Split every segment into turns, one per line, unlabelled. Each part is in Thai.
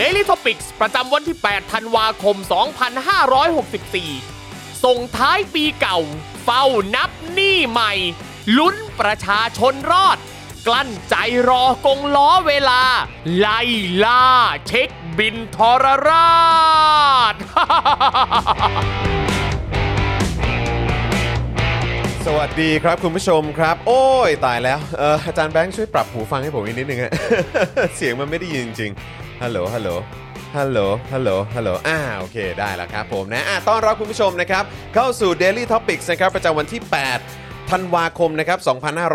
Daily Topics ประจำวันที่ 8 ธันวาคม 2564 ส่งท้ายปีเก่า เฝ้านับหนี้ใหม่ ลุ้นประชาชนรอด กลั้นใจรอกงล้อเวลา ไล่ล่าเช็คบินทรราช
สวัสดีครับคุณผู้ชมครับ โอ้ยตายแล้วเอ่ออาจารย์แบงค์ช่วยปรับหูฟังให้ผมอีกนิดนึงฮะ เสียงมันไม่ได้ยินจริงๆฮัลโหลฮัลโหลฮัลโหลฮัลโหลฮัลโหลอ่าโอเคได้แล้วครับผมนะอ่าต้อนรับคุณผู้ชมนะครับ เข้าสู่ Daily Topics นะครับประจำวันที่ 8 ธันวาคมนะครับ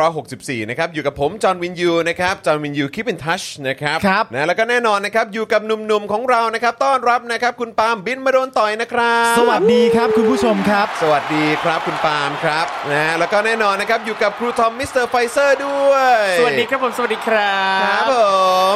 2564 นะครับ อยู่กับผม จอห์นวินยูนะครับ จอห์นวินยูคิปอินทัชนะครับ
ครับ
นะแล้วก็แน่นอนนะครับ อยู่กับหนุ่มๆของเรานะครับ ต้อนรับนะครับ คุณปาล์มบินมาโดนต่อยนะครับ
สวัสดีครับคุณผู้ชมครับ
สวัสดีครับคุณปาล์มครับนะฮะแล้วก็แน่นอนนะครับอยู่กับครูทอมมิสเตอร์ไฟเซอร์ด้วย
สวัสดีครับผม สวัสดีครั
ครับผ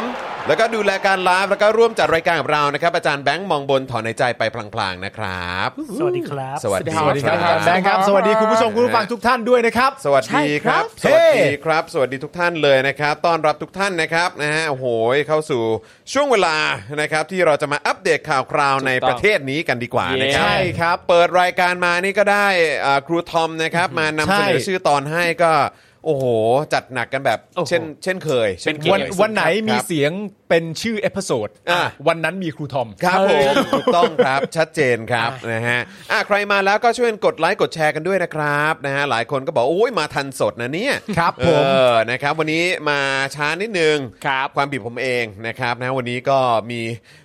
ม แล้วก็ดูแลการไลฟ์แล้วก็ร่วมจัดรายการกับเรานะครับ อาจารย์แบงค์มองบนถอนในใจไปพลางๆนะครับ
สวัสดีครับ
สวัสดีครับ
แบงค์ครับ สวัสดีคุณผู้ชมคุณผู้ฟังทุกท่านด้วยนะครับ
สวัสดีครับ สวัส
ใช่ครับเฮ้
ดีครับ สวัสดีทุกท่านเลยนะครับ ต้อนรับทุกท่านนะครับนะฮะ โอ้โห เข้าสู่ช่วงเวลานะครับที่เราจะมาอัปเดตข่าวคราวในประเทศนี้กันดีกว่านะครับ
ใช่ครับ
เปิดรายการมานี่ก็ได้อ่าครูทอมนะครับ มานำ
ใช่
เสนอชื่อตอนให้ก็ โอ้โห จัดหนักกันแบบ
โอ้โห
เช่น เช่นเคย
เป็นเกีย
ช่
ร
วั
ติ
น
คย
วันไหนมีเสียงเป็นชื่อเอพิโซด
อ่ะ
วันนั้นมีครูทอม
ครับผมถูกต้อง ครับชัดเจนครับนะฮะอ่ะใครมาแล้วก็ช่วยกดไลค์กดแชร์กันด้วยนะครับนะฮะหลายคนก็บอกโอ้ยมาทันสดนะเนี่ย
ครับ
เอ
ผม
อนะครับ วันนี้มาช้านิดนึง
ครับ
ความผิดผมเองนะครับนะวันนี้ก็มี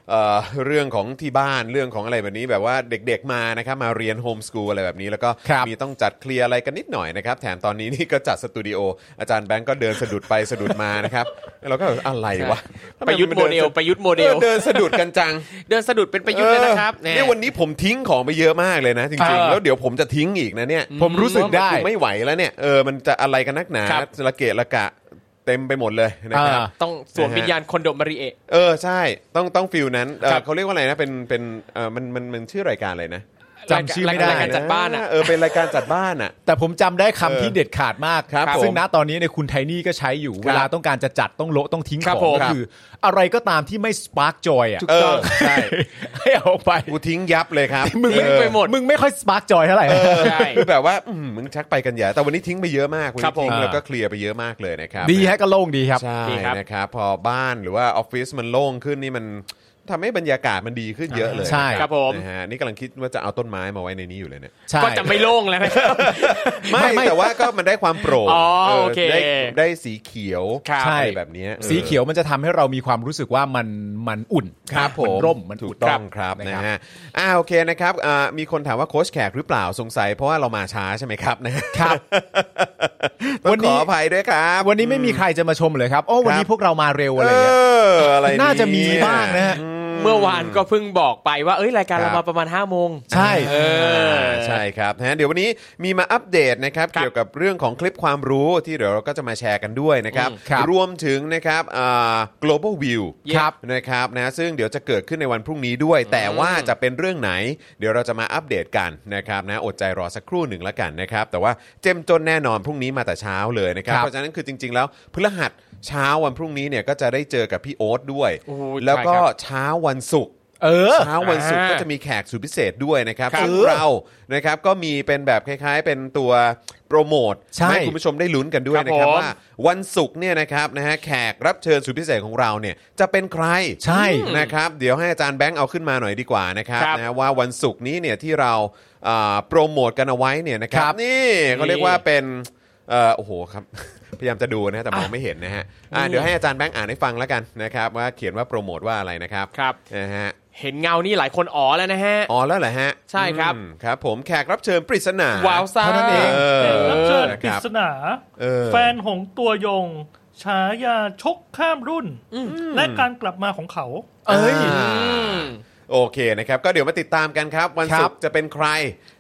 เอ่อเรื่องของที่บ้านเรื่องของอะไรแบบนี้แบบว่าเด็กๆมานะครับมาเรียนโฮมสกูลอะไรแบบนี้ แล้วก็
ครับ
มีต้องจัดเคลียร์อะไรกันนิดหน่อยนะครับแถมตอนนี้นี่ก็จัดสตูดิโออาจารย์แบงก์ก็เดินสะดุดไปสะดุดมานะครับเราก็แบบอะไรวะทำไ
ประยุทธ์โมเดลประยุทธ์โมเดล
ออเดินสะดุดกันจัง
เดินสะดุดเป็นประยุทธ์เลยนะครับ
เออเนี่ยวันนี้ผมทิ้งของไปเยอะมากเลยนะจริง
เอ
ๆ
อ
แล้วเดี๋ยวผมจะทิ้งอีกนะเนี่ย
ผมรู้สึกได้
กูไม่ไหวแล้วเนี่ยเออมันจะอะไรกันนักหนา
ครับ
ละเกะละกะเต็มไปหมดเลยนะครับ
อ่า
ต้องสวมวิญญาณคนโดมาริเอะ
เออใช่ต้องต้องฟิลนั้นเออ
ครับ
เขาเรียกว่าอะไรนะเป็นเป็นเออมันมันมันชื่อรายการอะไรนะ
จำชื่อไม่ได้
รายการจัดบ้านอะ
เออเป็นรายการจัดบ้านอ่ะ
แต่ผมจำได้คำ
เออ
ที่เด็ดขาดมาก
ครับผม
ซึ่งณตอนนี้ในยคุณไทนี่ก็ใช้อยู่เวลาต้องการจะจัดต้องโละต้องทิ้ง
ค
ข
รับ
อง
ผม
ก็คือ อะไรก็ตามที่ไม่สปาร์กจอยอ่ะ
ถูกต้องเออใช่
ให้เอาออกไป
กูทิ้งยับเลยครับ
มึง
ทิ้งไปหมด
มึงไม่ค่อยสปาร์กจอยเท่าไหร่
เออ
ใช่
คือแบบว่าอืมมึงชักไปกันใหญ่แต่วันนี้ทิ้งไปเยอะมากวัน
ครั
นี้
บผม
ทิ้งแล้วก็เคลียร์ไปเยอะมากเลยนะครับ
ดีฮะก็โล่งดีครับ
ใช่
ดีครับ
นะครับ พอบ้านหรือว่าออฟฟิศมันโล่งขึ้นนี่มันทำให้บรรยากาศมันดีขึ้นเยอะเลย
ใช่
ครับผม
นะฮะนี่กำลังคิดว่าจะเอาต้นไม้มาไว้ในนี้อยู่เลยเนี่ย
ใช่
ก็จะไม่โล่งแล้วนะครับ
ไม่
ไม่
แต่ว่าก็มันได้ความโปร่ง
อ๋อโอเค
ได้ได้สีเขียว
ครับ
อะไรแบบนี้ย
สีเขียวมันจะทำให้เรามีความรู้สึกว่ามันมันอุ่น
ครับผม
นร่มมัน
ถู
อุ่
ก
น
ต้องครับนะฮะอ่าโอเคนะครับอ่ามีคนถามว่าโค้ชแขกหรือเปล่าสงสัย เพราะว่าเรามาช้าใช่ไหมครับนะครับ วั
วัน น
นี้
นี้
ขออภัยด้วยครับ
วันนี้ไม่มีใครจะมาชมเลยครับ โอ้วัน
ครั
นี้
บ
พวกเรามาเร็ว
เอ
อะไรเงี้ย
ออะไรเย
น่าจะมีบ้างนะฮะ
อืม
เมื่อวานก็เพิ่งบอกไปว่าเอ้ยรายการ
ครั
เรา
บ
มาประมาณ5้าโมง
ใช่
เออ
ใช่ครับนะฮะเดี๋ยววันนี้มีมาอัปเดตนะครับเกี่ยวกับเรื่องของคลิปความรู้ที่เดี๋ยวเราก็จะมาแชร์กันด้วยนะครับ
อืมครับ
วมถึงนะครับอ่า global view
ครับ
นะครับนะซึ่งเดี๋ยวจะเกิดขึ้นในวันพรุ่งนี้ด้วย แต่ว่าจะเป็นเรื่องไหน เดี๋ยวเราจะมาอัปเดตกันนะครับนะอดใจรอสักครู่หนึ่งละกันนะครับแต่ว่าเจ้มจนแน่นอนพรุ่งนี้มาแต่เช้าเลยนะครับ
ครับ
เพราะฉะนั้นคือจริง ๆ แล้วพฤหัสเช้าวันพรุ่งนี้เนี่ยก็จะได้เจอกับพี่โอ๊ตด้วย
โอ้โห
แล้วก็
ใช่ครับ
เช้าวันศุกร์
เออ
เช้าวันศุกร์
อ่า
ก็จะมีแขกสุดพิเศษด้วยนะครับ
ครับ
ซึ่งเรานะครับก็มีเป็นแบบคล้ายๆ เป็นตัวโปรโมท
ใช่
ให้คุณผู้ชมได้ลุ้นกันด้วยนะค
ครั
รับบ
ผม
ว่าวันศุกร์เนี่ยนะครับนะฮะแขกรับเชิญสุดพิเศษของเราเนี่ยจะเป็นใคร
ใช่
นะครับเดี๋ยวให้อาจารย์แบงค์เอาขึ้นมาหน่อยดีกว่านะครับ
ครับ
นะฮะว่าวันศุกร์นี้เนี่ยที่เราอ่าโปรโมทกันเอาไว้เนี่ยนะครั
ครับ บ
นี่เขาเรียกว่าเป็นเอ่อโอ้โหครับ พยายามจะดูนะฮะแต่มองไม่เห็นนะฮะอ่ะเดี๋ยวให้อาจารย์แบงค์อ่านให้ฟังแล้วกันนะครับว่าเขียนว่าโปรโมทว่าอะไรนะครับ
ครับ
นะฮะ
เห็นเงานี่หลายคนอ๋อแล้วนะฮะ
อ๋อแล้วเหรอฮะ
ใช่ครับ
อืมครับ ผมแขกรับเชิญปริศนา
ว้าวซ่า
เท่านั้นเอง
เออ
แขกรับเชิญ
นะ
ปริ
ครับ
ศนา
เออ
แฟนหงตัวยง ฉายาชกข้ามรุ่น และการกลับมาของเขา
เอ้ย
อ่าโอเคนะครับ ก็เดี๋ยวมาติดตามกันครับ วันศุกร์จะเป็นใคร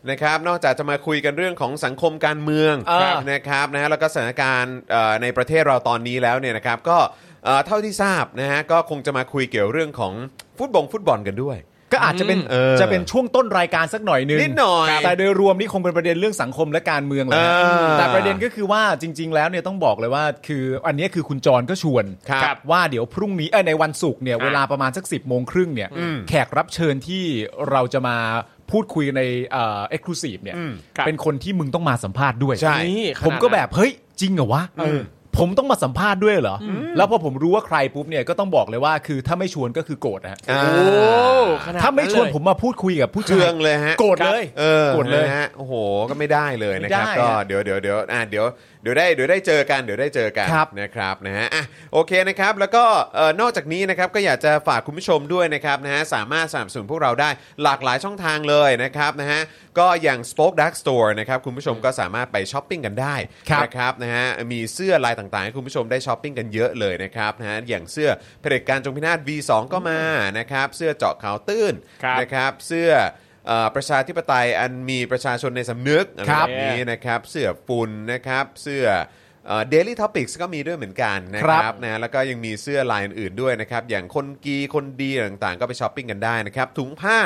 นะครับ นอกจากจะมาคุยกันเรื่องของสังคมการเมือง
เออ
นะครับนะฮะแล้วก็สถานการณ์เอ่อในประเทศเราตอนนี้แล้วเนี่ยนะครับ ก็เอ่อเท่าที่ทราบนะฮะก็คงจะมาคุยเกี่ยวเรื่องของฟุตบงฟุตบอลกันด้วย
ก็อาจจะเป็น
เออ
จะเป็นช่วงต้นรายการสักหน่อยนึง
นิดหน่อย
แต่โดยรวมนี่คงเป็นประเด็นเรื่องสังคมและการเมืองแหละ
เออ
แต่ประเด็นก็คือว่าจริง ๆ แล้วเนี่ยต้องบอกเลยว่าคืออันเนี้ยคือคุณจรก็ชวน
ครับ
ว่าเดี๋ยวพรุ่งนี้เออในวันศุกร์เนี่ย
อ่ะ
เวลาประมาณสัก 10บโมงครึ่งเนี่ยแขกรับเชิญที่เราจะมาพูดคุยในเอ็กซ์คลูซีฟเนี่ยเป็นคนที่มึงต้องมาสัมภาษณ์ด้วย
ใช่
นี่ขนาดนั้น
ผมก็แบบ เฮ้ย จริงเหรอวะผมต้องมาสัมภาษณ์ด้วยเหรออแล้วพอผมรู้ว่าใครปุ๊บเนี่ยก็ต้องบอกเลยว่าคือถ้าไม่ชวนก็คือโกรธนะฮะ
อ่า
โอ้ขนาด
ถ้าไม่ชวน
เลย
ผมมาพูดคุยกับผู้
เคือ
ชา
ย งเลยฮะ
โกรธเลย
เออ
โกรธเลย
นะฮะโอ้โหก็ไม่ได้เลยนะครับ
ไม่ได้
ก็
ฮะ
เดี๋ยวเดี๋ยวเดี๋ยวอ่ะเดี๋ยวเดี๋ยวได้เดี๋ยวได้เจอกันเดี๋ยวได้เจอกัน
ครับ
นะครับนะฮะอ่ะโอเคนะครับ แล้วก็เอ่อนอกจากนี้นะครับก็อยากจะฝากคุณผู้ชมด้วยนะครับนะฮะสามารถสนับสนุนพวกเราได้หลากหลายช่องทางเลยนะครับนะฮะก็อย่าง Spoke Dark Store นะครับคุณผู้ชมก็สามารถไปช้อปปิ้งกันได้
ครั
นะ
บ
นะครับนะฮะมีเสื้อลายต่างๆ ให้คุณผู้ชมได้ช้อปปิ้งกันเยอะเลยนะครับนะฮะอย่างเสื้อเผด็จการจงพินาศ V2 ก็มานะครับเสื้อเจาะข่าวตื้น
ครับ
นะครับเสื้อเอ่อประชาธิปไตยอันมีประชาชนในสำนึกอะไร
ครับ
แบบนี้นะครับเสื้อปุ่นนะครับเสื้อเดลี่ท็อปิกส์ก็มีด้วยเหมือนกันนะค
ครั
รับบ นะแล้วก็ยังมีเสื้อลายอื่นๆด้วยนะครับอย่างคนกีคนดีต่างๆ ก็ไปช้อปปิ้งกันได้นะครับถุงผ้า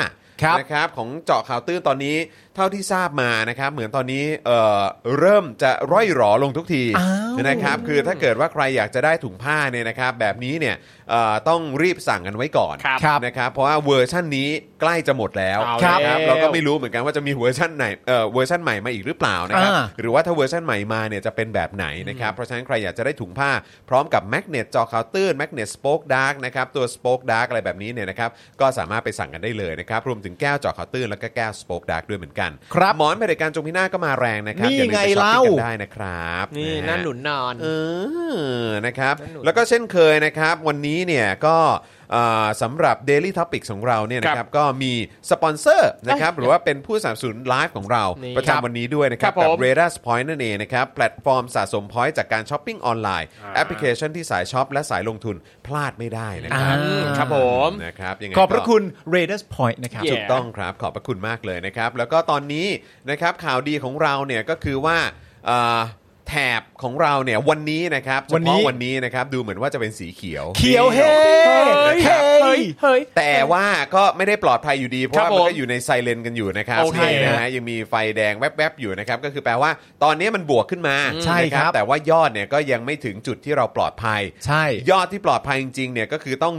ครับ
นะครับของเจาะข่าวตื้นตอนนี้เท่าที่ทราบมานะครับเหมือนตอนนี้เอ่อเริ่มจะร่อยหรอลงทุกที
อ้าว
นะครับคือถ้าเกิดว่าใครอยากจะได้ถุงผ้าเนี่ยนะครับแบบนี้เนี่ยเอ่อต้องรีบสั่งกันไว้ก่อน
ครับ
ครับ
นะครับเพราะว่าเวอร์ชั่นนี้ใกล้จะหมดแล้ว
เอา
นะ
แล้ว
เราก็ไม่รู้เหมือนกันว่าจะมีเวอร์ชันไหนเอ่อเวอร์ชันใหม่มาอีกหรือเปล่านะครับ
อ่า
หรือว่าถ้าเวอร์ชันใหม่มาเนี่ยจะเป็นแบบไหนนะครับเพราะฉะนั้นใครอยากจะได้ถุงผ้าพร้อมกับแมกเนตเจาะข่าวตื้นแมกเนตสป็อกดาร์กนะครับตัวสป็อกดาร์กอะไรแบบนี้เนี่ยนะครับก็สามารถไปสั่งกันได้เลยนะครับรวมถึงแก้วเจาะข่าวตื้นแล้วก็แก้วสป็อกดาร์กด้วยเหมือนกัน
ครับ
หมอนเผด็จการจงพินาศก็มาแรงนะครับ
นี่
อย่าลืมไปช้อป
ไง
ปิ้งกัน
เล่า
ได้นะครับ
นี่
ะฮะ
นั่นหนุนนอน
เออ นะครับ
นั่นหนู
แล้วก็เช่นเคยนะครับ วันนี้เนี่ยก็เอ่อสำหรับ Daily Topic ของเราเนี่ยนะครับก็มีสปอนเซอร์นะครับหรือว่าเป็นผู้สนับสนุนไลฟ์ของเราน
นี่
ประจำวันนี้ด้วยนะครับ
ครับ
กั
ผม
r a d a r Point นั่นเองนะครับ แพลตฟอร์มสะสม point จากการช้อปปิ้งออนไลน์ แอปพลิเคชันที่สายช็อปและสายลงทุนพลาดไม่ได้นะครับ
อ่า
ครับผม
นะครับยังไง
ขอบพระ
ก็
คุณ r a d e r s Point นะครับ
Yeah
ถูกต้องครับขอบพระคุณมากเลยนะครับ แล้วก็ตอนนี้นะครับข่าวดีของเราเนี่ยก็คือว่าเอ่อแถบของเราเนี่ยวันนี้นะครับ
วันนี้
เฉพาะวันนี้นะครับดูเหมือนว่าจะเป็นสีเขียว
เขียวเฮ้
เฮ้ย
เฮ้ยเฮ้ย
แต่ว่าก็ไม่ได้ปลอดภัยอยู่ดี เพราะ
ค
ว่า
รับผ
มัน
ม
ก็อยู่ในไซเลนกันอยู่นะครับ
โอเค
นะฮะยังมีไฟแดงแวบๆอยู่นะครับ ก็คือแปลว่าตอนนี้มันบวกขึ้นมา
ใช่
นะครับ แต่ว่ายอดเนี่ยก็ยังไม่ถึงจุดที่เราปลอดภัย
ใช่
ยอดที่ปลอดภัยจริงๆเนี่ยก็คือต้อง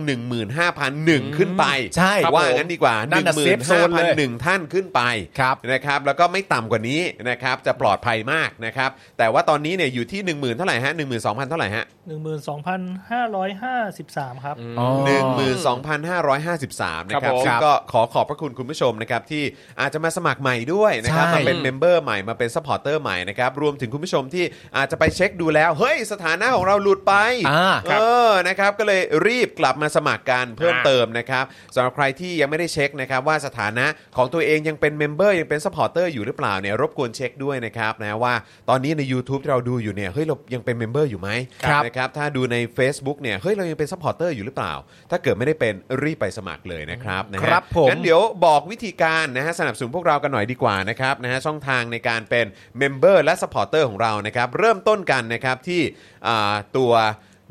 15,001 ขึ้นไป
ใช่
ครับว่างั้นดีกว่า
นั่นน่ะ safe zone เลย
15,001 ท่านขึ้นไป
ครับ
นะครับแล้วก็ไม่ต่ำกว่านี้นะครับจะปลอดภัยมากนะครับแต่ว่าตอนนี้เนี่ยอยู่ที่ 10,000 เท่าไหร่ฮะ12,000 เท่าไหร่ฮะ
12,553 ครับ
12,553 นะค
ครั
รับ
บผม
ซึ่งก็ขอขอบพระคุณคุณผู้ชมนะครับที่อาจจะมาสมัครใหม่ด้วยนะครับ
ใช่
มาเป็นเมมเบอร์ใหม่มาเป็นซัพพอร์เตอร์ใหม่นะครับรวมถึงคุณผู้ชมที่อาจจะไปเช็คดูแล้วเฮ้ยสถานะของเราหลุดไป
อ่า
ครั
เอบ อ นะครับ ก็เลยรีบกลับมาสมัครกันเพิ่ม
อ่า
เติมนะครับสำหรับใครที่ยังไม่ได้เช็คนะครับว่าสถานะของตัวเองยังเป็นเมมเบอร์ยังเป็นสปอร์เตอร์อยู่หรือเปล่าเนี่ยรบกวนเช็คด้วยนะครับนะว่าตอนนี้ใน YouTube เราดูอยู่เนี่ยเฮ้ยเรายังเป็นเมมเบอร์อยู่ไหม
ครับ
นะครับถ้าดูใน Facebook เนี่ยเฮ้ยเรายังเป็นซัพพอร์เตอร์อยู่หรือเปล่า ถ้าเกิดไม่ได้เป็นรีบไปสมัครเลยนะครับนะฮะ
ครับผม
งั้นเดี๋ยวบอกวิธีการนะฮะสนับสนุนพวกเรากันหน่อยดีกว่านะครับนะฮะช่องทางในการเป็นเมมเบอร์และซัพพอร์เตอร์ของเรานะครับเริ่มต้นกันนะครับที่อ่าตัว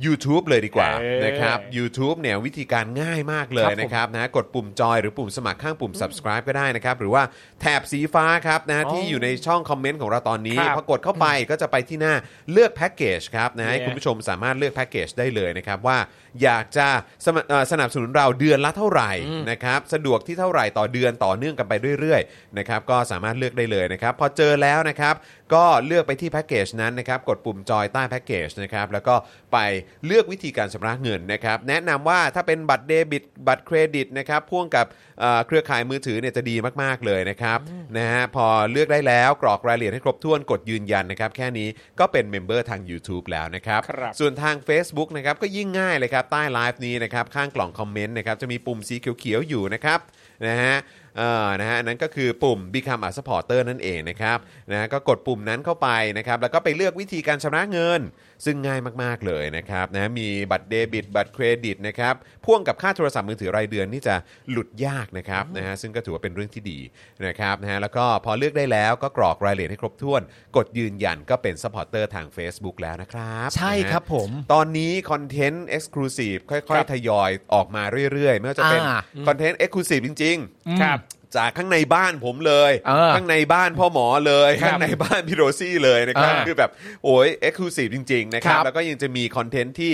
YouTube เลยดีกว่า
เอ้ย
นะครับ YouTube เนี่ยวิธีการง่ายมากเลยนะครับนะกดปุ่มจอยหรือปุ่มสมัครข้างปุ่ม subscribe ก็ได้นะครับ หรือว่าแถบสีฟ้าครับนะที่อยู่ในช่องคอมเมนต์ของเราตอนนี้
ครับ
พอกดเข้าไปก็จะไปที่หน้าเลือกแพ็กเกจครับนะให้
เนี่ย
คุณผู้ชมสามารถเลือกแพ็กเกจได้เลยนะครับว่าอยากจะสมเอ่อสนับสนุนเราเดือนละเท่าไหร่นะครับสะดวกที่เท่าไหร่ต่อเดือนต่อเนื่องกันไปเรื่อยๆนะครับก็สามารถเลือกได้เลยนะครับพอเจอแล้วนะครับก็เลือกไปที่แพ็กเกจนั้นนะครับกดปุ่มจอยใต้แพ็กเกจนะครับแล้วก็ไปเลือกวิธีการชำระเงินนะครับแนะนำว่าถ้าเป็นบัตรเดบิตบัตรเครดิตนะครับพ่วงกับเอ่อเครือข่ายมือถือเนี่ยจะดีมากๆเลยนะครับนะฮะพอเลือกได้แล้วกรอกรายละเอียดให้ครบถ้วนกดยืนยันนะครับแค่นี้ก็เป็นเมมเบอร์ทาง YouTube แล้วนะครับ
ครับ
ส่วนทาง Facebook นะครับก็ยิ่งง่ายเลยครับ ใต้ไลฟ์นี้นะครับ ข้างกล่องคอมเมนต์นะครับ จะมีปุ่มสีเขียวๆอยู่นะครับนะฮะเอ่อนะฮะอันนั่นก็คือปุ่ม Become a supporter นั่นเองนะครับนะฮะก็กดปุ่มนั้นเข้าไปนะครับ แล้วก็ไปเลือกวิธีการชำระเงิน ซึ่งง่ายมากๆเลยนะครับนะมีบัตรเดบิต บัตรเครดิตนะครับพ่วงกับค่าโทรศัพท์มือถือรายเดือนนี่จะหลุดยากนะครับนะฮะซึ่งก็ถือว่าเป็นเรื่องที่ดีนะครับนะฮะแล้วก็พอเลือกได้แล้วก็กรอกรายละเอียดให้ครบถ้วน กดยืนยันก็เป็น supporter ทาง Facebook แล้วนะครับ
ใช่
นะฮะ
ครับผม
ตอนนี้คอนเทนต์เอ็กซ์คลูซีฟค่
ครั
อย
บ
ๆ ทยอยออกมาเรื่อยๆ ไม่ว่าจะเป็น
อ่า
คอนเทนต์เอ็กซ์คลูซีฟจริง ๆ
ครับ
จากข้างในบ้านผมเลย
เออ
ข้างในบ้านพ่อหมอเลย
ครับ
ข้างในบ้านพี่โรซี่เลยนะครับ
อ่า
คือแบบโอ้ยเอ็กซ์คลูซีฟจริง ๆ นะครั
ครับ บ
แล้วก็ยังจะมีคอนเทนต์ที่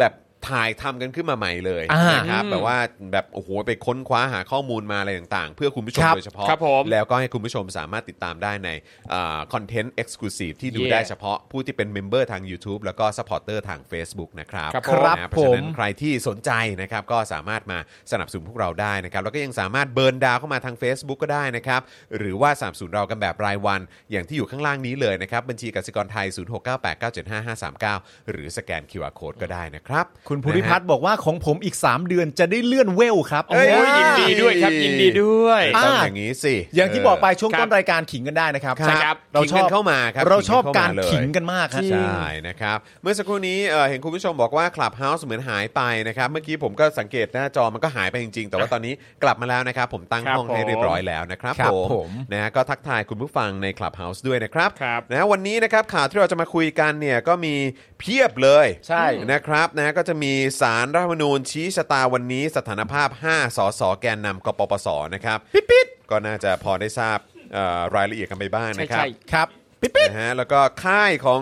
แบบถ่ายทำกันขึ้นมาใหม่เลย
อ่า
นะครับแบบว่าแบบโอ้โหไปค้นคว้าหาข้อมูลมาอะไรต่างๆ เพื่อคุณผู้ชม
ครับ
โดยเฉพาะ
ครับผม
แล้วก็ให้คุณผู้ชมสามารถติดตามได้ในคอนเทนต์เอ็กซ์คลูซีฟที่ดู
เย่
ได้เฉพาะผู้ที่เป็นเมมเบอร์ทาง YouTube แล้วก็สปอร์เตอร์ทาง Facebook นะครับ
ครับผม
นะเพราะฉะนั้น
ผม
ใครที่สนใจนะครับก็สามารถมาสนับสนุนพวกเราได้นะครับ แล้วก็ยังสามารถเบิร์นดาวเข้ามาทาง Facebook ก็ได้นะครับ หรือว่าสนับสนุนเรากันแบบรายวัน อย่างที่อยู่ข้างล่างนี้เลยนะครับ บัญชีกสิกรไทย 0698975539 หรือสแกน QR Code ก็ได้นะครับ
คุณภูริพัฒน์บอกว่าของผมอีก 3 เดือนจะได้เลื่อนเวลครับ
โอ้ยยินดีด้วยครับยินดีด้วย
นะฮะต้อง
อ่า
อย่างนี้สิ
อย่างที่บอกไปช่วง
ครับ
ต้นรายการขิงกันได้นะครับ
ใช่ครับ
เรา
เรา
ช
ช
อ
อ
บบ เข้ามาครับ
เราชอบ
ข้ม
การ
เลย
ขิงกันมากครับ
ใช่นะครับ เมื่อสักครู่นี้เอ่อเห็นคุณผู้ชมบอกว่า Clubhouse เหมือนหายไปนะครับ เมื่อกี้ผมก็สังเกตหน้าจอมันก็หายไปจริง ๆ แต่ว่าตอนนี้กลับมาแล้วนะครับ ผมตั้ง
ครับ
ห้องให้
ผม
เรียบร้อยแล้วนะครับ
ครับ
ผม
ผม
นะฮะก็ทักทายคุณผู้ฟังใน Clubhouse ด้วยนะครับ
ครับ
นะวันนี้นะครับข่าวที่เราจะมาคุยกันเนี่ยก็มีเพียบเลย
ใช่
นะครับนะก็จะมีสารรัฐธรรมนูญชี้ชะตาวันนี้สถานภาพ 5 สสแกนนำกปปสนะครับปิ๊ดๆก็น่าจะพอได้ทราบเอ่อรายละเอียดกันไปบ้างนะครับ
ใช่
ครับ
นะฮะแล้วก็ค่ายของ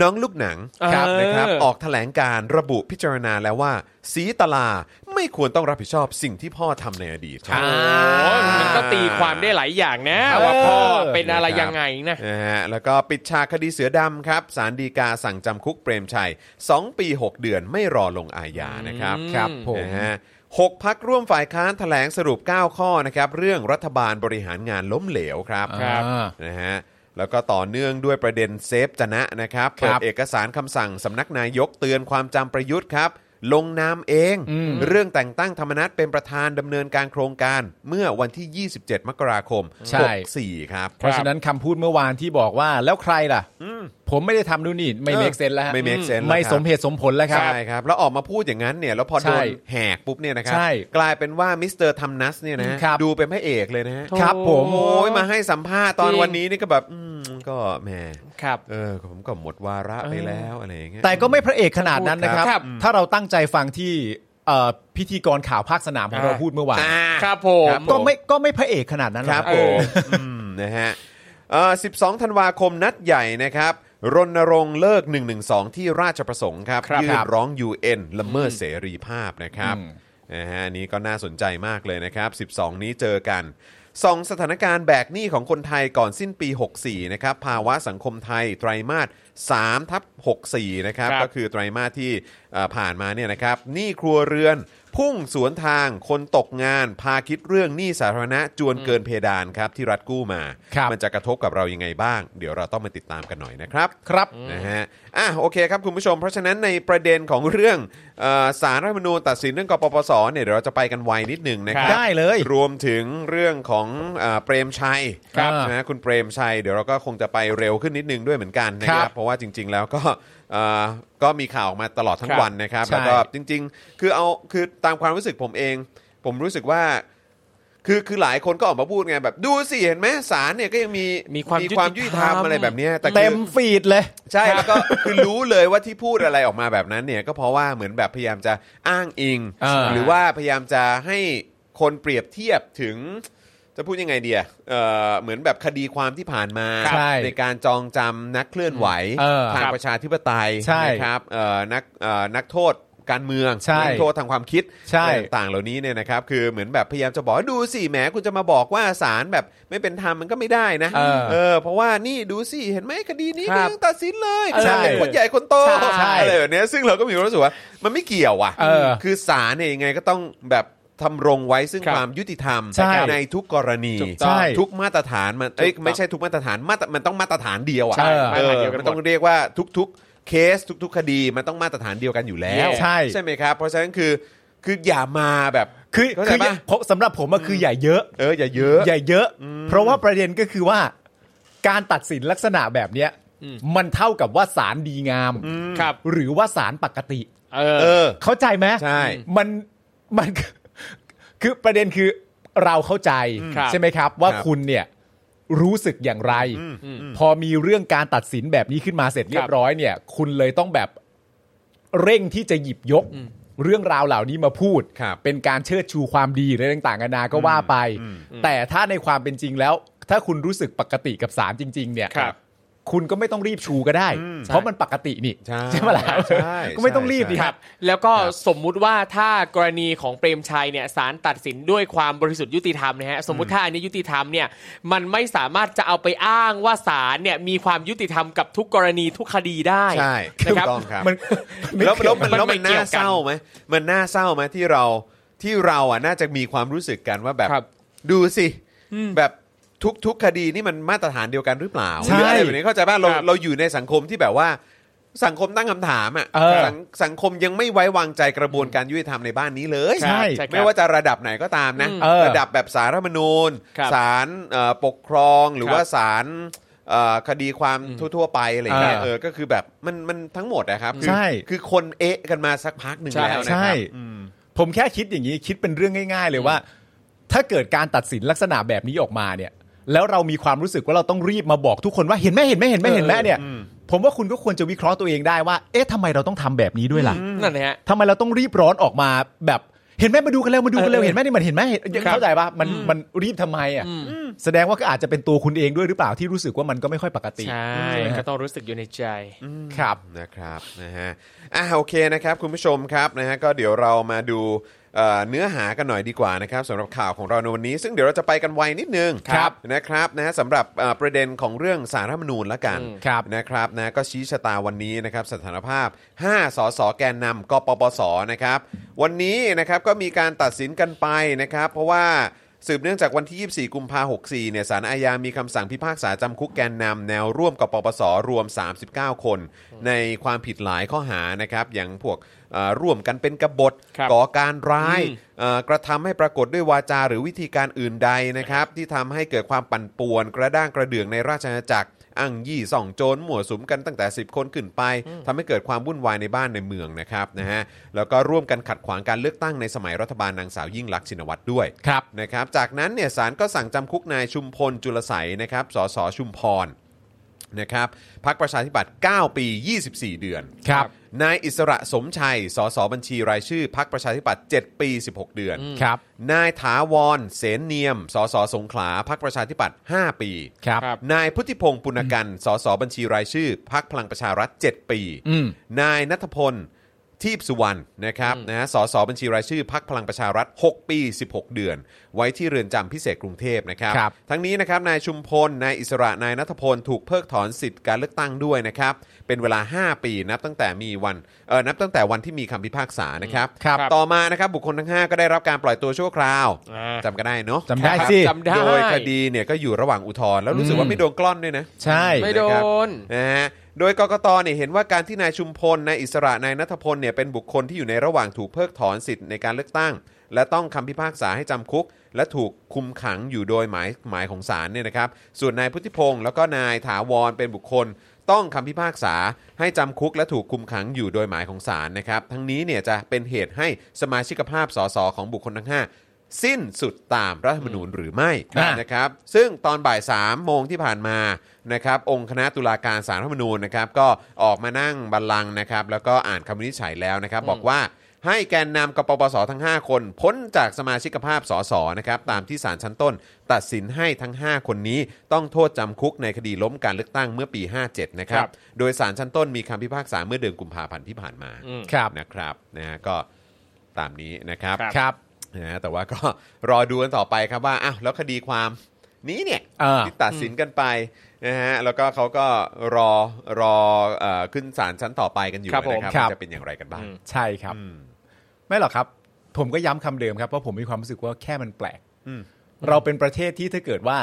น้องลูกหนัง
ครับ
นะครับ
เออ
ออกแถลงการระบุพิจารณาแล้วว่า สีตลาไม่ควรต้องรับผิดชอบสิ่งที่พ่อทำในอดีตครับ
โอ้ยมันก็ตีความได้หลายอย่างนะ ว่าพ่อเป็นอะไรยังไงนะ
นะฮะแล้วก็ปิดฉากคดีเสือดำครับสารดีกาสั่งจำคุกเปรมชัย 2 ปี 6 เดือนไม่รอลงอาญานะครับ
ครับผม
นะฮะหกพักร่วมฝ่ายค้านแถลงสรุป 9 ข้อนะครับเรื่องรัฐบาลบริหารงานล้มเหลวครับ
ครับ
อ่า
นะฮะแล้วก็ต่อเนื่องด้วยประเด็นเซฟจนะนะครับ
ครั
เปิด
บ
เอกสารคำสั่งสำนักนายกเตือนความจำประยุทธ์ครับ ลงนามเอง
อืม
เรื่องแต่งตั้งธรรมนัตเป็นประธานดำเนินการโครงการเมื่อวันที่ 27 มกราคม
ใช่
64ครับ
เพราะฉะนั้นคำพูดเมื่อวานที่บอกว่าแล้วใครล่ะ ผมไม่ได้ทำนู่นนี่ไม่
เออ
เมกเซนแล้วฮะ
ไม่ make sense แล้ว
ไม่
ครับ
สมเหตุสมผลแล้วครับ
ใช่ครับ แล้วออกมาพูดอย่างนั้นเนี่ยแล้วพอโด
ใช่
นแหกปุ๊บเนี่ยนะครั
ใช่
กลายเป็นว่ามิสเตอร์ทัมนัสเนี่ยนะฮะ
ครับ
ดูเป็นพระเอกเลยนะฮะ
ครับผม
โอ้ยมาให้สัมภาษณ์ตอน
จริง
วันนี้นี่ก็แบบอืมก็แหม
ครับ
เออผมก็หมดวาระไปแล้วอะไรอย่างเงี้ย
แต่ก็ไม่พระเอกขนาดนั้นนะครับ
ครับ
ถ้าเราตั้งใจฟังที่เอ่อพิธีกรข่าวภาคสนามของเราพูดเมื่อวาน
อ่า
ครับผม
ก็ไม่ก็ไม่พระเอกขนาดนั้นห
ค
รอก
รับผมม นะฮะเอ่อ12 ธันวาคมนัดใหญ่นะครับ รณรงค์เลิก 112 ที่ราชประสงค์ครับ
ครับ
ยื่
คน รับ
ร้อง UN ละเมิดเสรีภาพนะครับ
อืม
นะฮะอันนี้ก็น่าสนใจมากเลยนะครับ 12 นี้เจอกันส่องสถานการณ์แบกหนี้ของคนไทยก่อนสิ้นปี 64 นะครับ ภาวะสังคมไทยไตรมาส3ทับ64 นะครับ
ครับ
ก็คือไตรมาสที่เอ่อผ่านมาเนี่ยนะครับหนี้ครัวเรือน พุ่งสวนทางคนตกงาน พาคิดเรื่องหนี้สาธารณะจวนเกินเพดานครับที่รัฐกู้มา
ครับ
มันจะกระทบกับเรายังไงบ้าง เดี๋ยวเราต้องมาติดตามกันหน่อยนะครับ
ครับ
นะฮะ อ่ะ โอเคครับคุณผู้ชม เพราะฉะนั้นในประเด็นของเรื่องเออสารรัฐธรรมนูญตัดสินเรื่องกปปส เนี่ยเดี๋ยวเราจะไปกันไวนิดหนึ่งนะครั
ได้เลย
รวมถึงเรื่องของเอ่อเปรมชัย
ครับ
นะคุณเปรมชัย เดี๋ยวเราก็คงจะไปเร็วขึ้นนิดนึงด้วยเหมือนกันนะค
ค
รั
รับ บ
เพราะว่าจริง ๆ แล้วก็ เอ่อก็มีข่าวออกมาตลอดทั้
ค
ง
รับ
วันนะครับ
ใช่
แล้วก็จริง ๆ คือเอาคือตามความรู้สึกผมเอง ผมรู้สึกว่า คือคือหลายคนก็ออกมาพูดไงแบบดูสิเห็นไหมศาลเนี่ยก็ยังมี
มีความ
ความยุติธรร
ยุติธรร
ม
ม
อะไรแบบเนี้ยแต่คือ
เต็มฟีดเลย
ใช่แล้วก็ คือรู้เลยว่าที่พูดอะไรออกมาแบบนั้นเนี่ยก็เพราะว่าเหมือนแบบพยายามจะอ้างอิง
เออ
หรือว่าพยายามจะให้คนเปรียบเทียบถึง จะพูดยังไงเดียเอ่อเหมือนแบบคดีความที่ผ่านมา
ใช่
การจองจำนักเคลื่อนไหว
เออ
ทาง
ครับ
ประชาธิปไตย
ใช่
นะครับเอ่อนักเอ่อนักโทษการเมือง
ใช่
นักโทษทางความคิด
ใช่
อะไรต่างๆเหล่านี้เนี่ยนะครับ คือเหมือนแบบพยายามจะบอกว่าดูสิแหมคุณจะมาบอกว่าศาลแบบไม่เป็นธรรมมันก็ไม่ได้นะ
เออ
เออเพราะว่านี่ดูสิเห็นไหมคดีนี้
ค
ก็
รับ
ยังตัดสินเลย
ใช่
เป็นคนใหญ่คนโต
ใช่
อะไรแบบเนี้ยซึ่งเราก็มีความรู้สึกว่ามันไม่เกี่ยวอ่ะ
เออ
คือศาลเนี่ยยังไงก็ต้องแบบทำรงไว้ซึ่ง
ครับ
ความยุติธรรม
ใช่
ทุกกรณี
ถูกต้อง
ใช่
ทุกมาตรฐานมันเอ้ย
ถูกต้อง
ไม่ใช่ทุกมาตรฐานมาตรมันต้องมาตรฐานเดียวอ่ะ
ใช่
เอ
มาตรฐา
อ
นเดียวกันหมด
มันต้องเรียกว่าทุกๆเคสทุก ๆ คดีมันต้องมาตรฐานเดียวกันอยู่แล้ว
ใช่
ใช่ไหมครับ เพราะฉะนั้นคือคืออย่ามาแบบ
คือ
เข้าใจ
คือ
ปะ
สำหรับผมอะคือใหญ่าเยอะ
เอออย่าเยอะ
ใหญ่าเยอะ เพราะว่าประเด็นก็คือว่า การตัดสินลักษณะแบบเนี้ยมันเท่ากับว่าสารดีงาม
ครับ
หรือว่าสารปกติ
เออ
เออ
เข้าใจไหม
ใช่
มันมัน คือประเด็นคือเราเข้าใจ
ครับ
ใช่ไหมครับ ว่า
ครับ
คุณเนี่ยรู้สึกอย่างไร พอมีเรื่องการตัดสินแบบนี้ขึ้นมาเสร็จเรีย
ครับ บ
ร้อยเนี่ย คุณเลยต้องแบบเร่งที่จะหยิบยก เรื่องราวเหล่านี้มาพูด
ครับ
เป็นการเชิดชูความดีอะไรต่างๆนานาก็ว่าไป แต่ถ้าในความเป็นจริงแล้ว ถ้าคุณรู้สึกปกติกับสารจริง ๆ เนี่ย
ครับ
คุณก็ไม่ต้องรีบชูก็ได้ เพราะมันปกตินี่
ใช่
ไหมล่ะ
ใช่
ก็ไม่ต้องรีบ
ใช่
ดี
ค
ค
รั
รับ
บ แล้วก็สมมุติว่าถ้ากรณีของเปรมชัยเนี่ยศาลตัดสินด้วยความบริสุทธิ์ยุติธรรมนะฮะสมมติถ้าอันนี้ยุติธรรมเนี่ยมันไม่สามารถจะเอาไปอ้างว่าศาลเนี่ยมีความยุติธรรมกับทุกกรณีทุกคดีได้
ใช่
นะครั
ถูก
บ
ต้องครับ
มัน
แล้วแล้วมัน
มัน
แล้ว
ไม่
มัน
เกี่
น่า
ยวกัน
เศร้าไหมมันน่าเศร้าไหมที่เราที่เราอ่ะน่าจะมีความรู้สึกกันว่าแบบ
ครับ
ดูสิแบบทุกทุกคดีนี่มันมาตรฐานเดียวกันหรือเปล่า
ใช่
หรืออะไรแบบนี้เข้าใจป่ะเรา
ครับ
เราอยู่ในสังคมที่แบบว่า สังคมตั้งคำถามอ่ะ
เออ
สังสังคมยังไม่ไว้วางใจกระบวนการยุติธรรมในบ้านนี้เลย
ใช่
ครับ
ไม่ว่าจะระดับไหนก็ตามนะ
เออ
ระดับแบบสารรัฐธรรมนูญ
ครับ
สารเอ่อปกครองหรือ
ครับ
ว่าสารเอ่อคดีความทั่วๆไปอะไรอย่างเงี้ย
เออ
เออก็คือแบบมันมันทั้งหมดนะครับคือ
ใช่
คือคนเอะกันมาสักพักหนึ่ง
ใช่
แล้วนะค
ใช่
รับ
ผมแค่คิดอย่างนี้คิดเป็นเรื่องง่าย ๆ เลยว่า ถ้าเกิดการตัดสินลักษณะแบบนี้ออกมาเนี่ย แล้วเรามีความรู้สึกว่าเราต้องรีบมาบอกทุกคนว่าเห็นไหมเห็นไหมเห็นไหมเห็นไหมเนี่ย ผมว่าคุณก็ควรจะวิเคราะห์ตัวเองได้ว่า เอ๊ะทำไมเราต้องทำแบบนี้ด้วยล่ะ
นั่นนะฮะ
ทำไมเราต้องรีบร้อนออกมาแบบเห็นไหมมาดูกันเร็วมาดูกันเร็ว
เออ
เห็นไหมนี่มันเห็นไหมเห็น
ครับ
เข้าใจปะมันมันรีบทำไมอ่ะแสดงว่าก็อาจจะเป็นตัวคุณเองด้วยหรือเปล่าที่รู้สึกว่ามันก็ไม่ค่อยปกติ
ใช่ก็ต้องรู้สึกอยู่ในใจ
ครับ
นะครับนะฮะอ่ะโอเคนะครับคุณผู้ชมครับนะฮะก็เดี๋ยวเรามาดูเอ่อเนื้อหากันหน่อยดีกว่านะครับสำหรับข่าวของเราในวันนี้ ซึ่งเดี๋ยวเราจะไปกันไวนิดนึง
ครับ
นะครับนะฮะสำหรับเอ่อประเด็นของเรื่องสารรัฐธรรมนูญละกัน
ครับ
นะครับนะก็ชี้ชะตาวันนี้นะครับสถานภาพ 5สสแกนนำกปปสนะครับวันนี้นะครับก็มีการตัดสินกันไปนะครับเพราะว่าสืบเนื่องจากวันที่ 24 กุมภาพันธ์64เนี่ยสารอาญามีคำสั่งพิพากษาจำคุกแกนนำแนวร่วมกปปสรวม 39 คน ในความผิดหลายข้อหานะครับอย่างพวกเอ่อร่วมกันเป็นกบฏ
ครับ
ก่อการร้าย
อืม
เอ่อกระทำให้ปรากฏด้วยวาจาหรือวิธีการอื่นใดนะครับ ที่ทำให้เกิดความปั่นป่วน กระด้างกระเดื่องในราชอาณาจักรอ้างยี่ส่องโจรหมั่วสุมกันตั้งแต่ 10 คนขึ้นไปทำให้เกิดความวุ่นวายในบ้านในเมืองนะครับนะฮะแล้วก็ร่วมกันขัดขวางการเลือกตั้งในสมัยรัฐบาลนางสาวยิ่งลักษณ์ชินวัตรด้วย
ครับ
นะครับจากนั้นเนี่ยศาลก็สั่งจำคุกนายชุมพลจุลไสยนะครับสสชุมพรนะครับพักประชาธิปัตย์9 ปี 24 เดือน
ครับ
นายอิสระสมชัยสสบัญชีรายชื่อพักประชาธิปัตย์7ปี 16 เดือน
ครับ
นายถาวรเสนเนียม สสสงขลาพักประชาธิปัตย์5 ปี
ครับ
ครับ
นายพุทธิพงศ์ปุณกัน สสบัญชีรายชื่อ พักพลังประชารัฐ 7 ปี
อืม
นายนัทพล ทีพสุวรรณนะครับนะฮะสสบัญชีรายชื่อพักพลังประชารัฐ 6 ปี 16 เดือน ไว้ที่เรือนจำพิเศษกรุงเทพนะครับ
ครับ
ทั้งนี้นะครับนายชุมพล นายอิสระ นายนัทพล ถูกเพิกถอนสิทธิ์การเลือกตั้งด้วยนะครับ เป็นเวลา 5 ปีนับตั้งแต่มีวันเอ่อนับตั้งแต่วันที่มีคำพิพากษานะครับ
ครับ
ต่อมานะครับบุคคลทั้ง 5 ก็ได้รับการปล่อยตัวชั่วคราว
อ่า
จำกันได้เนาะ
จำได้
ครับ
สิ
จำได้
โดยคดีเนี่ยก็อยู่ระหว่างอุทธรณ์แล้วรู้สึกว่าไม่โดนกล้อนด้วยนะ
ใช่
ไม่โด
นะครับ
น
นะฮะโดยกกตเนี่ยเห็นว่าการที่นายชุมพลนายอิสระนายนัทพลเนี่ยเป็นบุคคลที่อยู่ในระหว่างถูกเพิกถอนสิทธิ์ในการเลือกตั้ง และต้องคำพิพากษาให้จำคุก และถูกคุมขังอยู่โดยหมายหมายของศาลเนี่ยนะครับส่วนนายพุทธิพงศ์แล้วก็นายถาวรเป็นบุคคล ต้องคำพิพากษาให้จำคุก และถูกคุมขังอยู่โดยหมายของศาลนะครับทั้งนี้เนี่ยจะเป็นเหตุให้สมาชิกภาพสสของบุคคลทั้งห้าสิ้นสุดตามรัฐธรรมนูญหรือไม่
อ่าน
นะ นะครับซึ่งตอนบ่าย3โมงที่ผ่านมานะครับองค์คณะตุลาการสารรัฐธรรมนูญนะครับก็ออกมานั่งบัลลังก์นะครับแล้วก็อ่านคำวินิจฉัยแล้วนะครับ บอกว่าให้แกนนำกปปสทั้ง 5 คน พ้นจากสมาชิกภาพสสนะครับตามที่ศาลชั้นต้น ตัดสินให้ทั้ง 5 คนนี้ต้องโทษจำคุกในคดีล้มการเลือกตั้งเมื่อปี 57 นะครับ
ครับ
โดยศาลชั้นต้นมีคำพิพากษาเมื่อเดือนกุมภาพันธ์ที่ผ่านมา
ครับ
นะครับนะฮะก็ตามนี้นะครับ
ครับ
นะฮะแต่ว่าก็ รอดูกันต่อไปครับว่าอ้าวแล้วคดีความนี้เนี่ย
เออ
ที่ตัดสินกันไปนะฮะแล้วก็เขาก็รอรอเอ่อขึ้นศาลชั้นต่อไปกันอยู่
ครับผม
นะครับ
ครับ
ว่าจะเป็นอย่างไรกันบ้าง
อืม
ใช่ครับ
อืม
ไม่หรอกครับ ผมก็ย้ำคำเดิมครับว่าผมมีความรู้สึกว่าแค่มันแปลก
อืม
เราเป็นประเทศที่ถ้าเกิดว่า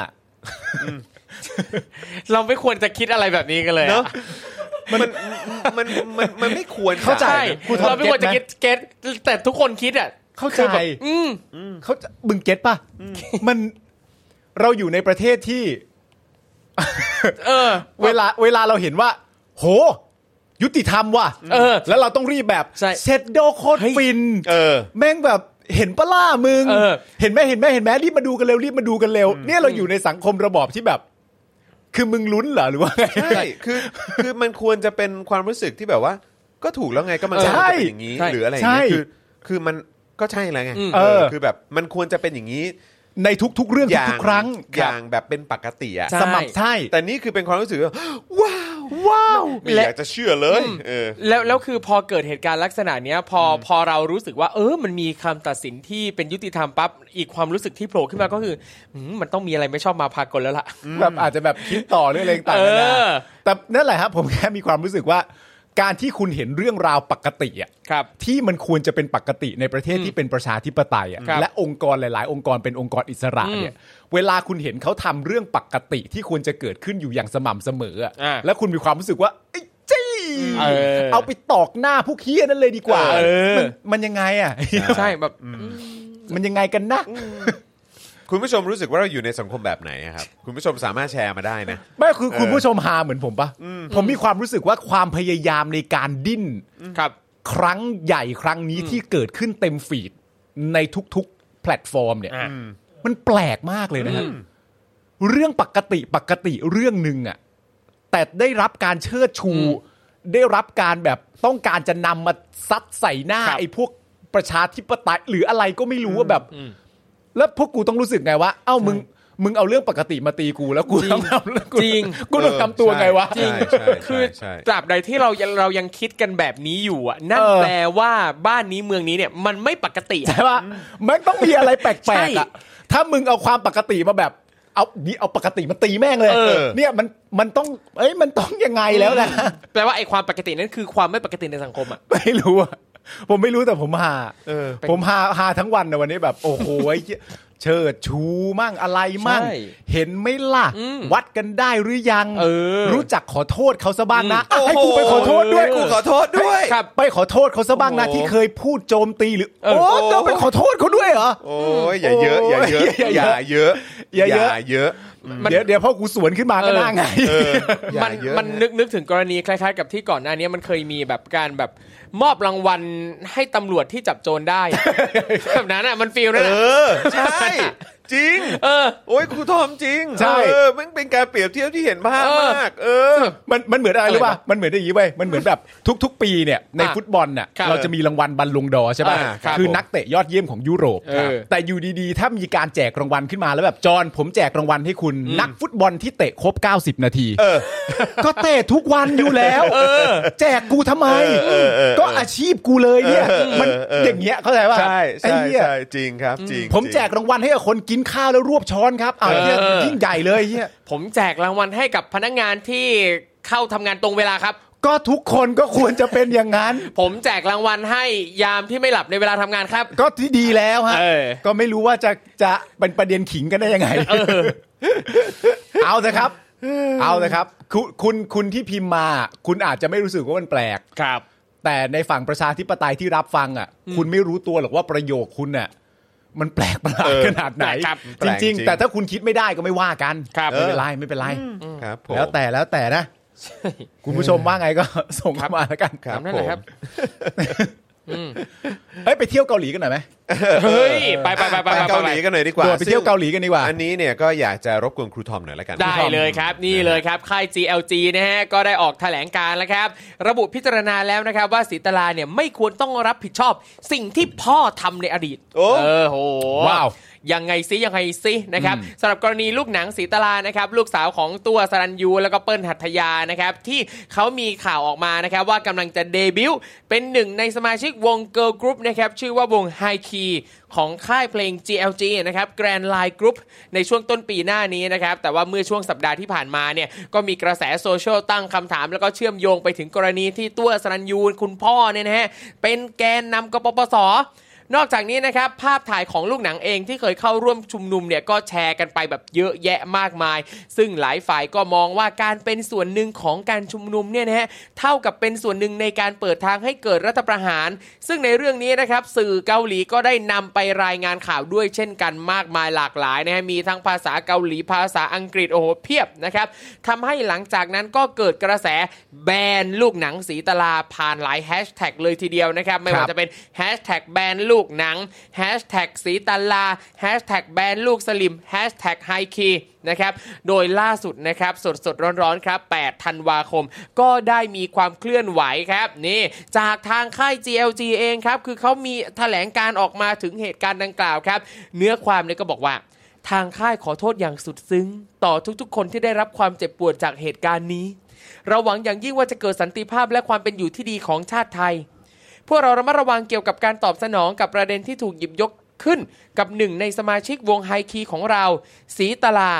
เราไม่ควรจะคิดอะไรแบบนี้กันเลย
เน
อะ
อะมันมันมันมันไม่ควร
เข้า
จะ
ใช่
ครูทอม
เราไม่ควรจะ
เก็
คิด
ตไหม
เก็ตแต่ทุกคนคิดอ่ะ
เข้าใจ
อืม
เขาจะมึงเก็ตป่ะ มันเราอยู่ในประเทศที่
เออ
เวลาเวลาเราเห็นว่า โห ยุติธรรมว่ะ
เออ
แล้วเราต้องรีบแบบ
ใช่
เซตโดโคตร
เฮ้ย
ฟิน
เออ
แม่งแบบเห็นปะล่ามึง
เออ
นไหมเห็นไหมเห็นไหมรีบมาดูกันเร็วรีบมาดูกันเร็ว เนี่ยเราอยู่ในสังคมระบอบที่แบบ คือมึงลุ้นเหรอหรือว่าไง
ใช่คือคือมันควรจะเป็นความรู้สึกที่แบบว่า ก็ถูกแล้วไงก็มันควรจะเป็นอย่างนี้
ใช่
หรืออะไรอย่างนี้
ใช่
คือคือมันก็ใช่แล้วไง
อืม
เออ
เออ
คือแบบมันควรจะเป็นอย่างนี้
ในทุก ๆ เรื่อง
อย่าง
ทุกๆครั้ง
อย่างแบบเป็นปกติอะ
สมัครใช่
แต่นี่คือเป็นความรู้สึกว่า ว้าวว้าวไม่
และ
อยากจะเชื่อเลยเออ
แล้วแล้วคือพอเกิดเหตุการณ์ลักษณะเนี้ย พอพอเรารู้สึกว่า เออมันมีคำตัดสินที่เป็นยุติธรรมปั๊บอีกความรู้สึกที่โผล่ขึ้นมาก็คืออืมมันต้องมีอะไรไม่ชอบมาพากลแล้วล่ะ
แบบอาจจะแบบคิดต่อเรื่องอะไรต่างๆ
เอ
นา
อ
นาแต่นั่นแหละครับผมแค่มีความรู้สึกว่า การที่คุณเห็นเรื่องราวปกติอ่ะ
ครับ
ที่มันควรจะเป็นปกติในประเทศที่เป็นประชาธิปไตยอ่ะ
ครับ
และองค์กรหลายๆ องค์กรเป็นองค์กรอิสระเนี่ยเวลาคุณเห็นเขาทำเรื่องปกติที่ควรจะเกิดขึ้นอยู่อย่างสม่ำเสมออะ
อ่า
แล้วคุณมีความรู้สึกว่าไอ้จี้
เออ
เอาไปตอกหน้าพวกเฮียนั่นเลยดีกว่า
เออ
มันมันยังไงอ่ะ
ใช่แบบ
มันยังไงกันนะ
คุณผู้ชมรู้สึกว่าเราอยู่ในสังคมแบบไหนอะครับ คุณผู้ชมสามารถแชร์มาได้ นะ
ไม่คือคุณผู้ชมหาเหมือนผมปะผมมีความรู้สึกว่าความพยายามในการดิ้น
ครับ
ครั้งใหญ่ครั้งนี้ที่เกิดขึ้นเต็มฟีดในทุกๆ แพลตฟอร์มเนี่ย
อ่ะ
มันแปลกมากเลยนะฮะเรื่องปกติปกติเรื่องหนึ่งอะแต่ได้รับการเชิดชู ได้รับการแบบต้องการจะนำมาซัดใส่หน้า
ครับ
ไอ้พวกประชาธิปไตยหรืออะไรก็ไม่รู้ว่าแบบ แล้วพวกกูต้องรู้สึกไงวะเอ้ามึง มึงเอาเรื่องปกติมาตีกูแล้วกูต้องทำแล้วกู
จริง
กูต้องทำตัวไงวะ
จริง ใช่
คือ
ใช่
ตราบใดที่เรายังเรายังคิดกันแบบนี้อยู่อ่ะนั่น
เออ
แปลว่าบ้านนี้เมืองนี้เนี่ย มันไม่ปกติอะ
ใช่ปะมันต้องมีอะไรแป
ใช่
ลกๆอะถ้ามึงเอาความปกติมาแบบ เอานี่เอาปกติมาตีแม่งเลย
เออ
เนี่ยมันมันต้อง เอ้ยมันต้องยังไงแล้วนะ
แปลว่าไอ้ความปกตินั้นคือความไม่ปกติในสังคมอ่ะ
ไม่รู้อะผมไม่รู้แต่ผมหา
เออ
ผมหาหาทั้งวันนะวันนี้แบบ โอ้โหไอ้เหี้ยเชิดชูมั่งอะไรมั่ง
ใช่
เห็นไหม่ล่ะ
อืม
วัดกันได้หรือยัง
เออ
รู้จักขอโทษเขาซะบ้างนะ
อืม
อ่ะให้กูไปขอโทษด้วย
โอ้โหกูขอโทษด้วย
ให้ไปขอโทษเขาซะบ้างนะ
โอ้โห
ที่เคยพูดโจมตีหรือ
เออ
โอ้ต้องไปขอโทษเขาด้วยเหรอ
โอ้ยอย่าเยอะอย่าเยอะ
โอ้ย
อ
อย่า
ย่าเยอะ
อย่าเยอะ
เยอะ
มัน
เดี๋ยวเดี๋ยวพ่อกูสวนขึ้นมาก็น่าไง
เอออย่า
มัน
เยอะ
มันนึกนึกถึงกรณีคล้ายๆ กับที่ก่อนหน้านี้มันเคยมีแบบการแบบมอบรางวัลให้ตำรวจที่จับโจรได้ แบบนั้นอ่ะมันฟีลนั่น
เอ
อะ
อใช่ จริง
เออ
โอ้ยครูทอมจริง
ใช่
เออมันเป็นการเปรียบเทียบที่เห็นภาพ
เออ
มาก เออ
มันมันเหมือนอะไร
อะไร
รู้ป่ะ
วะ
มันเหมือนอย่างนี้เว้ยมันเหมือนแบบทุก ๆ ปีเนี่ยในฟุตบอลน่ะ
ครับ
เราจะมีรางวัลบัลลงดอร์ใช่ป่ะ
อ่าครับ
คือ
ผม
นักเตะยอดเยี่ยมของยุโรป
เออ
แต่อยู่ดีๆ ถ้ามีการแจกรางวัลขึ้นมาแล้วแบบจอห์นผมแจกรางวัลให้คุณนักฟุตบอลที่เตะครบ 90 นาที
เออ
ก็เตะทุกวันอยู่แล้วแจกกูทำไม
เออเออเออ
ก็อาชีพกูเลยเนี่ย
เออ
มัน
เออ
อย่างเงี้ยเข้าใจป่ะ
ใช่
ไอ้
ใช่
เหี้ย
ใช่จริงครับ จริง
ผมแจก
ริง
รางวัลให้กับคนกินข้าวแล้วรวบช้อนครับเอาวเหี้ย
เออ
ยิ่งใหญ่เลยเหี้ย
ผมแจกรางวัลให้กับพนักงานที่เข้าทำงานตรงเวลาครับ
ก็ทุกคนก็ควรจะเป็นอย่างนั้น
ผมแจกรางวัลให้ยามที่ไม่หลับในเวลาทำงานครับ
ก็ที่ดีแล้วฮะ
เออ
ก็ไม่รู้ว่าจะจะเป็นประเด็นขิงกันได้ยังไง เอาเถอะครับ เอาเถอะครับ คุณคุณคุณที่พิมพ์มา คุณอาจจะไม่รู้สึกว่ามันแปลก
ครับ
แต่ในฝั่งประชาธิปไตยที่รับฟังอ่ะ คุณไม่รู้ตัวหรอกว่าประโยคคุณน่ะมันแปลกประหลาดขนาดไหน
ครับ
จริง ๆ แต่ถ้าคุณคิดไม่ได้ก็ไม่ว่ากัน
ครับ
ไม่เป็นไรไม่เป็นไร
ครับผม
แล้วแต่แล้วแต่นะ คุณผู้ชมว่าไงก็ ส่งเข้ามาแล้วกัน
ครับ
ทำได้
ผ
เล
ม
ยครับ
เฮ้ยไปเที่ยวเกาหลีกันหน่อยไหม
เฮ้ย ไปไปไปไป
ไป
ไป
เกาหลีกันหน่อยดีกว่า
โดดไปเที่ยวเกาหลีกันดีกว่า
ซึ่งอันนี้เนี่ยก็อยากจะรบกวนครูทอมหน่อยละกัน
ได้เลยครับ นี่เลยครับ ค่าย GLG นะฮะ ก็ได้ออกแถลงการณ์แล้วครับ ระบุพิจารณาแล้วนะครับ ว่าสีตลาเนี่ยไม่ควรต้องรับผิดชอบ สิ่งที่พ่อทำในอดีต
โอ้
เออโห
ว้าว
ยังไงซิยังไงซินะครับสำหรับกรณีลูกหนังสีตลานะครับลูกสาวของตัวสรัญยูแล้วก็เปิ้ลหัตยานะครับที่เขามีข่าวออกมานะครับว่ากำลังจะเดบิวต์เป็นหนึ่งในสมาชิกวงเกิร์ลกรุ๊ปนะครับชื่อว่าวง High Key ของค่ายเพลง GLG นะครับ Grand Line Group ในช่วงต้นปีหน้านี้นะครับแต่ว่าเมื่อช่วงสัปดาห์ที่ผ่านมาเนี่ยก็มีกระแสโซเชียลตั้งคำถาม แล้วก็เชื่อมโยงไปถึงกรณีที่ตัวสรัญยูคุณพ่อเนี่ยนะฮะเป็นแกนนำกปปส นอกจากนี้นะครับ ภาพถ่ายของลูกหนังเองที่เคยเข้าร่วมชุมนุมเนี่ยก็แชร์กันไปแบบเยอะแยะมากมาย ซึ่งหลายฝ่ายก็มองว่าการเป็นส่วนหนึ่งของการชุมนุมเนี่ยนะฮะเท่ากับเป็นส่วนหนึ่งในการเปิดทางให้เกิดรัฐประหาร ซึ่งในเรื่องนี้นะครับ สื่อเกาหลีก็ได้นำไปรายงานข่าวด้วยเช่นกันมากมายหลากหลายนะฮะมีทั้งภาษาเกาหลีภาษาอังกฤษโอ้โหเพียบนะครับทำให้หลังจากนั้นก็เกิดกระแสแบนลูกหนังสีตลาผ่านหลายแฮชแท็กเลยทีเดียวนะครับไม่
ครั
ว่า
บ
จะ เป็นแฮชแท็กแบนลูกหนังแฮชแท็กสีตาลาแฮชแท็กแบนลูกสลิมแฮชแท็กไฮคีนะครับ โดยล่าสุดนะครับ สดสดๆร้อนๆครับ 8 ธันวาคม ก็ได้มีความเคลื่อนไหวครับ นี่ จากทางค่าย GLG เองครับ คือเขามีแถลงการออกมาถึงเหตุการณ์ดังกล่าวครับ เนื้อความเนี่ยก็บอกว่า ทางค่ายขอโทษอย่างสุดซึ้ง ต่อทุกๆ คนที่ได้รับความเจ็บปวดจากเหตุการณ์นี้ เราหวังอย่างยิ่งว่าจะเกิดสันติภาพและความเป็นอยู่ที่ดีของชาติไทย พวกเราระมัดระวังเกี่ยวกับการตอบสนองกับประเด็นที่ถูกหยิบยกขึ้น กับหนึ่งในสมาชิกวงไฮคีของเราสีตลา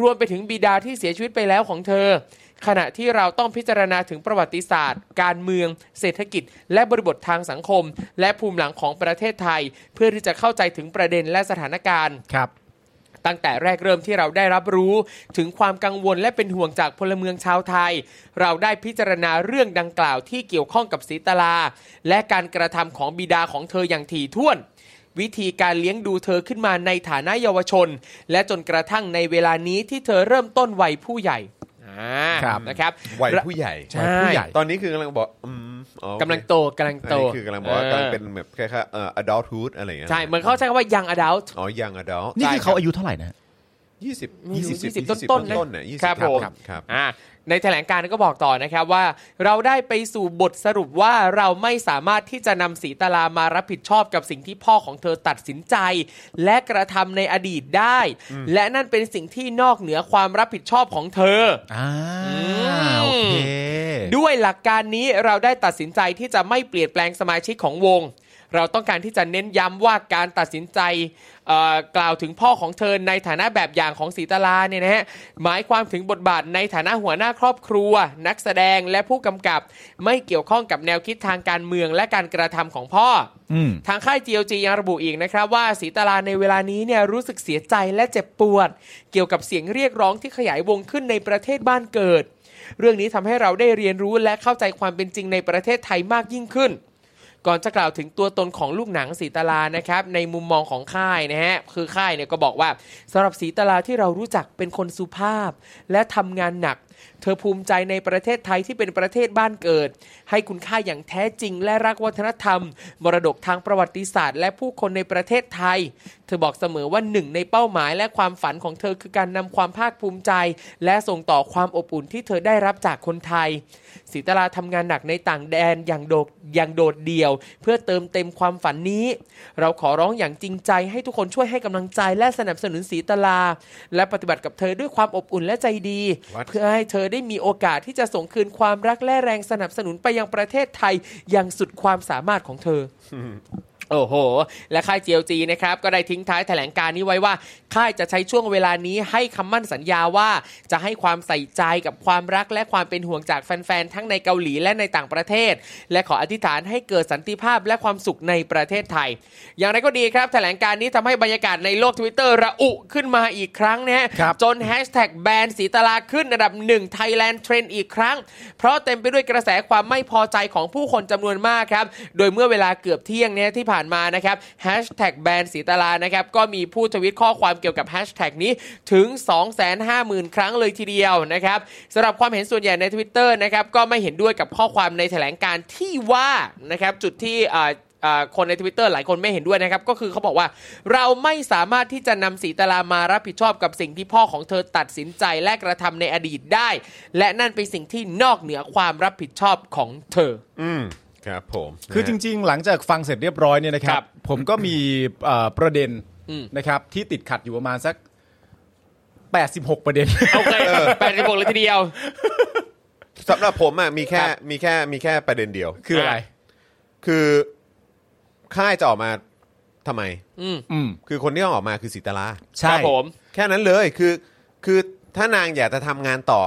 รวมไปถึงบิดาที่เสียชีวิตไปแล้วของเธอ ขณะที่เราต้องพิจารณาถึงประวัติศาสตร์ การเมือง เศรษฐกิจ และบริบททางสังคม และภูมิหลังของประเทศไทย เพื่อที่จะเข้าใจถึงประเด็นและสถานการณ์
ครับ
ตั้งแต่แรกเริ่มที่เราได้รับรู้ ถึงความกังวลและเป็นห่วงจากพลเมืองชาวไทย เราได้พิจารณาเรื่องดังกล่าวที่เกี่ยวข้องกับศรีตลา และการกระทำของบิดาของเธออย่างถี่ถ้วน วิธีการเลี้ยงดูเธอขึ้นมาในฐานะเยาวชน และจนกระทั่งในเวลานี้ที่เธอเริ่มต้นวัยผู้ใหญ่อ่า
ครับ
นะครับ
วัยผู้ใหญ่
ใช่
วัยผู้ใหญ่ ตอนนี้คือกำลังบอกอืมอ๋อโอเค
กำลังโตกำลังโต
อันนี้คือกำลังบอกว่ากำลังเป็นแบบแค่ค่เอ่อ adulthood อะไรอย่างเงี้ย
ใช่เหมือนเขาใช้คำว่า young adult
อ๋อยัง adult
นี่คือเขาอายุเท่าไหร่นะ
ยี่สิบ
ไม่รู้
ยี่สิบ
20ต้นๆนะ
ต้นๆเนี่ยยี่สิ
ครับผม
ครับ
อ่ะในแถลงการก็บอกต่อนะครับว่า เราได้ไปสู่บทสรุปว่าเราไม่สามารถที่จะนำสีตาลามารับผิดชอบกับสิ่งที่พ่อของเธอตัดสินใจ และกระทำในอดีตได้ และนั่นเป็นสิ่งที่นอกเหนือความรับผิดชอบของเธอ
อ่า
อืม
โอเค
ด้วยหลักการนี้เราได้ตัดสินใจที่จะไม่เปลี่ยนแปลงสมาชิกของวง เราต้องการที่จะเน้นย้ำว่าการตัดสินใจเอ่อกล่าวถึงพ่อของเธอในฐานะแบบอย่างของสีตาลาเนี่ยนะฮะหมายความถึงบทบาทในฐานะหัวหน้าครอบครัว นักแสดงและผู้กำกับ ไม่เกี่ยวข้องกับแนวคิดทางการเมืองและการกระทำของพ่ออ
ม
ทางค่าย GLG ยังระบุอีกนะครับว่าสีตาลาในเวลานี้เนี่ยรู้สึกเสียใจและเจ็บปวด เกี่ยวกับเสียงเรียกร้องที่ขยายวงขึ้นในประเทศบ้านเกิด เรื่องนี้ทำให้เราได้เรียนรู้และเข้าใจความเป็นจริงในประเทศไทยมากยิ่งขึ้น ก่อนจะกล่าวถึงตัวตนของลูกหนังสีตาลานะครับ ในมุมมองของค่ายนะฮะ คือค่ายเนี่ยก็บอกว่าสำหรับสีตาลาที่เรารู้จักเป็นคนสุภาพ และทำงานหนัก เธอภูมิใจในประเทศไทยที่เป็นประเทศบ้านเกิด ให้คุณค่าอย่างแท้จริง และรักวัฒนธรรม มรดกทางประวัติศาสตร์ และผู้คนในประเทศไทย เธอบอกเสมอว่าหนึ่งในเป้าหมายและความฝันของเธอคือการนำความภาคภูมิใจ และส่งต่อความอบอุ่นที่เธอได้รับจากคนไทย ศิตราทำงานหนักในต่างแดนอย่างโดดอย่างโดดเดี่ยว เพื่อเติมเต็มความฝันนี้ เราขอร้องอย่างจริงใจให้ทุกคนช่วยให้กำลังใจและสนับสนุนศิตราและปฏิบัติกับเธอด้วยความอบอุ่นและใจดี เพื่อให้เธอได้มีโอกาสที่จะส่งคืนความรักและแรงสนับสนุนไปยังประเทศไทยอย่างสุดความสามารถของเธอ โอ้โห และค่าย GLG นะครับ ก็ได้ทิ้งท้ายแถลงการนี้ไว้ว่า ค่ายจะใช้ช่วงเวลานี้ให้คำมั่นสัญญาว่า จะให้ความใส่ใจกับความรักและความเป็นห่วงจากแฟน ๆ ทั้งในเกาหลีและในต่างประเทศ และขออธิษฐานให้เกิดสันติภาพและความสุขในประเทศไทย อย่างไรก็ดีครับ แถลงการนี้ทำให้บรรยากาศในโลกทวิตเตอร์ระอุขึ้นมาอีกครั้งนะฮะ
ครับ
จนแฮชแท็กแบนสีตลาขึ้นอันดับหนึ่งไทยแลนด์เทรนด์อีกครั้ง เพราะเต็มไปด้วยกระแสความไม่พอใจของผู้คนจำนวนมากครับ โดยเมื่อเวลาเกือบเที่ยงเนี่ยที่ผ่านมานะครับแฮชแท็กแบนสีตลานะครับ ก็มีผู้ทวิตข้อความเกี่ยวกับแฮชแท็กนี้ถึง 250,000 ครั้งเลยทีเดียวนะครับสำหรับความเห็นส่วนใหญ่ใน Twitter นะครับก็ไม่เห็นด้วยกับข้อความในแถลงการณ์ที่ว่านะครับจุดที่อ่า อ่าคนใน Twitter หลายคนไม่เห็นด้วยนะครับ ก็คือเขาบอกว่า เราไม่สามารถที่จะนำสีตารามารับผิดชอบกับสิ่งที่พ่อของเธอตัดสินใจและกระทำในอดีตได้ และนั่นเป็นสิ่งที่นอกเหนือความรับผิดชอบของเธอ
อืมครับผม
คือจริง ๆ หลังจากฟังเสร็จเรียบร้อยเนี่ยนะค
ค
รั
รับ บ
ผมก็มีเอ่อประเด็น
อืม
นะครับที่ติดขัดอยู่ประมาณสัก 86 ประเด็น
โอเคแปดสิบหกเลยทีเดียว
สำหรับผมอ่ะมีแค่
ครับ
มีแค่มีแค่ประเด็นเดียว
คืออะไร
คือค่ายจะออกมาทำไม
อืม
อืม
คือคนที่ต้องออกมาคือสีตารา
ค
ใช่
รับผม
แค่นั้นเลยคือคือถ้านางอยากจะทำงานต่อ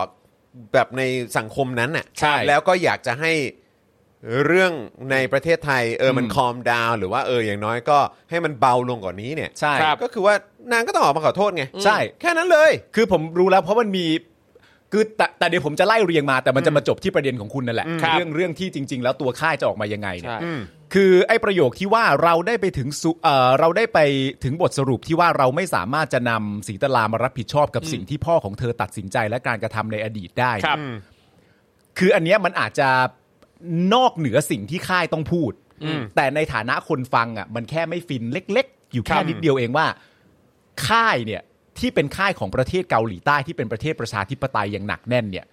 แบบในสังคมนั้นน่ะ
ใช่
แล้วก็อยากจะให้เรื่องในประเทศไทยเออมัน
อืม
คอมดาวหรือว่าเอออย่างน้อยก็ให้มันเบาลงกว่านี้เนี่ย
ใช่ครับ
ก็คือว่านางก็ต้องออกมาขอโทษไง
ใช่
แค่นั้นเลย
คือผมรู้แล้วเพราะมันมีคือแต่แต่เดี๋ยวผมจะไล่เรียงมา แต่มันจะมาจบที่ประเด็นของคุณนั่นแหละ
อืม
เรื่องเรื่องที่จริง ๆ แล้วตัวค่ายจะออกมายังไงเนี่ย
ใช่
อืม
คือไอ้ประโยคที่ว่าเราได้ไปถึงสุเอ่อเราได้ไปถึงบทสรุปที่ว่าเราไม่สามารถจะนำสีตลามารับผิดชอบกับสิ่งที่พ่อของเธอตัดสินใจและการกระทำในอดีตได้
ครับ
คืออันเนี้ยมันอาจจะนอกเหนือสิ่งที่ค่ายต้องพูด แต่ในฐานะคนฟังอ่ะมันแค่ไม่ฟินเล็ก ๆ อยู่แค่นิดเดียวเองว่า ค่ายเนี่ยที่เป็นค่ายของประเทศเกาหลีใต้ที่เป็นประเทศประชาธิปไตยอย่างหนักแน่นเนี่ย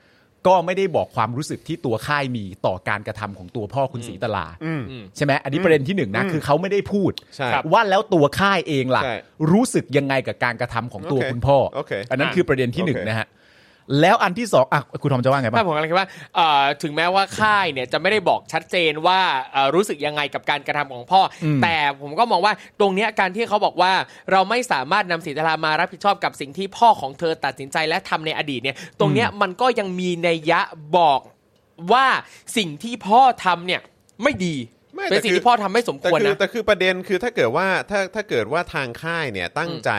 ก็ไม่ได้บอกความรู้สึกที่ตัวค่ายมีต่อการกระทำของตัวพ่อคุณศรีตลา
อืม
ใช่ไหมอันนี้ประเด็นที่หนึ่งนะคือเขาไม่ได้พูด
ใช่
ว่าแล้วตัวค่ายเองล่ะ
ใช่
รู้สึกยังไงกับการกระทำของตัว
โอเค
คุณพ่อ
โอเค
อันนั้นคือประเด็นที่หนึ่งนะฮะแล้วอันที่สองอ่ะคุณทอมจะว่าไงบ้าง
ไม่ผมกำลังคิดว่าเอ่อถึงแม้ว่าค่ายเนี่ยจะไม่ได้บอกชัดเจนว่าเอ่อรู้สึกยังไงกับการกระทำของพ่ออ
ม
แต่ผมก็มองว่าตรงเนี้ยการที่เขาบอกว่าเราไม่สามารถนำสีตรามารับผิดชอบกับสิ่งที่พ่อของเธอตัดสินใจและทำในอดีตเนี่ย ตรงเนี้ยมันก็ยังมีนัยยะบอกว่าสิ่งที่พ่อทำเนี่ยไม่ดี
ไม่
เป็น
แต่
สิ่ง
คือ
ที่พ่อทำไม่สมค
แต่
วร
คือ
นะ
แต่คือประเด็นคือถ้าเกิดว่าถ้าถ้าเกิดว่าทางค่ายเนี่ยตั้งใจ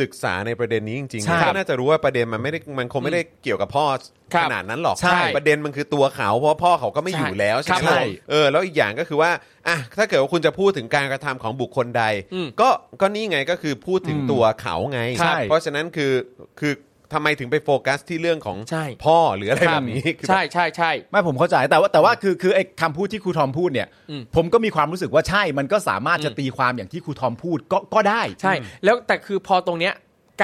ศึกษาในประเด็นนี้จริงๆ
ใช่
เนี่ยก็น่าจะรู้ว่าประเด็นมันไม่ได้มันคงไม่ได้เกี่ยวกับพ่อ
ครับ
ขนาดนั้นหรอก
ใช่
ประเด็นมันคือตัวเขาเพราะพ่อเขาก็ไม่
ใช่
อยู่แล้วใช่ไหม
ครับ
ล่ะ
ใช่
เออแล้วอีกอย่างก็คือว่าอ่ะถ้าเกิดว่าคุณจะพูดถึงการกระทำของบุคคลใด
อืม
ก็ก็นี่ไงก็คือพูดถึงตัวเขาไง
ใช่
เพราะฉะนั้นคือคือทำไมถึงไปโฟกัสที่เรื่องของ
ใช่
พ่อหรืออะไรแบบนี้คือแบบ
ใช่ใช่ใช่
ไม่ผมเข้าใจแต่ว่าแต่ว่าคือคือไอ้คำพูดที่ครูทอมพูดเนี่ย
อืม
ผมก็มีความรู้สึกว่าใช่มันก็สามารถจะ
อืม
ตีความอย่างที่ครูทอมพูดก็ก็ได้
ใช่ แล้วแต่คือพอตรงเนี้ย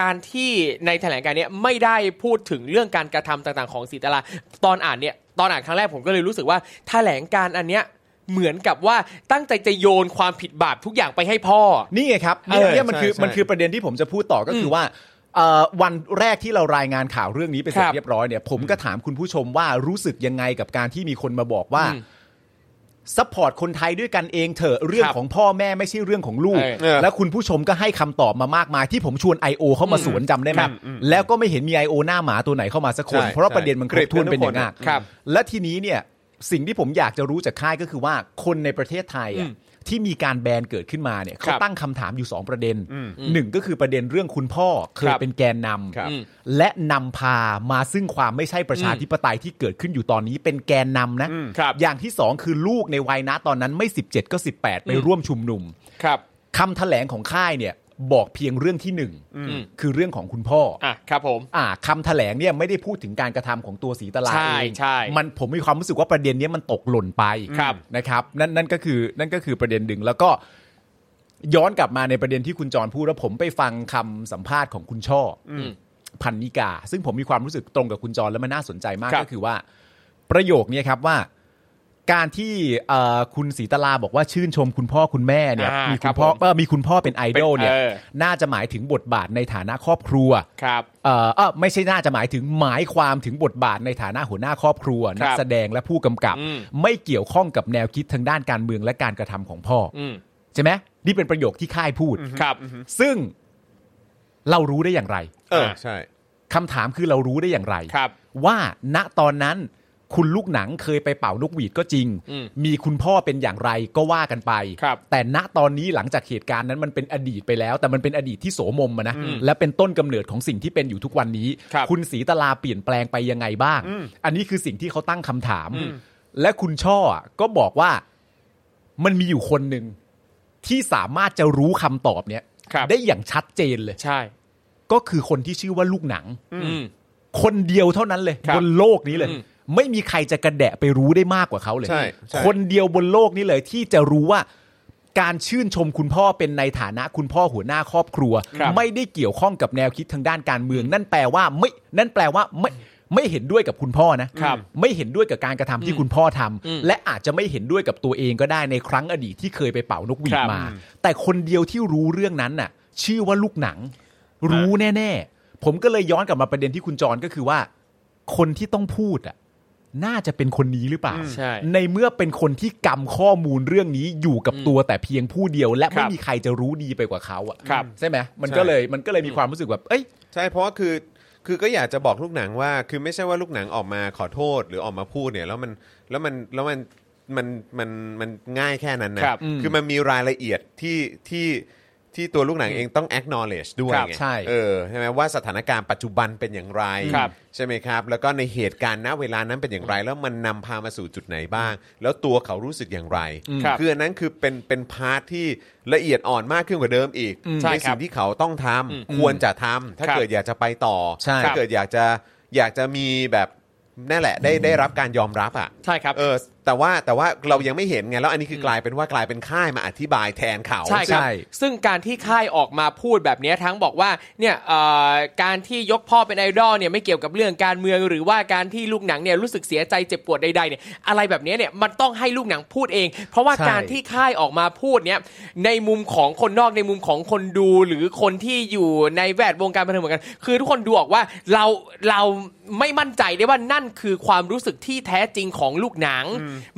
การที่ในแถลงการณ์เนี้ยไม่ได้พูดถึงเรื่องการกระทำต่างๆของสีตาราตอนอ่านเนี่ยตอนอ่านครั้งแรกผมก็เลยรู้สึกว่าแถลงการณ์อันเนี้ยเหมือนกับว่าตั้งใจจะโยนความผิดบาปทุกอย่างไปให้พ่อ
นี่ไงครับเนี่ย
เออ
เนี่ยมัน
ใช่
คือ
ใช่
มันคือประเด็นที่ผมจะพูดต่อก็คืออว่าเอ่อวันแรกที่เรารายงานข่าวเรื่องนี้ไปเสร็
ค
จ
รับ
เรียบร้อยเนี่ยผมก็ถามคุณผู้ชมว่ารู้สึกยังไงกับการที่มีคนมาบอกว่า
อืม
ซัพพอร์ตคนไทยด้วยกันเองเถอะเรื่อง
ครับ
ของพ่อแม่ไม่ใช่เรื่องของลูก
เออ
เออ
แล้วคุณผู้ชมก็ให้คำตอบมามากมายที่ผมชวน I.O. เข้ามาสวนจำได้ไหมแล้วก็ไม่เห็นมี I.O. หน้าหมาตัวไหนเข้ามาสักคน
ใช่
เพราะว่าประเด็นมันครบถ้วนเป็นอย่างมาก
ครับ
และทีนี้เนี่ยสิ่งที่ผมอยากจะรู้จากค่ายก็คือว่าคนในประเทศไทย
อื
อะ
ม
ที่มีการแบนเกิดขึ้นมาเนี่ย
ครั
เขา
บ
ตั้งคำถามอยู่ 2 ประเด็น
อืม
หนึ่งก็คือประเด็นเรื่องคุณพ่อเค
ค
ย
รับ
เป็นแกนน
ครับ
อืม
ำและนำพามาซึ่งความไม่ใช่ประชาธิปไตยที่เกิดขึ้นอยู่ตอนนี้เป็นแกนนำนะครับ อย่างที่ 2 คือลูกในวัยนะตอนนั้นไม่ 17 ก็ 18 ไปร่วมชุมนุม
ครับ
คำแถลงของค่ายเนี่ย บอกเพียงเรื่องที่หนึ่ง
อืม
คือเรื่องของคุณพ่ออ
อ่ะครับผม
อ่าคำแถลงเนี่ยไม่ได้พูดถึงการกระทำของตัวสีตลา
ใช่
เอง
ใช่
มันผมมีความรู้สึกว่าประเด็นเนี้ยมันตกหล่นไป
ครับ
นะครับนั่นนั่นก็คือนั่นก็คือประเด็นหนึ่งแล้วก็ย้อนกลับมาในประเด็นที่คุณจรพูดแล้วผมไปฟังคำสัมภาษณ์ของคุณช่ออ
อืม
พันนิกา ซึ่งผมมีความรู้สึกตรงกับคุณจรแล้วมันน่าสนใจมาก
ครับ
ก็คือว่า ประโยคเนี้ครับว่า การที่เอ่อคุณศรีตลาบอกว่าชื่นชมคุณพ่อคุณแม่เนี่ย
อ่า
มี
ครั
คุ
บ
ณพ่อ
ผม
เออมีคุณพ่อเป็นไอดอลเนี่ย
เป็นเออ
น่าจะหมายถึงบทบาทในฐานะครอบครัว
ครับ
เอ่อเออไม่ใช่น่าจะหมายถึงหมายความถึงบทบาทในฐานะหัวหน้าครอบครัวนักแสดงและผู้กำกับ
อืม
ไม่เกี่ยวข้องกับแนวคิดทางด้านการเมืองและการกระทำของพ่ออ
อืม
ใช่ไหมนี่เป็นประโยคที่ค่ายพูด
ครับ
ซึ่งเรารู้ได้อย่างไร
เออใช่
คำถามคือเรารู้ได้อย่างไร
ครับ
ว่าณตอนนั้นคุณลูกหนังเคยไปเป่านกหวีดก็จริง
อืม
มีคุณพ่อเป็นอย่างไรก็ว่ากันไป
ครับ
แต่ณตอนนี้หลังจากเหตุการณ์นั้นมันเป็นอดีตไปแล้ว แต่มันเป็นอดีตที่โสมมอะนะ
อืม
และเป็นต้นกำเนิดของสิ่งที่เป็นอยู่ทุกวันนี้
ครับ
ณศรีตลาเปลี่ยนแปลงไปยังไงบ้าง
อืม
อันนี้คือสิ่งที่เขาตั้งคำถาม และคุณช่อก็บอกว่ามันมีอยู่คนหนึ่งที่สามารถจะรู้คำตอบเนี้ย
ครับ
ได้อย่างชัดเจนเลย
ใช่
ก็คือคนที่ชื่อว่าลูกหนัง
อืม
คนเดียวเท่านั้นเลย
ครับ
บนโลกนี้เลย
อืม
ไม่มีใครจะกระแดะไปรู้ได้มากกว่าเขาเลย
ใช่ใช่
คนเดียวบนโลกนี้เลยที่จะรู้ว่า การชื่นชมคุณพ่อเป็นในฐานะคุณพ่อหัวหน้าครอบครัว
ครับ
ไม่ได้เกี่ยวข้องกับแนวคิดทางด้านการเมือง นั่นแปลว่าไม่นั่นแปลว่าไม่ไม่เห็นด้วยกับคุณพ่อนะครับไม่เห็นด้วยกับการกระทำที่คุณพ่อทำ
อืม
และอาจจะไม่เห็นด้วยกับตัวเองก็ได้ในครั้งอดีตที่เคยไปเป่านกหวี
ค
ด
รับ
มา แต่คนเดียวที่รู้เรื่องนั้นน่ะ ชื่อว่าลูกหนัง รู้แน่ ๆ ผมก็เลยย้อนกลับมาประเด็นที่คุณจรก็คือว่า คนที่ต้องพูดอ่ะ น่าจะเป็นคนนี้หรือเปล่า
ใช่
ในเมื่อเป็นคนที่กำข้อมูลเรื่องนี้อยู่กับตัวแต่เพียงผู้เดียว และ
ครั
ไม่
บ
มีใครจะรู้ดีไปกว่าเขาอ่ะ
ครับ
ใช่ไหมมัน
ใช่
ก็เลยมันก็เลยมีความรู้สึกแบบ เอ้ย
ใช่เพราะว่าคือคือก็อยากจะบอกลูกหนังว่า คือไม่ใช่ว่าลูกหนังออกมาขอโทษหรือออกมาพูดเนี่ยแล้วมันแล้วมันแล้วมันมันมันมันง่ายแค่นั้นนะครับอมันมีรายละเอียดที่ที่ที่ตัวลูกหนังเองต้อง acknowledge ด้วย
ครับ
ไง
ใช่
เออใช่ไหมว่าสถานการณ์ปัจจุบันเป็นอย่างไร
ครับ
ใช่ไหมครับ แล้วก็ในเหตุการณ์ณเวลานั้นเป็นอย่างไร แล้วมันนำพามาสู่จุดไหนบ้าง แล้วตัวเขารู้สึกอย่างไร
ครับ
ออันนั้นคือเป็นเป็นพาร์ทที่ละเอียดอ่อนมากขึ้นกว่าเดิมอีก
ใช่
ใน
ครั
สิ่
บ
งที่เขาต้องทำ
อืม
ควรจะทำถ้า
ครับ
เกิด อยากจะไปต่อ
ใช่
ถ้าเกิดอยากจะอยากจะมีแบบนั่นแหละได้ได้รับการยอมรับอ่ะ
ใช่ครับ
เออแต่ว่าแต่ว่าเรายังไม่เห็นไงแล้วอันนี้คือกลายเป็นว่ากลายเป็นค่ายมาอธิบายแทนเขา
ใช่ครับ
ใช่
ซึ่งการที่ค่ายออกมาพูดแบบเนี้ยทั้งบอกว่าเนี่ยเอ่อการที่ยกพ่อเป็นไอดอลเนี่ยไม่เกี่ยวกับเรื่องการเมือง หรือว่าการที่ลูกหนังเนี่ยรู้สึกเสียใจเจ็บปวดใดๆเนี่ยอะไรแบบเนี้ยเนี่ยมันต้องให้ลูกหนังพูดเอง เพราะว่า
ใช่
การที่ค่ายออกมาพูดเนี่ยในมุมของคนนอกในมุมของคนดูหรือคนที่อยู่ในแวดวงการบันเทิงเหมือนกัน คือทุกคนดูออกว่าเราเราไม่มั่นใจได้ว่านั่นคือความรู้สึกที่แท้จริงของลูกหนัง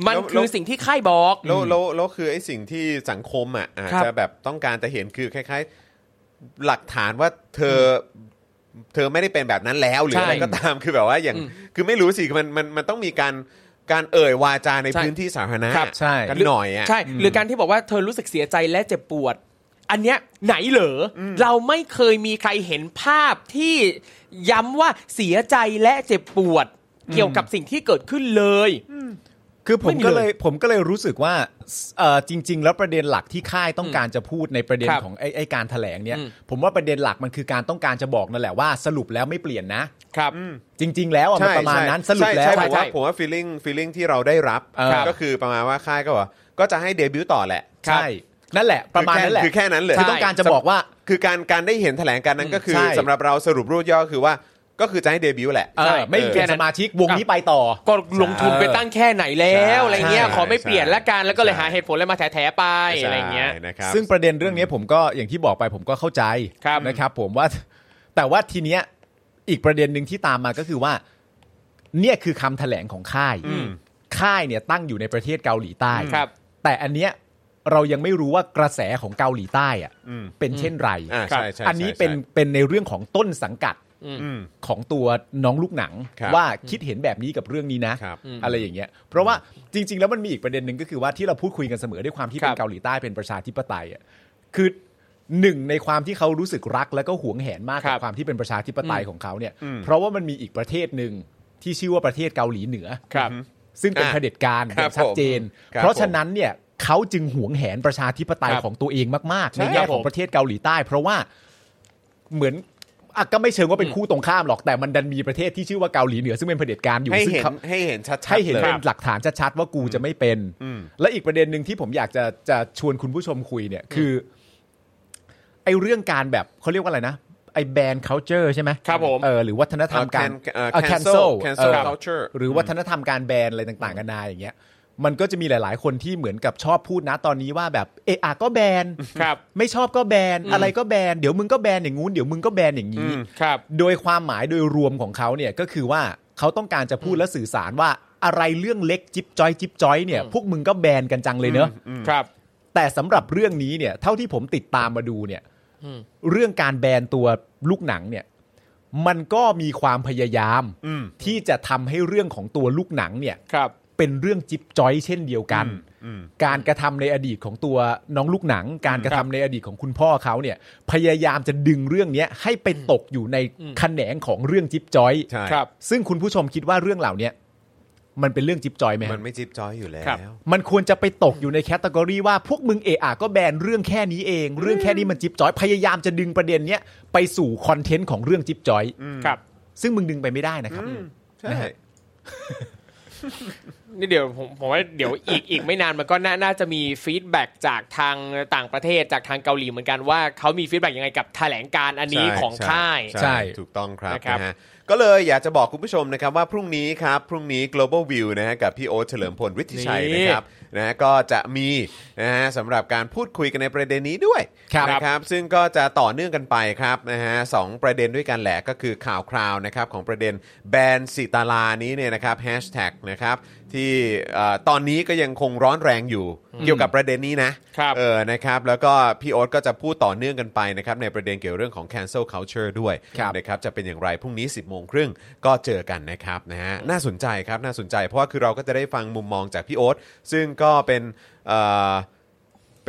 มัน
แล้ว
คือ
แล้ว
สิ่งที่ค่ายบอก
แล้วแล้วแล้วคือไอ้สิ่งที่สังคมอ่ะอาจ
ครับ
จะแบบต้องการจะเห็นคือคล้ายๆหลักฐานว่าเธอเธอไม่ได้เป็นแบบนั้นแล้วหรือ
ใช่
อะไรก็ตามคือแบบว่าอย่างคือไม่รู้สิคือมันมันมันต้องมีการการเอ่ยวาจาใน
ใช่
พื้นที่สาธารณะ
ครับ
ใช่
กันหน่อยอ่ะ
ใช่ หรือการที่บอกว่าเธอรู้สึกเสียใจและเจ็บปวด อันเนี้ยไหนเหรออเราไม่เคยมีใครเห็นภาพที่ย้ำว่าเสียใจและเจ็บปวด เกี่ยวกับสิ่งที่เกิดขึ้นเลย
คือผ
ไม่
ม
มี
ก็
เล
เลย ยผมก็เลยรู้สึกว่าเอ่อจริง ๆ แล้วประเด็นหลักที่ค่ายต้องการจะพูดในประเด็น
ครับ
ของไอ้ไอ้การแถลงเนี่ย
อืม
ผมว่าประเด็นหลักมันคือการต้องการจะบอกนั่นแหละว่าสรุปแล้วไม่เปลี่ยนนะ
ครับ
จริง ๆ แล้วอะมัน
ใช่
ประมาณ
ใช่
นั้นสรุป
ใช่
แล้ว
ใช่ผมว่า
ใช่
ผมว่า feeling feeling ที่เราได้รับ
เออ
ก็คือประมาณว่าค่ายก็บอกว่าก็จะให้เดบิวต์ต่อแหละ
ใช่นั่นแหละ ประมาณนั้นแหละ
คือแค่นั้นเลย
คือต้องการจะบอกว่า
คือการการได้เห็นแถลงการณ์นั้นก็คือ
ใช่
สำหรับเราสรุปรูปย่อคือว่าก็คือจะให้เดบิวต์แหละ
เออไม่มี
แค่
เปลี่ยน
นั้
ส
น
มาชิกวงนี้ไปต่อ
ก็ลงทุนไปตั้งแค่ไหนแล้ว
ใช่
อะไรเงี้ย
ใช่
ขอไม่เปลี่ยนละกันแล้วก็เลย
ใช่
หาเหตุผลอะไรมาแถๆไปอะไรเงี้ย
ใช่นะครับ
ซึ่งประเด็นเรื่องนี้ผมก็อย่างที่บอกไปผมก็เข้าใจ
ครับ
นะครับ ผมว่า แต่ว่าทีเนี้ยอีกประเด็นหนึ่งที่ตามมาก็คือว่า เนี่ยคือคำแถลงของค่าย
อืม
ค่ายเนี่ยตั้งอยู่ในประเทศเกาหลีใต้
ครับ
แต่อันเนี้ยเรายังไม่รู้ว่ากระแสของเกาหลีใต้อะ
อืม
เป็นเช่นไร
อ่าใช่ใช่
อันนี้เป็น
ใช่
เป็นในเรื่องของต้นสังกัด
อืม
ของตัวน้องลูกหนัง
ครับ
ว่าคิดเห็นแบบนี้กับเรื่องนี้นะครับ อะไรอย่างเงี้ยเพราะว่าจริง ๆ แล้วมันมีอีกประเด็นหนึ่งก็คือว่าที่เราพูดคุยกันเสมอด้วยความที่เป็
ครั
น
บ
เกาหลีใต้เป็นประชาธิปไตยอ่ะคือหนึ่งในความที่เขารู้สึกรัก แล้วก็หวงแหนมาก
ค
กั
รั
บบ ความที่เป็นประชาธิปไตยของเขาเนี่ย เพราะว่ามันมีอีกประเทศหนึ่งที่ชื่อว่าประเทศเกาหลีเหนือ
ครับ
ซึ่งเป็น
อ่ะ
เผด็จการ
ค
อ
รับ
ย่างชัดเจน
ผมครับ
เพราะฉะนั้นเนี่ย เขาจึงหวงแหนประชาธิปไตย
ครับ
ของตัวเองมากๆ
ใช่
ในแง่
ครับ
ข
ผ
อง
ม
ประเทศเกาหลีใต้ เพราะว่าเหมือนอ่ะก็ไม่เชิงว่าเป็นคู่ตรงข้ามหรอกแต่มันดันมีประเทศที่ชื่อว่าเกาหลีเหนือซึ่งเป็นเผด็จการอยู่
ให้
ซึ่ง
เห็น
เขา
ให้เห็นชัดๆ
ให้เห็น
ลย
เป็นหลักฐานชัดๆว่ากูจะไม่เป็น
อืม
และอีกประเด็นหนึ่งที่ผมอยากจะจะชวนคุณผู้ชมคุยเนี่ยคือไอ้เรื่องการแบบเขาเรียกว่าอะไรนะ ไอ้แบน culture ใช่ไหม
ครับผม
เออหรือวัฒนธรร
เอ่
ม
อ
การ
can- เอ่อ
เอ่อ
cancel cancel
เออ
culture
หรือวัฒนธรรมการแบนอะไรต่างๆกันานาอย่างเงี้ย มันก็จะมีหลายๆ คนที่เหมือนกับชอบพูดนะตอนนี้ว่าแบบเอะอะก็แบน
ครับ
ไม่ชอบก็แบนอะไรก็แบนเดี๋ยวมึงก็แบนอย่างงู้นเดี๋ยวมึงก็แบนอย่าง
อื
นี้
ม
ครับ
โดยความหมายโดยรวมของเขาเนี่ยก็คือว่าเขาต้องการจะพูดและสื่อสารว่าอะไรเรื่องเล็กจิ๊บจ้อยจิ๊บจ้อยเนี่ยพวกมึงก็แบนกันจังเลยเนอะ
ครับ
แต่สำหรับเรื่องนี้เนี่ยเท่าที่ผมติดตามมาดูเนี่ย
อืม
เรื่องการแบนตัวลูกหนังเนี่ยมันก็มีความพยายาม
อืม
ที่จะทำให้เรื่องของตัวลูกหนังเนี่ย
ครับ
เป็นเรื่องจิ๊บจ้อยเช่นเดียวกัน
อืม
การกระทำในอดีตของตัวน้องลูกหนัง การกระทำในอดีตของคุณพ่อเขาเนี่ย พยายามจะดึงเรื่องเนี้ยให้ไปตกอยู่ในแขนงของเรื่องจิ๊บจอย
ใช่
ครับ
ซึ่งคุณผู้ชมคิดว่าเรื่องเหล่าเนี้ยมันเป็นเรื่องจิ๊บจอยไหมฮะ
มันไม่จิ๊บจ้อยอยู่แล้ว
ครับ
มันควรจะไปตกอยู่ในแคตตากรีว่าพวกมึงเอะอะก็แบนเรื่องแค่นี้เอง เรื่องแค่นี้มันจิ๊บจอย พยายามจะดึงประเด็นเนี้ยไปสู่คอนเทนต์ของเรื่องจิ๊บจอย
ครับ
ซึ่งมึงดึงไปไม่ได้นะครับ
ใช่
นี่เดี๋ยวผมผมว่าเดี๋ยวอีกอีกไม่นานมันก็น่าน่าจะมีฟีดแบ็กจากทางต่างประเทศจากทางเกาหลีเหมือนกันว่าเขามีฟีดแบ็กยังไงกับแถลงการณ์อันนี้
ใช่
ของ
ใช่
ค่าย
ใช่
ใช่ ถูกต้องครับ
นะครับ
นะฮะก็เลยอยากจะบอกคุณผู้ชมนะครับว่าพรุ่งนี้ครับ พรุ่งนี้ global view นะฮะกับพี่โอ๊ตเฉลิมพลวิทธิชัย
นี่
นะครับนะฮะก็จะมีนะฮะสำหรับการพูดคุยกันในประเด็นนี้ด้วย
ครับ
นะครับซึ่งก็จะต่อเนื่องกันไปครับนะฮะสองประเด็นด้วยกันแหละก็คือข่าวคราวนะครับของประเด็นแบนสิตาลานี้เนี่ยนะครับแฮชแท็กนะครับที่เอ่อตอนนี้ก็ยังคงร้อนแรงอยู่เกี่ยวกับประเด็นนี้นะครับ เออ เออนะครับแล้วก็พี่โอ๊ตก็จะพูดต่อเนื่องกันไปนะครับในประเด็นเกี่ยวเรื่องของ cancel culture ด้วย
ครับ
นะครับจะเป็นอย่างไรพรุ่งนี้ 10บโมงครึ่งก็เจอกันนะครับนะฮะน่าสนใจครับน่าสนใจ เพราะว่าคือเราก็จะได้ฟังมุมมองจากพี่โอ๊ตซึ่งก็เป็นเอ่อ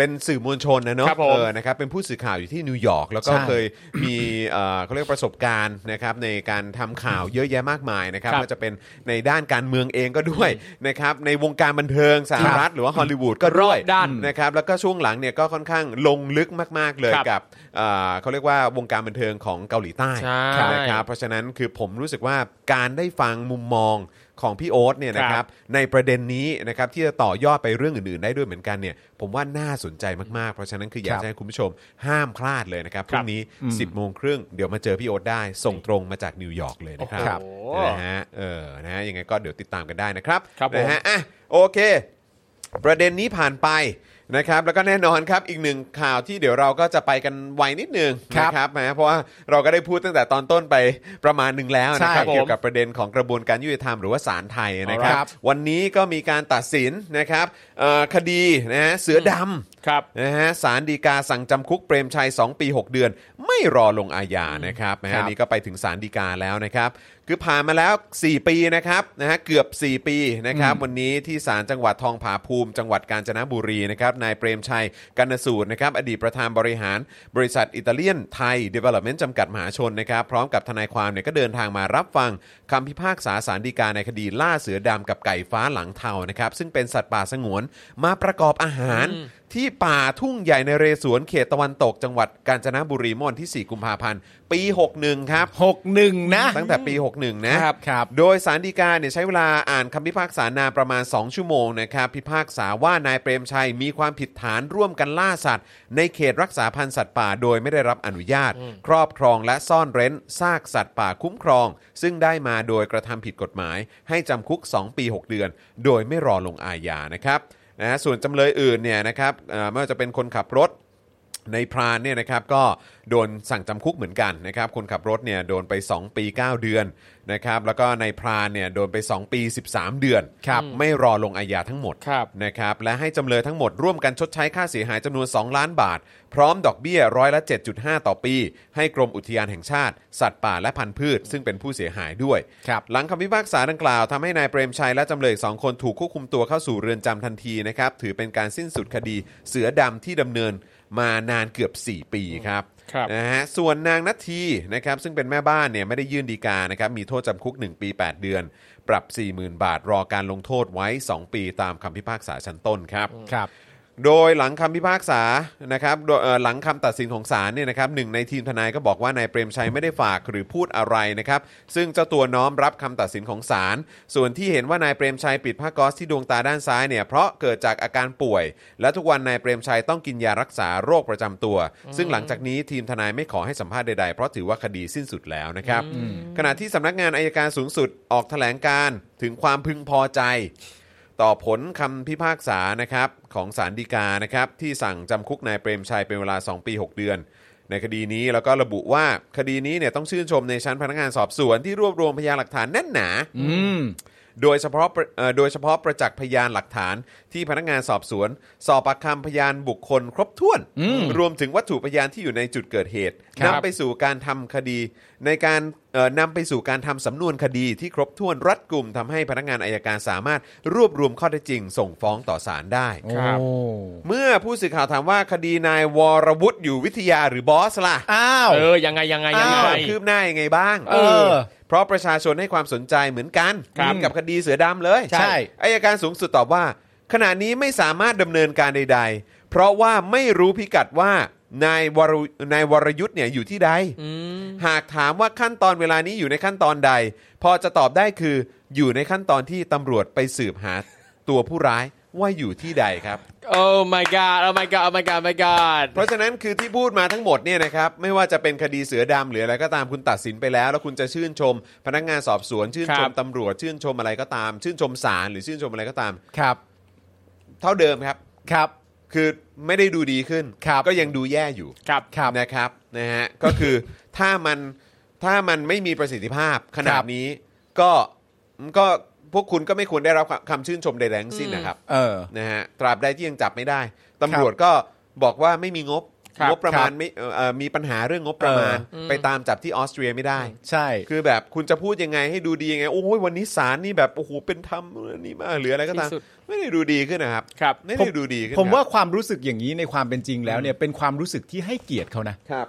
เป็นสื่อมวลชนนะเนาะ
ครับผม
เออนะครับเป็นผู้สื่อข่าวอยู่ที่นิวยอร์กแล้วก็
ใช่
เคยมี เอ่อเขาเรียกประสบการณ์นะครับในการทำข่าวเยอะแยะมากมายนะครับ
ครับ
ไม่ว่าจะเป็นในด้านการเมืองเองก็ด้วยนะครับในวงการบันเทิงสหรัฐหรือว่าฮอลลีวูดก็ด้วย
รอบด้าน
นะครับแล้วก็ช่วงหลังเนี่ยก็ค่อนข้างลงลึกมาก ๆ เลย
ครับ
กับเอ่อเขาเรียกว่าวงการบันเทิงของเกาหลีใต้
ใช่
นะครับเพราะฉะนั้นคือผมรู้สึกว่าการได้ฟังมุมมองของพี่โอ๊ตเนี่ยนะค
ครั
รับบ ในประเด็นนี้นะครับที่จะต่อยอดไปเรื่องอื่น ๆ ได้ด้วยเหมือนกันเนี่ยผมว่าน่าสนใจมากๆ เพราะฉะนั้นคืออยาก
ครับ
จะให้คุณผู้ชมห้ามพลาดเลยนะครับพ
ครั
รุ่
บ
งนี้ 10โมงครึ่งเดี๋ยวมาเจอพี่โอ๊ตได้ส่งตรงมาจากนิวยอร์กเลยนะครั
โอ้โห
นะฮะ เออ นะฮะ ยังไงก็เดี๋ยวติดตามกันได้นะครับ
ครับผม
นะฮะ อ่ะ โอเค ประเด็นนี้ผ่านไปนะครับ แล้วก็แน่นอนครับ อีกหนึ่งข่าวที่เดี๋ยวเราก็จะไปกันไวนิดนึง
ครับ
นะครับนะฮะเพราะว่าเราก็ได้พูดตั้งแต่ตอนต้นไปประมาณหนึ่งแล้วนะค
ใช่ครั
รับบ
ผม
เกี่ยวกับประเด็นของกระบวนการยุติธรรมหรือว่าศาลไทยนะครั
ครับ บ
วันนี้ก็มีการตัดสินนะครับเอ่อคดีนะฮะเสือดำ
ครับ
นะฮะสารดีกาสั่งจำคุกเปรมชัย 2 ปี 6 เดือน ไม่รอลงอาญานะครับนะ
ครั
ฮะ
บ
นี่ก็ไปถึงสารดีกาแล้วนะครับ คือผ่านมาแล้ว 4 ปีนะครับนะฮะเกือบ 4 ปีนะครับ วันนี้ที่ศาลจังหวัดทองผาภูมิ จังหวัดกาญจนบุรีนะครับนายเปรมชัยกนสูตรนะครับอดีตประธานบริหารบริษัทอิตาเลียนไทย Development จำกัดมหาชนนะครับ พร้อมกับทนายความเนี่ยก็เดินทางมารับฟังคำพิพากษาสารดีกาในคดีล่าเสือดำกับไก่ฟ้าหลังเทานะครับซึ่งเป็นสัตว์ป่าสงวนมาประกอบอาหาร ที่ป่าทุ่งใหญ่ในเรสวนเขตตะวันตกจังหวัดกาญจนบุรีเมื่อวันที่ 4 กุมภาพันธ์ ปี 61 ครับ
หกหนึ่งนะ
ตั้งแต่ปี 61 นะ
ครับครับ
โดยสารดีกาเนี่ยใช้เวลาอ่านคำพิพากษานานประมาณ 2 ชั่วโมงนะครับ พิพากษาว่านายเปรมชัยมีความผิดฐานร่วมกันล่าสัตว์ ในเขตรักษาพันธุ์สัตว์ป่าโดยไม่ได้รับอนุญาต ครอบครองและซ่อนเร้นซากสัตว์ป่าคุ้มครอง ซึ่งได้มาโดยกระทำผิดกฎหมาย ให้จำคุก 2 ปี 6 เดือน โดยไม่รอลงอาญานะครับนะฮะส่วนจำเลยอื่นเนี่ยนะครับเอ่อไม่ว่าจะเป็นคนขับรถ ในพรานเนี่ยนะครับก็โดนสั่งจำคุกเหมือนกันนะครับคนขับรถเนี่ยโดนไป 2 ปี 9 เดือนนะครับแล้วก็ในพรานเนี่ยโดนไป 2 ปี 13 เดือนครับไม่รอลงอาญาทั้งหมด
ครับ
นะครับและให้จำเลยทั้งหมดร่วมกันชดใช้ค่าเสียหายจำนวน 2 ล้านบาท พร้อมดอกเบี้ยร้อยละ 7.5 ต่อปี ให้กรมอุทยานแห่งชาติ สัตว์ป่าและพันธุ์พืช ซึ่งเป็นผู้เสียหายด้วย
ครับ
หลังคำพิพากษาดังกล่าวทำให้นายเปรมชัยและจำเลยอีกสองคนถูกควบคุมตัวเข้าสู่เรือนจำทันทีนะครับถือเป็นการสิ้นสุดคดีเสือดำที่ดำเนินมานานเกือบ 4 ปีครับ
ครับ
นะฮะส่วนนางนัททีนะครับซึ่งเป็นแม่บ้านเนี่ยไม่ได้ยื่นดีกานะครับมีโทษจำคุก 1 ปี 8 เดือน ปรับ 40,000 บาทรอการลงโทษไว้ 2 ปีตามคำพิพากษาชั้นต้นครับ
ครับ
โดยหลังคำพิพากษานะครับโดยเอ่อหลังคำตัดสินของศาลเนี่ยนะครับหนึ่งในทีมทนายก็บอกว่านายเปรมชัยไม่ได้ฝากหรือพูดอะไรนะครับ ซึ่งเจ้าตัวน้อมรับคำตัดสินของศาลส่วนที่เห็นว่านายเปรมชัยปิดผ้าก๊อซที่ดวงตาด้านซ้ายเนี่ยเพราะเกิดจากอาการป่วย และทุกวันนายเปรมชัยต้องกินยารักษาโรคประจำตัว ซึ่งหลังจากนี้ทีมทนายไม่ขอให้สัมภาษณ์ใดๆเพราะถือว่าคดีสิ้นสุดแล้วนะครับ ขณะที่สำนักงานอายการสูงสุดออกแถลงการถึงความพึงพอใจ ต่อผลคำพิพากษานะครับของศาลฎีกานะครับที่สั่งจำคุกนายเปรมชัยเป็นเวลา 2 ปี 6 เดือน ในคดีนี้แล้วก็ระบุว่าคดีนี้เนี่ยต้องชื่นชมในชั้นพนักงานสอบสวนที่รวบรวมพยานหลักฐานแน่นหนา
อืม
โดยเฉพาะเอ่อโดยเฉพาะประจักษ์พยานหลักฐานที่พนักงานสอบสวน สอบปากคำพยานบุคคล ครบถ้วน รวมถึงวัตถุพยานที่อยู่ในจุดเกิดเหตุ
ครับ
นำไปสู่การทำคดี ในการเอ่อนำไปสู่การทำสำนวนคดีที่ครบถ้วนรัดกุมทำให้พนักงานอายการสามารถรวบรวมข้อเท็จจริง ส่งฟ้องต่อศาลได้
โอ้
เมื่อผู้สื่อข่าวถามว่าคดีนายวรวุฒิอยู่วิทยาหรือบอสล่ะ
อ้าว
เออ ยังไง ยังไง ยัง
มีค
ไง
วามคืบหน้ายังไงบ้าง
เออ
เพราะประชาชนให้ความสนใจเหมือนกัน
ครับ
กับคดีเสือดำเลย
ใช่
อายการสูงสุดตอบว่า ขณะนี้ไม่สามารถดำเนินการใด ๆ เพราะว่าไม่รู้พิกัดว่า นายวรนายวรยุทธ์เนี่ยอยู่ที่ใด หากถามว่าขั้นตอนเวลานี้อยู่ในขั้นตอนใด พอจะตอบได้คืออยู่ในขั้นตอนที่ตำรวจไปสืบหาตัวผู้ร้ายว่าอยู่ที่ใดครับ
โอ้ my god โอ้ my god โอ้ my god my god
เพราะฉะนั้นคือที่พูดมาทั้งหมดเนี่ยนะครับไม่ว่าจะเป็นคดีเสือดำหรืออะไรก็ตามคุณตัดสินไปแล้ว แล้วคุณจะชื่นชม พนักงานสอบสวน ชื่นช
ครั
ม
บ
ตำรวจ ชื่นชมอะไรก็ตาม ชื่นชมศาลหรือชื่นชมอะไรก็ตาม
ครับ
เท่าเดิมครับ
ครับ
คือไม่ได้ดูดีขึ้น
ครับ
ก็ยังดูแย่อยู่
ครับ
ครับ
นะครับนะฮะก็คือถ้ามันถ้ามันไม่มีประสิทธิภาพขนา
ครั
ด
บ
นี้ก็ก็พวกคุณก็ไม่ควรได้รับคำชื่นชมใดๆทั้งสิ้นนะครับ
เออ
นะฮะตราบใดที่ยังจับไม่ได้ตำรวจก็บอกว่าไม่มีงบ
ครับ
งบประมาณ
ครับ
ไม่เอ่อเอ่อมีปัญหาเรื่องงบประมาณ
เอ
ไปตามจับที่ออสเตรียไม่ได้
ใช่
คือแบบคุณจะพูดยังไงให้ดูดียังไงโอ้ยวันนี้ศาลนี่แบบโอ้โหเป็นธรรมนี่มากหรืออะไรก็ตาม
ที่สุด
ไม่ได้ดูดีขึ้นนะครับ
ครับ
ไม่ได้ดูดีขึ้น
ผมว่า
ครับ
ความรู้สึกอย่างนี้ในความเป็นจริงแล้วเนี่ยเป็นความรู้สึกที่ให้เกียรติเขานะ
ครับ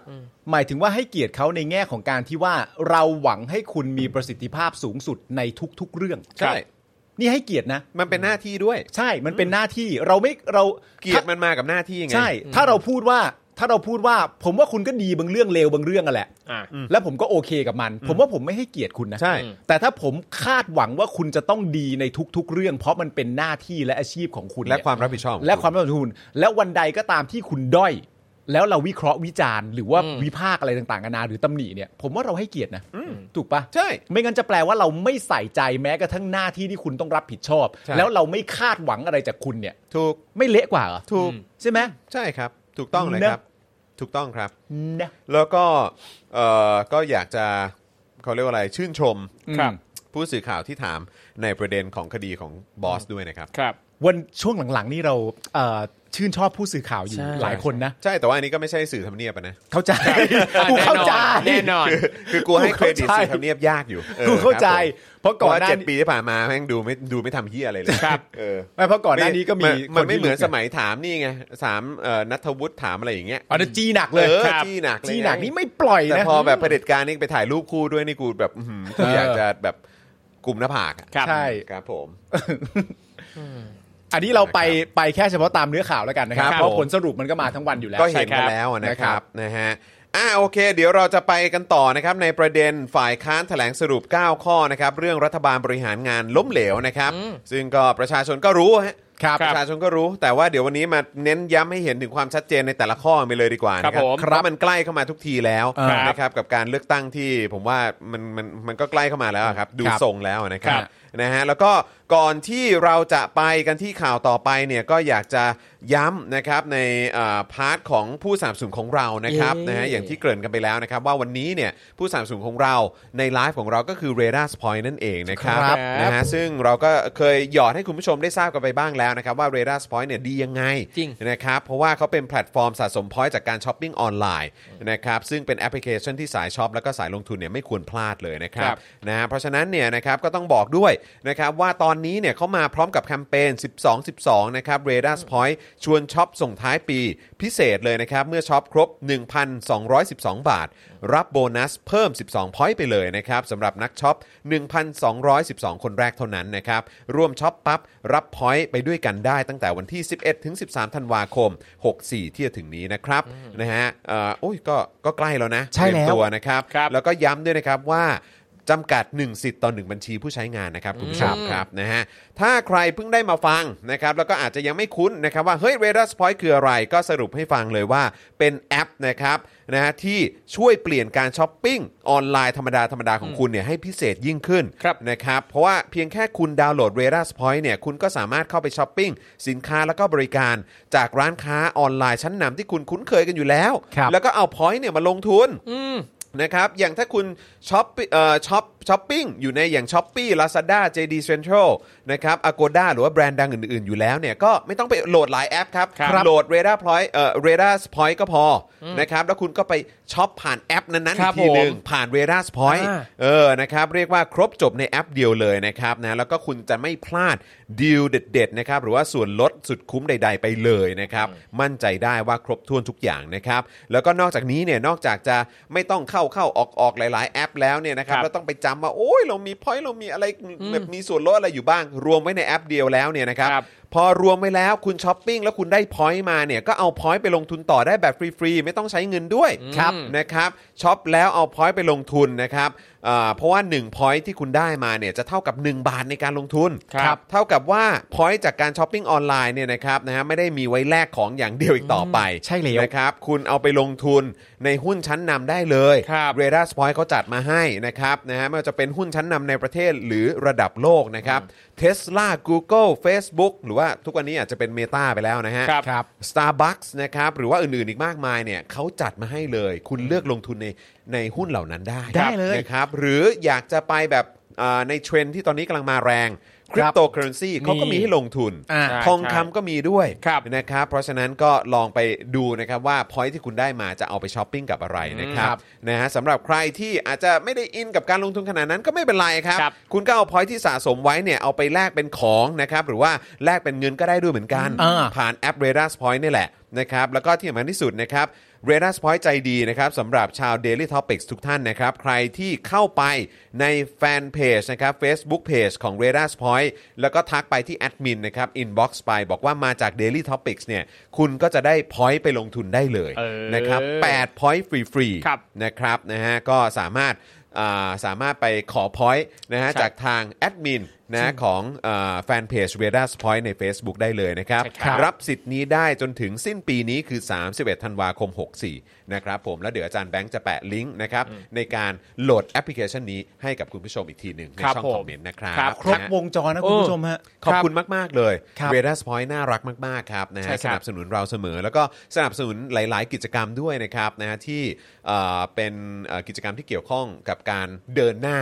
หมายถึงว่าให้เกียรติเขาในแง่ของการที่ว่าเราหวังให้คุณมีประสิทธิภาพสูงสุดในทุก ๆ เรื่อง
ใช่
นี่ให้เกียรตินะ
มันเป็นหน้าที่ด้วย
ใช่ มันเป็นหน้าที่เราไม่เรา
เกียรติมันมากับหน้าที่ไง
ใช่ ถ้าเราพูดว่าถ้าเราพูดว่า ผมว่าคุณก็ดีบางเรื่องเลวบางเรื่องอะแหละ
อ่ะ
แล้วผมก็โอเคกับมัน ผมว่าผมไม่ให้เกียรติคุณนะ
ใช่
แต่ถ้าผมคาดหวังว่าคุณจะต้องดีในทุก ๆ เรื่อง เพราะมันเป็นหน้าที่และอาชีพของคุณ
และ
เนี่ย
ความรับผิดชอบของ
และ
ณ
ความรับผิดชอบของคุณและวันใดก็ตามที่คุณด้อย แล้วเราวิเคราะห์วิจารณ์หรือว่าวิพากษ์อะไรต่างๆนานาหรือตำหนิเนี่ย ผมว่าเราให้เกียรตินะถูกปะ
ใช่
ไม่งั้นจะแปลว่าเราไม่ใส่ใจแม้กระทั่งหน้าที่ที่คุณต้องรับผิดชอบ
ใช่
แล้วเราไม่คาดหวังอะไรจากคุณเนี่ย
ถูก
ไม่เละกว่าเหรอ
ถูก
ใช่ไหม
ใช่ครับ ถูกต้องเลย
นะ
ครับ ถูกต้องครับ
นะ
แล้วก็เอ่อก็อยากจะเขาเรียกว่าอะไรชื่นชม
ครับ
ผู้สื่อข่าวที่ถามในประเด็นของคดีของบอสด้วยนะครับ
ครับ
วันช่วงหลังๆนี่เราเอ่อชื่นชอบผู้สื่อข่าวอยู่
ใช่
หลายคนนะ
ใช่แต่ว่าอันนี้ก็ไม่ใช่สื่อทำเนียบอะ นะ
เข้าใจ
อ่ะ
กูเข้าใจ
แน่นอน
คือคือกูให้
กู
เคร
เข้า
ดิต
ใจ
สื่อทำเนียบยากอยู่ออ
กูเข้าใจ
ครับผม
เพราะ
ก่
ก่
อ
อน
ห
นห
น้า
น้า
เจ็ด
นี้
ปีที่ผ่านมาแม่งดูไม่ดูไม่ทำเฮียอะไรเลย
ครับ
เออ
ไม่เพราะก่อนหน้านี้ก็มี
นมัน
ค
ไม่
ที่
เหมือน
รู้จั
สมัยถามนี่ไงถามเอ่อนัทวุฒิถามอะไรอย่างเงี้ย
อันนั้นจีหนักเลย
ออ
ครับ
จี้หนักเลย
จีหนักนี่ไม่ปล่อย
แต่
นะ
พอแบบเผด็จการนี่ไปถ่ายรูปคู่ด้วยนี่กูแบบอื้อหือกูอยากจะแบบกลุ่มหน้าผากอะ
ครับ
ใช่
ครับผม
อันนี้เราไป
นะครับ
ไปแค่เฉพาะตามเนื้อข่าวแล้วกันนะครั
ครับ บ
เพราะ
ผม
ผลสรุปมันก็มาทั้งวันอยู่แล้ว
ก็เห็น
ใช่ครั
มา
บ
แล้วนะค
นะครั
รับบ นะฮะอ่ะโอเค เดี๋ยวเราจะไปกันต่อนะครับในประเด็นฝ่ายค้านแถลงสรุป 9 ข้อนะครับเรื่องรัฐบาลบริหารงานล้มเหลวนะครับซึ่งก็ประชาชนก็รู้ฮะ
ครับ
ประชาชนก็รู้ แต่ว่าเดี๋ยววันนี้มาเน้นย้ำให้เห็นถึงความชัดเจนในแต่ละข้อไปเลยดีกว่านะค
ครั
รับ
ผ
บ
ม
เพราะมันใกล้เข้ามาทุกทีแล้ว
ครับ
นะครับกับการเลือกตั้งที่ผมว่ามันมันมันก็ใกล้เข้ามาแล้วอะครับดูทรงแล้วนะค
ค
รั
รับ บ
นะฮะแล้วก็ก่อนที่เราจะไปกันที่ข่าวต่อไปเนี่ยก็อยากจะย้ำนะครับในเอ่อพาร์ทของผู้สามสูนของเรานะครับ
เย้
นะฮะอย่างที่เกริ่นกันไปแล้วนะครับว่าวันนี้เนี่ยผู้สามสูนของเราในไลฟ์ของเราก็คือเรดาร์ส o i n t นั่นเองนะครับ
ครับ
นะฮะซึ่งเราก็เคยหยอดให้คุณผู้ชมได้ทราบกันไปบ้างแล้วนะครับว่าเรดาร์ส o i n t เนี่ยดียังไง
จริง
นะครับเพราะว่าเขาเป็นแพลตฟอร์มสะสมพอยต์จากการช้อปปิ้งออนไลน์นะครับซึ่งเป็นแอปพลิเคชันที่สายช็อปแล้วก็สายลงทุนเนี่ยไม่ควรพลาดเลยนะครับ
ครับ
นะฮะเพราะฉะนั้นเนี่ยนะครับก็ต้องบอกด้วยนะครับว่าตอนนี้เนี่ยเขามาพร้อมกับแคมเปญ 12 12 นะครับ r a d a r s Point ชวนช็อปส่งท้ายปีพิเศษเลยนะครับ เมื่อช็อปครบ 1,212 บาท รับโบนัสเพิ่ม 12 พอยต์ไปเลยนะครับสำหรับนักช็อป 1,212 คนแรกเท่านั้นนะครับร่วมช็อปปั๊บ รับพอยต์ไปด้วยกันได้ตั้งแต่วันที่ 11 ถึง 13 ธันวาคม 64 ที่จะถึงนี้นะครับนะฮะเอ่ออุ้ยก็ก็ใกล้แล้วนะ
ใช่
เตรี
แล้ว
ยมตัวนะครับ
ครับ
แล้วก็ย้ำด้วยนะครับว่าจำกัด 1 สิทธิ์ต่อ 1 บัญชีผู้ใช้งานนะครับคุณผู้ชมครับนะฮะถ้าใครเพิ่งได้มาฟังนะครับแล้วก็อาจจะยังไม่คุ้นนะครับว่าเฮ้ย r a d a r Point คืออะไร ก็สรุปให้ฟังเลยว่าเป็นแอปนะครับนะฮะที่ช่วยเปลี่ยนการช้อปปิ้งออนไลน์ธรรมดาธรรมดาของคุณเนี่ยให้พิเศษยิ่งขึ้น
ครับ
นะครับเพราะว่าเพียงแค่คุณดาวน์โหลด r a d a r Point เนี่ยคุณก็สามารถเข้าไปช้อปปิ้ง สินค้าแล้วก็บริการจากร้านค้าออนไลน์ชั้นนำที่คุณคุ้นเคยกันอยู่แล้ว
ครับ
แล้วก็เอา Point เนี่ยมาลงทุน
อืม
นะครับอย่างถ้าคุณช็อปเอ่อช็อปช้อปปิ้งอยู่ในอย่าง s h อ p e e Lazada JD Central นะครับ Agoda หรือว่าแบรนด์ดังอื่น ๆ อยู่แล้วเนี่ยก็ไม่ต้องไปโหลดหลายแอปครับ
ครับ
โหลด r a d a r Point เอ่อ r a d a r Point ก็พออนะครับแล้วคุณก็ไปช็อปผ่านแอปนั้น
ค
ๆอี
รั
ก
บ
ทีหนึ่ง
ผม
ผ่าน r a d a r Point
อ่า
เออนะครับเรียกว่าครบจบในแอปเดียวเลยนะครับนะแล้วก็คุณจะไม่พลาดดีลเด็ดๆนะครับหรือว่าส่วนลดสุดคุ้มใด ๆ ไปเลยนะครับมั่นใจได้ว่าครบถ้วนทุกอย่างนะครับแล้วก็นอกจากนี้เนี่ยนอกจากจะไม่ต้องเข้าเข้าออกออกหลาย ๆ แอปแล้วเนี่ยนะครับ
ครับ
แล้วต้องไปจำว่าโอ้ยเรามีพอยต์เรามีอะไรแบบมีส่วนลดอะไรอยู่บ้าง รวมไว้ในแอปเดียวแล้วเนี่ยนะครับ พอรวมไว้แล้วคุณช้อปปิ้งแล้วคุณได้พอยต์มาเนี่ยก็เอาพอยต์ไปลงทุนต่อได้แบบฟรีๆไม่ต้องใช้เงินด้วย
ครับ
นะครับช็อปแล้วเอาพอยต์ไปลงทุนนะครับอ่าเพราะว่า1พอยต์ที่คุณได้มาเนี่ยจะเท่ากับ 1 บาทในการลงทุน
ครับ
เท่ากับว่าพอยต์จากการช้อปปิ้งออนไลน์เนี่ยนะครับนะฮะไม่ได้มีไว้แลกของอย่างเดียวอีกต่อไป
ใช่แล้ว
นะครับคุณเอาไปลงทุนในหุ้นชั้นนำได้เลย
ครับ
เรดาร์สปอยเขาจัดมาให้นะครับนะฮะไม่ว่าจะเป็นหุ้นชั้นนำในประเทศหรือระดับโลกนะครับเทสลา Google Facebook หรือว่าทุกวันนี้อาจจะเป็น Meta ไปแล้วนะฮะ
ครับ
ครับ
Starbucks นะครับหรือว่าอื่นๆอีกมากมายเนี่ยเขาจัดมาให้เลย คุณเลือกลงทุนในในหุ้นเหล่านั้นได้
ได้เลย
นะครับหรืออยากจะไปแบบอ่าในเทรนด์ที่ตอนนี้กำลังมาแรงคริปโตเคอเรนซีเขาก็มีให้ลงทุน
อ่า
ทองคำก็มีด้วย
ครับ
นะครับเพราะฉะนั้นก็ลองไปดูนะครับว่าพอยที่คุณได้มาจะเอาไปช้อปปิ้งกับอะไรนะครับ
ครับ
นะฮะสำหรับใครที่อาจจะไม่ได้อินกับการลงทุนขนาดนั้นก็ไม่เป็นไรครับ
ครับ
คุณก็เอาพอยที่สะสมไว้เนี่ยเอาไปแลกเป็นของนะครับหรือว่าแลกเป็นเงินก็ได้ด้วยเหมือนกัน
อ่า
ผ่านแอป r a d a r Point นี่แหละนะครับแล้วก็ที่สำคัญที่สุดนะครับ r a d a r Point ใจดีนะครับสำหรับชาว Daily Topics ทุกท่านนะครับ ใครที่เข้าไปในแฟนเพจนะครับ Facebook Page ของ r a d a r Point แล้วก็ทักไปที่แอดมินนะครับ inbox ไปบอกว่ามาจาก Daily Topics เนี่ยคุณก็จะได้ point ไปลงทุนได้เลย
เออ
นะครับ8 point ฟรี
ครับ
ๆนะครับนะฮะก็สามารถอ่าสามารถไปขอ point นะ
ค
ฮะ
รับ
จากทางแอดมินนะของแฟนเพจ r a d a r Point ใน Facebook ได้เลยนะครับ
ใช่ครับ
รับสิทธิ์นี้ได้จนถึงสิ้นปีนี้คือ 31 ธันวาคม 64 นะครับผม แล้วเดี๋ยวอาจารย์แบงค์จะแปะลิงก์นะครับ ในการโหลดแอปพลิเคชันนี้ให้กับคุณผู้ชมอีกทีหนึ่งใน
ครับ
ช่อง
ผม
คอมเมนต์นะครับ
ครับ
ครบ
นะฮะ
วงจรนะคุณผู้ชมฮะ
ขอบคุณมาก ๆ เลย
ครับ
เวดัสพอยต์น่ารักมาก ๆ ครับนะ
ใช่
ฮะ
ค
ส
รับ
นับสนุนเราเสมอ แล้วก็สนับสนุนหลาย ๆ กิจกรรมด้วยนะครับนะฮะที่เอ่อเป็นเอ่อกิจกรรมที่เกี่ยวข้องกับการเดินหน้า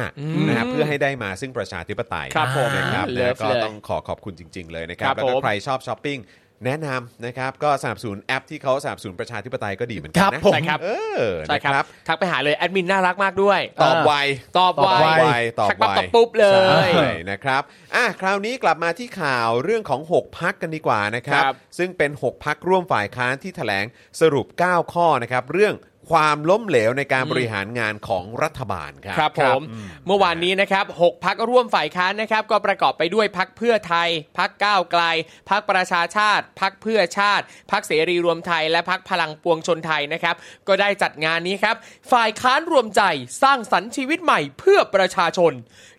นะฮะเพื่อให้ได้มาซึ่งประชาธิปไตย
ครับผม
นะครับ
อืม
นะฮะ
Love
ก็
เลย
ต้อง ขอขอบคุณจริง ๆ เลยนะครับ
ครับ
แล้วก็
ผม
ใครชอบช้อปปิ้ง แนะนำนะครับ ก็สนับสนุนแอปที่เขาสนับสนุนประชาธิปไตยก็ดีเหมือนกั
ครั
น
บ
นะ
ผม
ใช่ครับ
เออ
ใช่
นะ
ครั
ครับ บ
ทักไปหาเลยแอดมินน่ารักมากด้วย
ตอบไว
ตอบ
ตอบ
ไว
ไวตอบ
ทัก
ไว
ปั๊บตอบปุ๊บเลย
ใช่นะครับอ่ะคราวนี้กลับมาที่ข่าวเรื่องของ 6 พักกันดีกว่านะครับ
ครับ
ซึ่งเป็น 6 พักร่วมฝ่ายค้านที่แถลงสรุป 9 ข้อนะครับ เรื่องความล้มเหลวในการบริหารงานของรัฐบาลครับ
ครับผมเมื่อวานนี้นะครับหกพักร่วมฝ่ายค้านนะครับ ก็ประกอบไปด้วยพักเพื่อไทย พักก้าวไกล พักประชาชาติ พักเพื่อชาติ พักเสรีรวมไทย และพักพลังปวงชนไทยนะครับ ก็ได้จัดงานนี้ครับ ฝ่ายค้านรวมใจสร้างสรรค์ชีวิตใหม่เพื่อประชาชน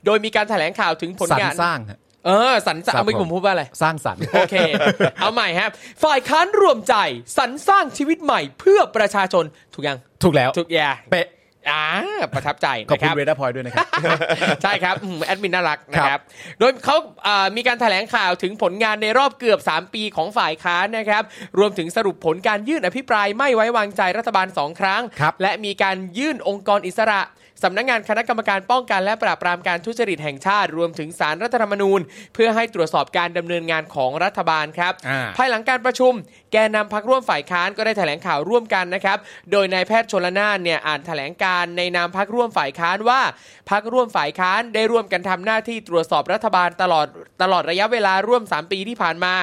โดยมีการแถลงข่าวถึงผล
สรรง
าน
สร้างฮะ
เออสรรสร้าง
ครับ
ไม่ผ
ผม ม
พูดว่าอะไร
สร้างสรรค์
โอเค เอาใหม่ครับฝ่ายค้านรวมใจสรรสร้างชีวิตใหม่เพื่อประชาชนถูกยัง
ถูกแล้ว
ถูกอย่าง
เป๊ะ
อ่าประทับใจ
ขอบ
นะค
คุณ
รับ
เวด้าพอยด้วยนะครับ
ใช่ครับอืมแอดมินน่ารักนะค
ครั
รับ
บ
โดยเขาอ่ามีการถแถลงข่าวถึงผลงานในรอบเกือบ 3 ปีของฝ่ายค้านนะครับ รวมถึงสรุปผลการยื่นอภิปรายไม่ไว้วางใจรัฐบาล 2 ครั้ง
ครับ
และมีการยื่นองค์กรอิสระ สำนักงานคณะกรรมการป้องกันและปราบปรามการทุจริตแห่งชาติรวมถึงสารรัฐธรรมนูญ เพื่อให้ตรวจสอบการดำเนินงานของรัฐบาลครับ
อ่า
ภายหลังการประชุม แกนนำพักร่วมฝ่ายค้านก็ได้แถลงข่าวร่วมกันนะครับ โดยนายแพทย์ชนละนานเนี่ยอ่านแถลงการในนามพักร่วมฝ่ายค้านว่าพักร่วมฝ่ายค้านได้ร่วมกันทำหน้าที่ตรวจสอบรัฐบาลตลอดตลอดระยะเวลาร่วม 3 ปีที่ผ่านมา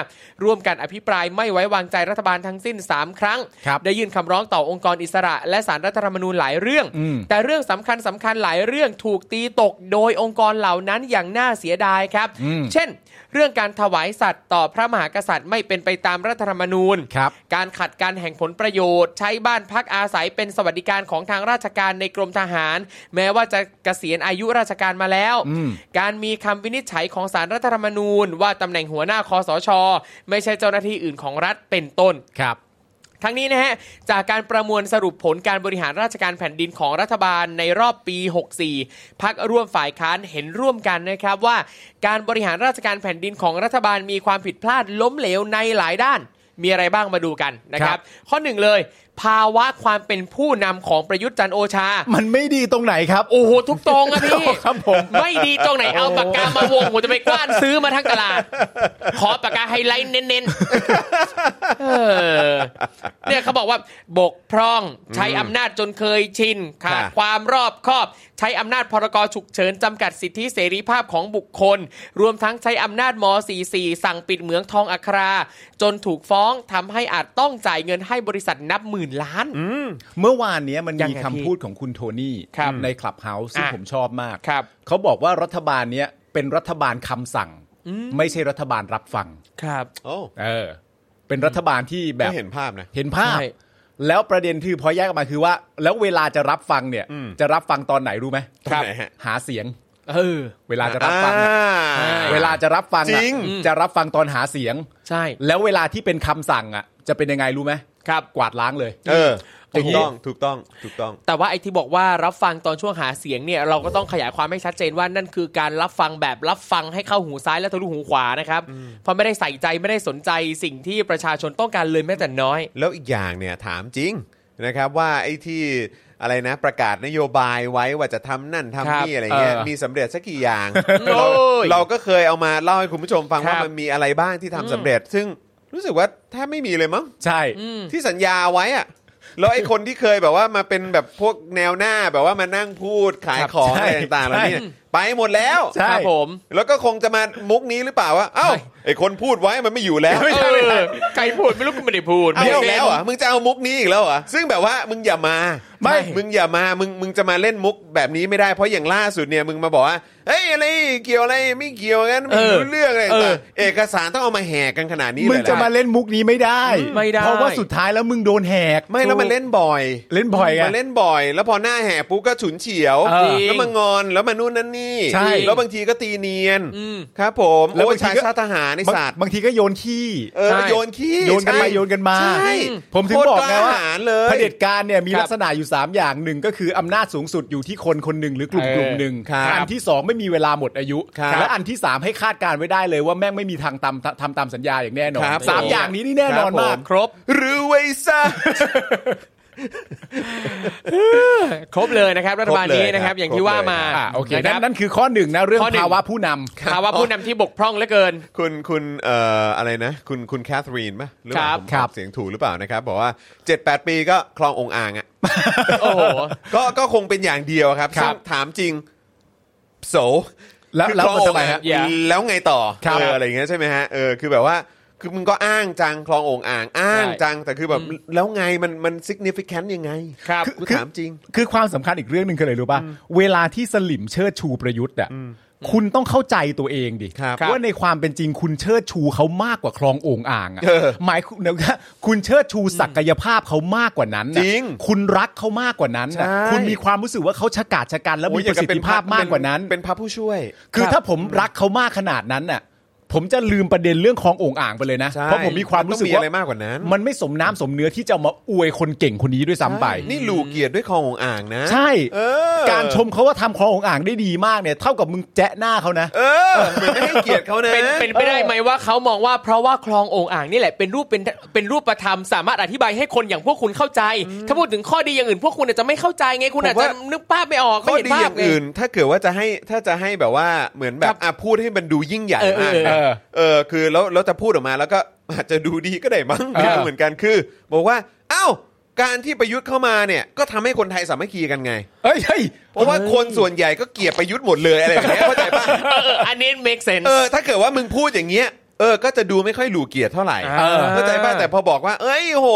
ร่วมกันอภิปรายไม่ไว้วางใจรัฐบาลทั้งสิ้น 3 ครั้ง
ครับ
ได้ยื่นคำร้องต่อองค์กรอิสระ และสารรัฐธรรมนูญหลายเรื่อง
อืม
แต่เรื่องสำคัญสำคัญหลายเรื่องถูกตีตกโดยองค์กรเหล่านั้นอย่างน่าเสียดายครับ
อืม
เช่น เรื่องการถวายสัตว์ต่อพระมหากษัตริย์ไม่เป็นไปตามรัฐธรรมนูญ
ครับ
การขัดการแห่งผลประโยชน์ ใช้บ้านพักอาศัยเป็นสวัสดิการของทางราชการในกรมทหาร แม้ว่าจะเกษียณอายุราชการมาแล้ว
อืม
การมีคำวินิจฉัยของสารรัฐธรรมนูญ ว่าตำแหน่งหัวหน้าคอสช ไม่ใช่เจ้าหน้าที่อื่นของรัฐเป็นต้น
ครับ
ทั้งนี้นะฮะ จากการประมวลสรุปผลการบริหารราชการแผ่นดินของรัฐบาลในรอบปี 64 พักร่วมฝ่ายค้านเห็นร่วมกันนะครับว่า การบริหารราชการแผ่นดินของรัฐบาลมีความผิดพลาดล้มเหลวในหลายด้าน มีอะไรบ้างมาดูกันนะครับ ข้อหนึ่งเลย ภาวะความเป็นผู้นำของประยุทธ์จันทร์โอชา
มันไม่ดีตรงไหนครับ
โอ้โห ทุกตรงอะพี่
ครับผม
ไม่ดีตรงไหนเอาปากกามาวงผมจะไปกว้านซื้อมาทั้งตลาด ขอปากกาไฮไลท์เน้นๆเออเนี่ยเขาบอกว่าบกพร่องใช้อำนาจจนเคยชินขาด
ค่ะ
ความรอบคอบ ใช้อำนาจพรกฉุกเฉินจำกัดสิทธิเสรีภาพของบุคคล รวมทั้งใช้อำนาจม .44 สั่งปิดเหมืองทองอัครา จนถูกฟ้องทำให้อาจต้องจ่ายเงินให้บริษัทนับหมื่นล้าน
เมื่อวานเนี้ยมัน
ยัง
มี
ไง
คำพูดของคุณโทนี่
ครับ
ในคลับเฮาส์ซึ่ง
อ่ะ
ผมชอบมาก
ครับ
เขาบอกว่ารัฐบาลเนี้ยเป็นรัฐบาลคำสั่ง ไม่ใช่รัฐบาลรับฟัง
ครับ
โอ้
เออ เป็นรัฐบาลที่แบ
ก็
บ
เห็นภาพนะ
เห็นภาพ
ใช่
แล้วประเด็นที่พอแยกออกมาคือว่า แล้วเวลาจะรับฟังเนี่ย
อืม
จะรับฟังตอนไหนรู้ไหม
ตรงไหนฮะ
หาเสียง
เออ
เวลาจะรับฟังอะ
อ่า
เวลาจะรับฟังอะ
จริง
จะรับฟังตอนหาเสียง
ใช่
แล้วเวลาที่เป็นคำสั่งอ่ะ จะเป็นยังไงรู้ไหม
ครับ
กวาดล้างเลย
เออ
อ
ถู
ย่าก งนี้
ต้องถูกต้องถูกต้อง
แต่ว่าไอ้ที่บอกว่ารับฟังตอนช่วงหาเสียงเนี่ยเราก็ต้องขยายความให้ชัดเจนว่านั่นคือการรับฟังแบบรับฟังให้เข้าหูซ้ายและทะลุหูขวานะครับ เพราะไม่ได้ใส่ใจไม่ได้สนใจสิ่งที่ประชาชนต้องการเลยแม้แต่น้อย
แล้วอีกอย่างเนี่ยถามจริงนะครับว่าไอ้ที่อะไรนะประกาศนโยบายไว้ว่าจะทำนั่นทำนี่
ครับ
อะไรเงี้ย
เออ
มีสำเร็จสักกี่อย่าง
โอ้
เรา
ย
เราก็เคยเอามาเล่าให้คุณผู้ชมฟัง
ครับ
ว่ามันมีอะไรบ้างที่ทำสำเร็จ ซึ่งรู้สึกว่าแทบไม่มีเลยมั้ง
ใช่
ที่สัญญาไว้อะแล้วไอ้คนที่เคยแบบว่ามาเป็นแบบพวกแนวหน้าแบบว่ามานั่งพูดขายของ
ใช่
อะไรต่างๆเหล่านี้
ใช่
ไปหมดแล้ว
ใช่
ครับผม
แล้วก็คงจะมามุกนี้หรือเปล่าว่าเอ้าไอ้คนพูดไว้มันไม่อยู่แล้ว
เออใครพูดไม่รู้กูไม่ได้พูด
เอา
ไม่
อีก
ได้
แล้วเหรอ่ะมึงจะเอามุกนี้อีกแล้วเหรอ่ะซึ่งแบบว่ามึงอย่ามา
ไม่
มึงอย่ามามึงมึงจะมาเล่นมุกแบบนี้ไม่ได้เพราะอย่างล่าสุดเนี่ยมึงมาบอกว่าเฮ้ยอะไรเกี่ยวอะไรไม่เกี่ยวกันไม่รู้เรื่องอะไรต่างๆเอกสารต้องเอามาแห่กันขนาดนี้
มึ
เล
ง
ย
จะมา
นะ
เล่นมุกนี้ไม่ได้
ไม่ได้
เพราะว่าสุดท้ายแล้วมึงโดนแหก
ไม่แล้วมันเล่นบ่อย
เล่นบ่อยไง
มันเล่นบ่อย แล้วพอหน้าแห่ปุ๊บก็ฉุนเฉียว
เออ
แล้วมางอนแล้วมานู่นนั่นนี่
ใช่
แล้วบางทีก็ตีเนียน
อืม
ครับ ผม
แล้ว
โอ้ย
บางที
ชาย
ก็
ชาติทหารในศาสตร์
บางทีก็โยนขี้
เออ
ใช่
โยนขี้
โยนกันไป
ใช่
โยนกันมา
ใช่
ผมถึงบอกไง
โค
ว่า
ตรล้หญเลย
เผด็จการเนี่ยมี
ครับ
ลักษณะอยู่ 3 อย่างหนึ่งก็คืออำนาจสูงสุดอยู่ที่คนคนหนึ่งหรือกลุ่ม
เออก
ลุ่มหนึ่ง
ครับ
อันที่ 2 ไม่มีเวลาหมดอายุ
ครับ
และอันที่ 3 ให้คาดการณ์ไว้ได้เลยว่าแม่งไม่มีทางทำทำตามสัญญาอย่างแน่นอน
ครับ
สาม
ผม
อย่างนี้นี่แน่นอนมาก
ครบ
รู้ไว้ซะ
ครบเลยนะครับ รัฐบาลนี้นะครับ
ครบเลยครับ
อย่างที่ว่ามา
อ่ะโอเค
นะค
นั่
รับ
นนั่นคือข้อหนึ่งนะเรื่อง
ข้อหนึ่ง
ภาวะผู้นำ
ภาวะผู้นำที่บกพร่องเหลือเกิน
คุณคุณเอ่ออะไรนะ คุณคุณแคทรีนปะหรือเปล่า
ครับ
ผม
ครั
อบ อกเสียงถูกหรือเปล่านะครับ บอกว่า 78 ปีก็คลององอ่างอ่ะ
โอ้โห
ก็ก็คงเป็นอย่างเดียวครับ
ครับ
ซึ่งถามจริงโส
แล้ว
คือ
แล้ว
คลองอ
มันทำ
ง
ไม
อ่าง
ฮะ
อย่า
แล้วไงต่อ
ครับ
เอออะไรอย่างเงี้ยใช่ไหมฮะเออคือแบบว่าคือมึงก็อ้างจังคลององอ่าง อ้างจังแต่คือแบบแล้วไงมันมัน significant ยังไง
ครับ
กู
คือ
ถามจริง
คือความสำคัญอีกเรื่องหนึ่งคืออะไรรู้ป่ะ เวลาที่สลิมเชิดชูประยุทธ์อ่ะคุณต้องเข้าใจตัวเองดิ
ครับ
ว่าในความเป็นจริงคุณเชิดชูเขามากกว่าคลองโอ่งอ่างอ่ะ
เออ
หมายคุณเดี๋ยวนะคุณเชิดชูศักยภาพเขามากกว่านั้นน่ะ
จริง
คุณรักเขามากกว่านั้นน่ะ
ใช่
คุณมีความรู้สึกว่าเขาชะกาจชะกันและมี
โอ้ย
ประสิทธิภาพมากกว่านั้น
เป็นพระผู้ช่วย
คือถ้าผมรักเขามากขนาดนั้นน่ะ ผมจะลืมประเด็นเรื่องคลองโองอ่างไปเลยนะ
ใช่
เพราะผมมีความรู้สึก
นต้อง
ว่า
อะไรมากกว่านั้น
มันไม่สมน้ำสมเนื้อที่จะมาอวยคนเก่งคนนี้ด้วยซ้ำไป
นี่หลูเกียรติด้วยคลององอ่างนะ
ใช่
เออ
การชมเขาว่าทำคลองโองอ่างได้ดีมากเนี่ย เท่ากับมึงแจ๊ะหน้าเขานะ
เออเหมือนไม่ให้เกียรติเขานะ
เป็นเป็นไปได้ไหมว่าเขามองว่าเพราะว่าคลองโองอ่างนี่แหละเป็นรูปเป็นเป็นรูปธรรมสามารถอธิบายให้คนอย่างพวกคุณเข้าใจ ถ้าพูดถึงข้อดีอย่างอื่น พวกคุณอาจจะไม่เข้าใจไงคุณ
ผมว่า
อาจจะนึกภาพไม่ออก
ข้
ไม่
อ
เห็น
ดี
ภา
อ
พ
ย่าง
ไง
อื่น ถ้าเกิดว่าจะให้ถ้าจะให้แบบว่าเหมือนแบ
ครับ บ
อ่ะพูดให้มันดูยิ่งใหญ่
เออเอ
มา
อก เออ
นะเออคือแล้วแล้วจะพูดออกมาแล้วก็อาจจะดูดีก็ได้มั้ง
เออ
ไม่รู้เหมือนกันคือ บอกว่าอ้าวการที่ประยุทธ์เข้ามาเนี่ย ก็ทำให้คนไทยสามัคคีกันไง
เอ้ยเฮ้ย
เพราะว่าคนส่วนใหญ่ก็เกลียดประยุทธ์หมดเลยอะไรแบบเนี้ยเข้าใจป่ะ
เออเอออันนี้ make sense
เออถ้าเกิดว่ามึงพูดอย่างเงี้ยเออก็จะดูไม่ค่อยหลูเกียรติเท่าไหร่
เออ
เข้าใจป่ะแต่พอบอกว่า เอ้ยโห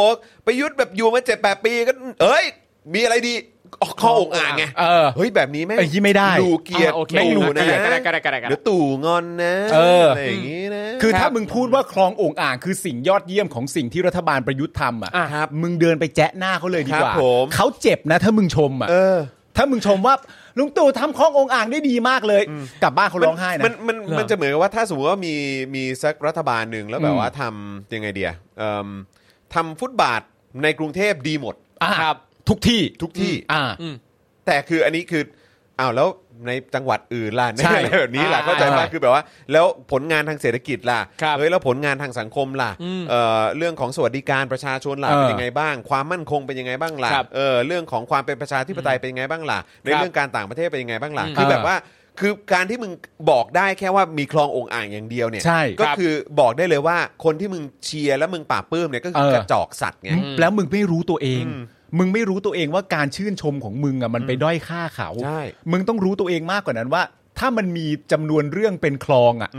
ประยุทธ์แบบอยู่มาเจ็ดแปดปีก็เอ้ย มีอะไรดีออกข้อองอ่างไง
เออ
เฮ้ยแบบนี้แม่ง
ไอ้ยี่ไม่ได้
หลูเกียรติ
อ่าโอเค
ไม่หลู
ก
นะ
ระดกระดกระดกระดกระ
เดี๋
ด
ยวตู่งอนนะ
เอออ
ไรอย่างงี้นะ
คือ
ครั
ถ้า
บ
มึงพูดว่าคลองโองอ่างคือสิ่งยอดเยี่ยมของสิ่งที่รัฐบาลประยุทธ์ทำอ่ะ
อ่ะ
ครับ
มึงเดินไปแจ๊ะหน้าเขาเลยดีกว่า
ครับผม
เขาเจ็บนะ ถ้ามึงชมอ่ะ
เออ
ถ้ามึงชมว่าลุงตู่ทำคลองโองอ่างได้ดีมากเลย กลับบ้านเขาร้องไห้นะ
มันมันมันจะเหมือนกับว่าถ้าสมมติว่ามีมีสักรัฐบาลหนึ่งแล้วแบบว่าทำยังไงเดียเอิ่มทำฟุตบาทในกรุงเทพดีหมด
อ่ะทุกที่
ทุกที่
อ่า
แต่คืออันนี้คืออ้าวแล้วในจังหวัดอื่นล่ะ ใน
ใช่
อะไรแบบนี้ล่ะ
อ่า
เข้าใจป่ะ
ใช่
คือแบบว่า แล้วผลงานทางเศรษฐกิจล่ะ
ครับ
เฮ้ยแล้วผลงานทางสังคมล่ะเอ่อเรื่องของสวัสดิการประชาชนล่ะ
เออ
เป็นยังไงบ้าง ความมั่นคงเป็นยังไงบ้างล่ะ
ครับ
เออเรื่องของความเป็นประชาธิปไตยเป็นยังไงบ้างล่ะ ใน
ครับ
เรื่องการต่างประเทศเป็นยังไงบ้างล่ะ
อืม
คือ
เออ
แบบว่าคือการที่มึงบอกได้แค่ว่ามีคลององอ่างอย่างเดียวเนี่ย
ใช่
ก็
ครับ
คือบอกได้เลยว่าคนที่มึงเชียร์และมึงป่าบปลื้มเนี่ยก็คือ
เออ
กระจอกสัตว์ไง
แล้วมึงไม่รู้ตัวเอง
อืม
มึงไม่รู้ตัวเองว่าการชื่นชมของมึงอ่ะมันไปด้อยค่าเขา
ใช่
มึงต้องรู้ตัวเองมากกว่านั้นว่า ถ้ามันมีจำนวนเรื่องเป็นคลองอ่ะ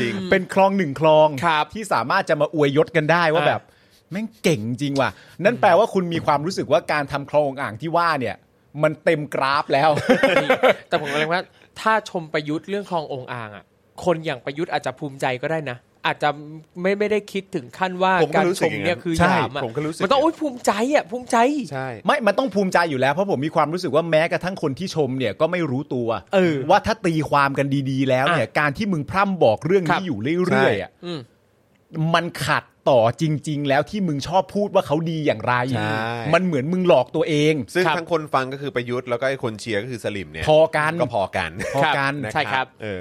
จริง
เป็นคลองหนึ่งคลอง
ครับ
ที่สามารถจะมาอวยยศกันได้ว่า
อ่า
แบบแม่งเก่งจริงว่ะนั่นแปลว่าคุณมีความรู้สึกว่าการทำคลองอ่างที่ว่าเนี่ย มันเต็มกราฟแล้ว
นี่แต่ผมกำลังว่าถ้าชมประยุทธ์เรื่องคลององอ่างอ่ะ คนอย่างประยุทธ์อาจจะภูมิใจก็ได้นะ อาจจะไม่ไม่ได้คิดถึงขั้นว่า
ผมก็
การ
รู้
ช
สึก
ม
อย่างนั้น
เนี่ยคือ
ใช่
หยามอ่ะ
ผมก็รู้สึก
มันต้องโอ๊ยภูมิใจอ่ะภูมิใจ
ใช่
ไม่ มันต้องภูมิใจอยู่แล้ว เพราะผมมีความรู้สึกว่าแม้กระทั่งคนที่ชมเนี่ยก็ไม่รู้ตัว
เออ
ว่าถ้าตีความกันดีๆ แล้วเนี่ย การที่มึงพร่ำบอกเรื่อง
ครั
นี้
บ
อยู่เรื่อยๆอ่ะ
อืม
มันขัดต่อจริง ๆ แล้วที่มึงชอบพูดว่าเขาดีอย่างไร
ใช่
มันเหมือนมึงหลอกตัวเอง
ซึ่ง
ครับ
ทั้งคนฟังก็คือประยุทธ์แล้วก็ไอ้คนเชียร์ก็คือสลิมเนี่ย
พอกัน
ก็พอกัน
พอกัน
นะ
ใช่ครับ
เออ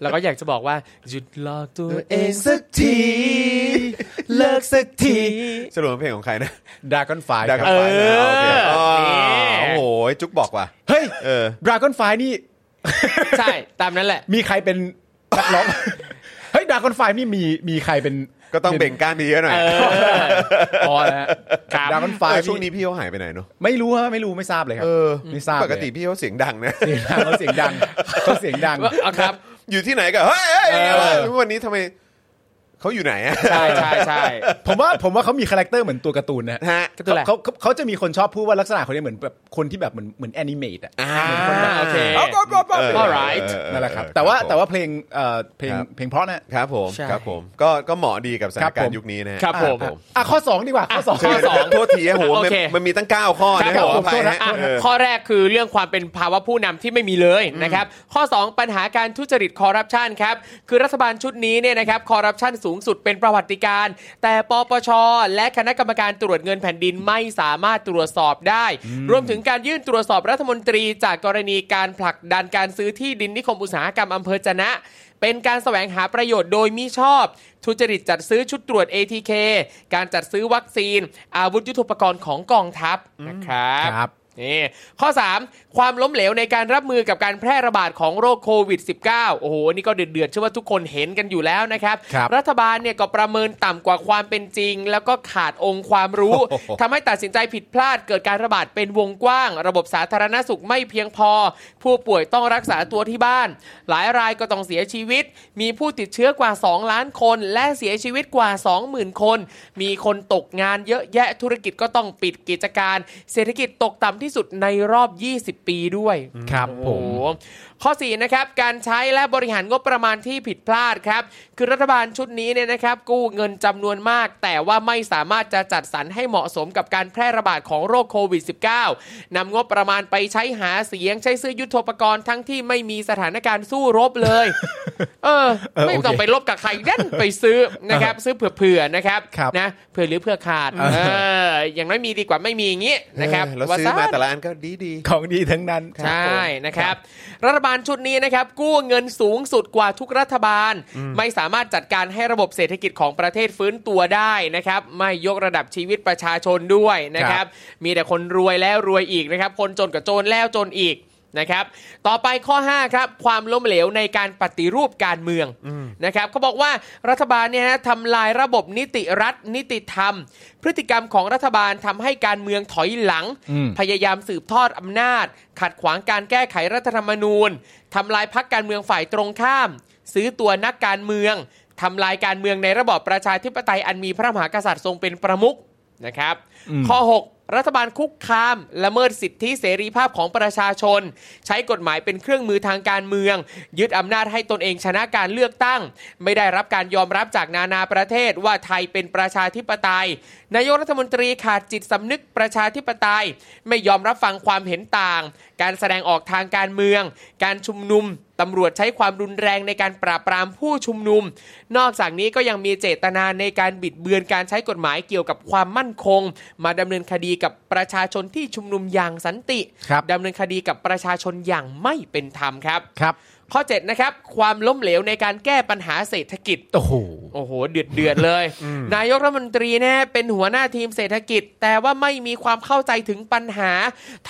แล้วก็อยากจะบอกว่าหยุดหลอกตัวเอ
เอง
ง
สักที เลิกสักที
สรุปว่าเพลงของใครนะ
ดากอนไฟ
ดากัน
ครับ
ไฟนะโอเคอ๋อ
นี่
โอ้โห จุกบอกว่ะ
เฮ้ย
เออ
ดากอนไฟนี่
ใช่ตามนั้นแหละ
มีใครเป็นนักร้อง เฮ้ยดากอนไฟนี่มีมีใครเป็น
ก็ต้องเบ่งกล้ามเยอะหน่อย
พอแล้ว
ครับ
ดากอนไฟ
เออช่วงนี้พี่เขาหายไปไหนเนาะ
ไม่รู้ฮะไม่รู้ไม่ทราบเลยครับ
เออ
ไม่ทราบเลย
ปกติพี่เขาเสียงดังนะ
เสียงดังเขาเสียงดังเขาเสียง ดัง
เอาครับ
อยู่ที่ไหนก็เฮ้ยเฮ้ย
เออ
วันนี้ทำไมเขาอยู่ไหนอะ
ใช่ใช่ใช่
ผมว่าผมว่าเขามีคาแรคเตอร์เหมือนตัวการ์ตูนนะ
ฮะ
การ์ตูนอะไร
เขาเขาเขาจะมีคนชอบพูดว่าลักษณะคนนี้เหมือนแบบคนที่แบบเหมือนเหมือนแอนิเมตอ่ะ
อ่า
โอเค
เออ
Alright
เออเออ
นั่นแหละครับ
เออ
แต่ว่า
ครับผม
แต่ว่าเพลงเอ่อเพลง
ครับ
เพลงเพราะนะ
ครับผม
ใช่
ครับผมก็ก็เหมาะดีกับสถาน
ครั
การ
บผ
ณ์
ม
ยุคนี้นะฮะ
ครับผม
อ่ะ
อ่ะข้อ 2 ดีกว่า ข้อ 2
ข้อ สง
โทษทีฮะโหมัน
โอเค
มันมีตั้ง 9 ข้อนะขออภัยฮะ
อ่ะ
เออ
ข้อแรกคือเรื่องความเป็นภาวะผู้นำที่ไม่มีเลยนะครับ ข้อ 2 ปัญหาการทุจริตคอร์รัปชันครับ คือรัฐบาลชุดนี้เนี่ยนะครับคอร์รัปชันสูงสุดเป็นประวัติการณ์แต่ปปช และคณะกรรมการตรวจเงินแผ่นดินไม่สามารถตรวจสอบได้ รวมถึงการยื่นตรวจสอบรัฐมนตรีจากกรณีการผลักดันการซื้อที่ดินนิคมอุตสาหกรรมอำเภอจะนะ เป็นการแสวงหาประโยชน์โดยมิชอบ ทุจริตจัดซื้อชุดตรวจ ATK การจัดซื้อวัคซีน อาวุธยุทโธปกรณ์ของกองทัพนะครับ
ครับ
นี่ข้อ 3 ความล้มเหลวในการรับมือกับการแพร่ระบาดของโรคโควิด -19 โอ้โห นี่ก็เดือดๆเชื่อว่าทุกคนเห็นกันอยู่แล้วนะครับ
ครับ
รัฐบาลเนี่ยก็ประเมินต่ำกว่าความเป็นจริง แล้วก็ขาดองค์ความรู้
โอ้โห
ทำให้ตัดสินใจผิดพลาดเกิดการระบาดเป็นวงกว้าง ระบบสาธารณสุขไม่เพียงพอ ผู้ป่วยต้องรักษาตัวที่บ้าน หลายรายก็ต้องเสียชีวิต มีผู้ติดเชื้อกว่า 2 ล้านคน และเสียชีวิตกว่า 20,000 คน มีคนตกงานเยอะแยะธุรกิจก็ต้องปิดกิจการ เศรษฐกิจตกต่ำ ที่สุดในรอบ 20 ปีด้วย
ครับผ
โอ้
ม
โหข้อ 4 นะครับ การใช้และบริหารงบประมาณที่ผิดพลาดครับ คือรัฐบาลชุดนี้เนี่ยนะครับ กู้เงินจำนวนมาก แต่ว่าไม่สามารถจะจัดสรรให้เหมาะสมกับการแพร่ระบาดของโรคโควิด -19 นำงบประมาณไปใช้หาเสียงใช้ซื้อยุทโธปกรณ์ทั้งที่ไม่มีสถานการณ์สู้รบเลย เออ
เออ
ไม่
โอเค
ต้องไปรบกับใครเด่นไปซื้อนะครับ ซื้อเผื่อๆนะครับ
ครับ
นะเผื่อหรือเผื่อขาด
เออ
เอออย่างน้อยมีดีกว่าไม่มีอย่างนี้นะครับ
เออแล้วซื้อมาแต่ละอันก็ดีดีๆ
ของดีทั้งนั้น
ใช่นะครับรัฐบาลชุดนี้นะครับ กู้เงินสูงสุดกว่าทุกรัฐบาล ไม่สามารถจัดการให้ระบบเศรษฐกิจของประเทศฟื้นตัวได้นะครับ ไม่ยกระดับชีวิตประชาชนด้วยนะครับ มีแต่คนรวยแล้วรวยอีกนะครับ คนจนกับจนแล้วจนอีกนะครับ ต่อไปข้อ 5 ครับ ความล้มเหลวในการปฏิรูปการเมืองนะครับเขาบอกว่ารัฐบาลเนี่ยนะทำลายระบบนิติรัฐ นิติธรรม พฤติกรรมของรัฐบาลทำให้การเมืองถอยหลัง
อืม
พยายามสืบทอดอำนาจ ขัดขวางการแก้ไขรัฐธรรมนูญทำลายพักการเมืองฝ่ายตรงข้าม ซื้อตัวนักการเมืองทำลายการเมืองในระบอบประชาธิปไตยอันมีพระมหากษัตริย์ทรงเป็นประมุขนะครับ
อืม
ข้อ 6 รัฐบาลคุกคาม ละเมิดสิทธิเสรีภาพของประชาชน ใช้กฎหมายเป็นเครื่องมือทางการเมือง ยึดอำนาจให้ตนเองชนะการเลือกตั้ง ไม่ได้รับการยอมรับจากนานาประเทศว่าไทยเป็นประชาธิปไตย นายกรัฐมนตรีขาดจิตสำนึกประชาธิปไตย ไม่ยอมรับฟังความเห็นต่าง การแสดงออกทางการเมือง การชุมนุม ตำรวจใช้ความรุนแรงในการปราบปรามผู้ชุมนุม นอกจากนี้ก็ยังมีเจตนาในการบิดเบือนการใช้กฎหมายเกี่ยวกับความมั่นคง มาดำเนินคดีกับประชาชนที่ชุมนุมอย่างสันติ
ครับ
ดำเนินคดีกับประชาชนอย่างไม่เป็นธรรมครับ
ครับ
ข้อ 7 นะครับ ความล้มเหลวในการแก้ปัญหาเศรษฐกิจ
โอ้โห
โอ้โห เดือดเดือดเลย นายกรัฐมนตรีแน่ยเป็นหัวหน้าทีมเศรษฐกิจ แต่ว่าไม่มีความเข้าใจถึงปัญหา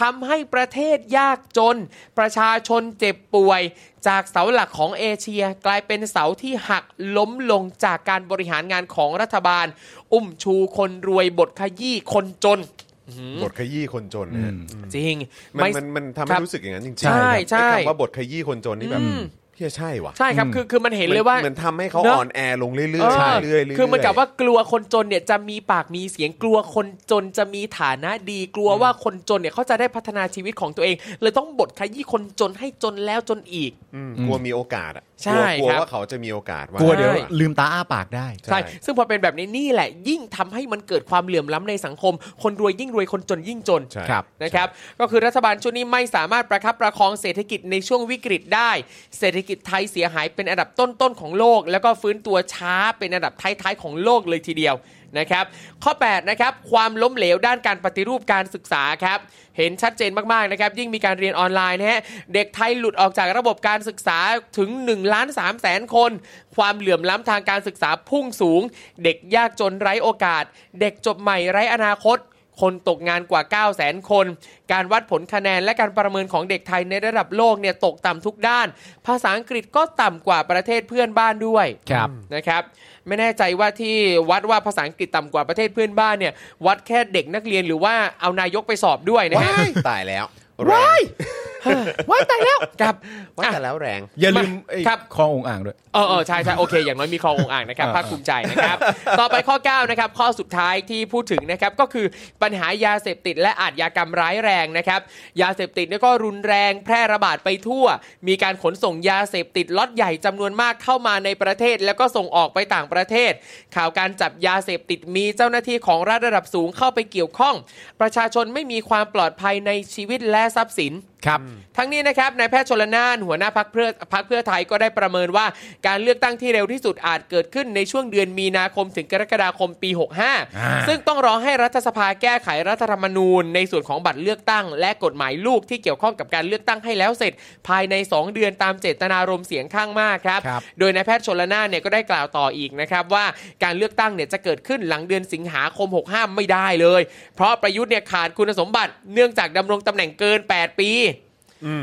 ทำให้ประเทศยากจน ประชาชนเจ็บป่วย จากเสาหลักของเอเชีย กลายเป็นเสาที่หักล้มลงจากการบริหารงานของรัฐบาล อุ้มชูคนรวยบทขยี้คนจน
บทขยี้คนจนนะฮะ
จริง
มันมันมันทำ
ค
ให้
รับ
รู้สึกอย่างนั้นจริงๆ
ใช่ใช่
ไอ้คำว่าบทขยี้คนจนนี่แบบเฮียใช่วะ
ใช่ครับคือคือมันเห็นเลยว่า
เหมือนทำให้เขา
เนอะ
อ่อนแอลงเรื่อยๆเรื่อยๆเรื่อยๆ
คือเหมันกับว่ากลัวคนจนเนี่ยจะมีปากมีเสียงกลัวคนจนจะมีฐานะดีกลัวว่าคนจนเนี่ยเขาจะได้พัฒนาชีวิตของตัวเอง เลยต้องบดขยี้คนจนให้จนแล้วจนอีก
อืมกลัวมีโอกาสอะ
ใช่
กลัวกลัว
ครับ
ว่าเขาจะมีโอกาสว่าก ก
ลัวเดี๋ยวลืมตาอ้าปากได้
ใช่ ซึ่งพอเป็นแบบนี้นี่แหละ ยิ่งทำให้มันเกิดความเหลื่อมล้ำในสังคม คนรวยยิ่งรวยคนจนยิ่งจน
ใช่
ครับ
นะครับ ก็คือรัฐบาลชุดนี้ไม่สามารถประคับประคองเศรษฐกิจในช่วงวิกฤตได้ เศรษฐกิจไทยเสียหายเป็นอันดับต้น ๆ ของโลก แล้วก็ฟื้นตัวช้าเป็นอันดับท้าย ๆ ของโลกเลยทีเดียวนะครับ ข้อ 8 นะครับ ความล้มเหลวด้านการปฏิรูปการศึกษาครับ เห็นชัดเจนมาก ๆ นะครับ ยิ่งมีการเรียนออนไลน์นะฮะ เด็กไทยหลุดออกจากระบบการศึกษาถึง1ล้าน3แสนคน ความเหลื่อมล้ำทางการศึกษาพุ่งสูง เด็กยากจนไร้โอกาส เด็กจบใหม่ไร้อนาคต คนตกงานกว่า 9 0 0 0 0 0 คน การวัดผลคะแนนและการประเมินของเด็กไทยในระดับโลกเนี่ยตกต่ำทุกด้าน ภาษาอังกฤษก็ต่ำกว่าประเทศเพื่อนบ้านด้วย
ครับ
นะครับ ไม่แน่ใจว่าที่วัดว่าภาษาอังกฤษต่ำกว่าประเทศเพื่อนบ้านเนี่ย วัดแค่เด็กนักเรียนหรือว่าเอานายกไปสอบด้วยนะ
ว้า
ฮะ
ยตายแล้ว
ว้ายว้ายตายแล้วครับ
ว่า
อ่ะ
แต่แล้วแรง
อย่าลืมไอ้
ครับ
คลององอ่างด้วย
เออเออใช่ใช่โอเค อย่างน้อยมีคลององอ่างนะครับ
อ่า
ภาคภูมิใจ นะครับ ต่อไปข้อ 9 นะครับ ข้อสุดท้ายที่พูดถึงนะครับ ก็คือปัญหายาเสพติดและอาชญากรรมร้ายแรงนะครับ ยาเสพติดเนี่ยก็รุนแรงแพร่ระบาดไปทั่ว มีการขนส่งยาเสพติดล็อตใหญ่จำนวนมากเข้ามาในประเทศ แล้วก็ส่งออกไปต่างประเทศ ข่าวการจับยาเสพติดมีเจ้าหน้าที่ของรัฐระดับสูงเข้าไปเกี่ยวข้อง ประชาชนไม่มีความปลอดภัยในชีวิตและทรัพย์สิน
ครับ
ทั้งนี้นะครับนายแพทย์ชลนานหัวหน้าพักเพื่อพักเพื่อไทยก็ได้ประเมินว่าการเลือกตั้งที่เร็วที่สุดอาจเกิดขึ้นในช่วงเดือนมีนาคมถึงกรกฎาคมปี 65 ซึ่งต้องรอให้รัฐสภาแก้ไขรัฐธรรมนูญ ในส่วนของบัตรเลือกตั้ง และกฎหมายลูกที่เกี่ยวข้องกับการเลือกตั้งให้แล้วเสร็จ ภายใน 2 เดือนตามเจตนารมณ์เสียงข้างมากครับ
ครับ
โดยนายแพทย์ชนละนานเนี่ยก็ได้กล่าวต่ออีกนะครับว่าการเลือกตั้งเนี่ยจะเกิดขึ้นหลังเดือนสิงหาคม 65 ไม่ได้เลย เพราะประยุทธ์เนี่ยขาดคุณสมบัติเนื่องจากดำรงตำแหน่งเกิน 8 ปี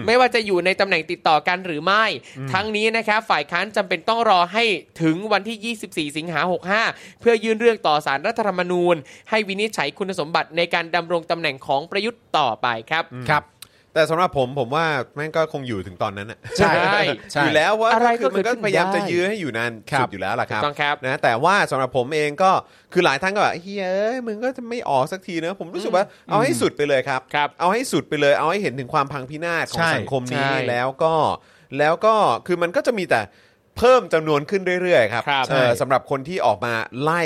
ไม่ว่าจะอยู่ในตำแหน่งติดต่อกันหรือไม่ ทั้งนี้นะครับฝ่ายค้านจำเป็นต้องรอให้ถึงวันที่ 24 สิงหา 65 เพื่อยื่นเรื่องต่อสารรัฐธรรมนูญ ให้วินิจฉัยคุณสมบัติในการดำรงตำแหน่งของประยุทธ์ต่อไปครับ
ครับ
แต่สำหรับผมผมว่าแม่งก็คงอยู่ถึงตอนนั้นน่ะ
ใช่ ใช่
อยู่แล้วว่า
อะไรก็
คือมันก็
เกิดขึ้น
พยายามจะ
ได้
ยื้อให้อยู่นานสุดอยู่แล้วล่ะครับ
ถูกต้องครับ
นะแต่ว่าสำหรับผมเองก็คือหลายท่านก็แบบเฮ้ยเอ้ยมึงก็จะไม่ออกสักทีเนอะผมรู้สึกว่าเอาให้สุดไปเลยครับ
ครับ
เอาให้สุดไปเลย เอาให้เห็นถึงความพังพินาศของ
ใช่
สังคมนี้
ใช่
แล้วก็แล้วก็คือมันก็จะมีแต่เพิ่มจำนวนขึ้นเรื่อยๆครับ
ครับ
เออสำหรับคนที่ออกมาไล่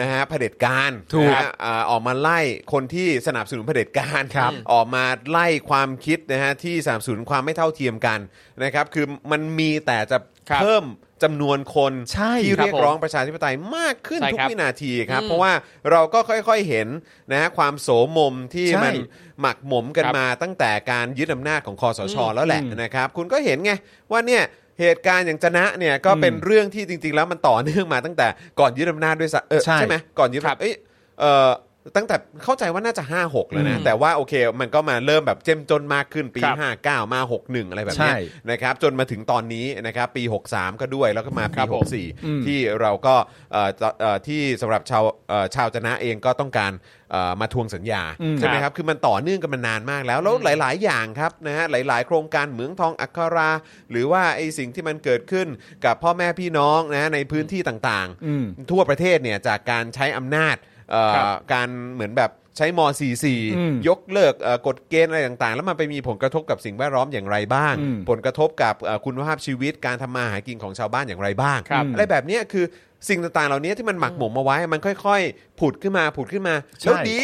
นะฮะเผด็จการ
ถูก
นะฮะ อ่าออกมาไล่คนที่สนับสนุนเผด็จการ
ครับ
ออกมาไล่ความคิดนะฮะที่สนับสนุนความไม่เท่าเทียมกันนะครับ คือมันมีแต่จะ
ครับ
เพิ่มจำนวนคน
ใช่
ที่
ครับ
เรียกร้องประชาธิปไตยมากขึ้น
ใช่
ทุก
ครับ
วินาทีครับ
อืม
เพราะว่าเราก็ค่อยๆเห็นนะฮะความโสมมที่
ใช่
มันหมักหมมกัน
ครับ
มาตั้งแต่การยึดอำนาจของคอสช
อืม
แล้วแหละ
อืม
นะครับ คุณก็เห็นไงว่าเนี่ยเหตุการณ์อย่างจนะเนี่ยก็เป็น
อืม
เรื่องที่จริง ๆ แล้วมันต่อเนื่องมาตั้งแต่ก่อนยึดอำนาจด้วยซ้ำเออ
ใช่
ใช่ไหมก่อนยึดอำนาจเอ้ย เอ่อตั้งแต่เข้าใจว่าน่าจะ 5 6 แล้วนะ แต่ว่าโอเค มันก็มาเริ่มแบบเจ้มจนมากขึ้นปี
ครับ
59 มา 61 อะไรแบบเนี้ย
ใช่
นะครับจนมาถึงตอนนี้นะครับปี 63 ก็ด้วยแล้วก็มาปี
ครับผม
อืม
64 ที่เราก็เอ่อจะเอ่อที่สำหรับชาวเอ่อชาวจนะเองก็ต้องการเอ่อมาทวงสัญญา
อืม
ใช่ไหมครับ คือมันต่อเนื่องกันมานานมากแล้ว แล้วหลาย ๆ อย่างครับนะฮะหลาย ๆ โครงการเหมืองทองอัครา หรือว่าไอสิ่งที่มันเกิดขึ้นกับพ่อแม่พี่น้องนะฮะในพื้นที่ต่างๆ
อืม
ทั่วประเทศเนี่ยจากการใช้อำนาจเอ่อ
ครับ
การเหมือนแบบใช้ม
อืม
.44 ยกเลิกเอ่อกฎเกณฑ์อะไรต่างๆ แล้วมันไปมีผลกระทบกับสิ่งแวดล้อมอย่างไรบ้าง
อืม
ผลกระทบกับเอ่อคุณภาพชีวิตการทำมาหากินของชาวบ้านอย่างไรบ้าง
ครับ
อะไรแบบเนี้ยคือสิ่งต่างๆ เหล่านี้ที่มันหมักหมมมาไว้ มันค่อยๆ ผุดขึ้นมาผุดขึ้นมา
ใช่
แล้วดี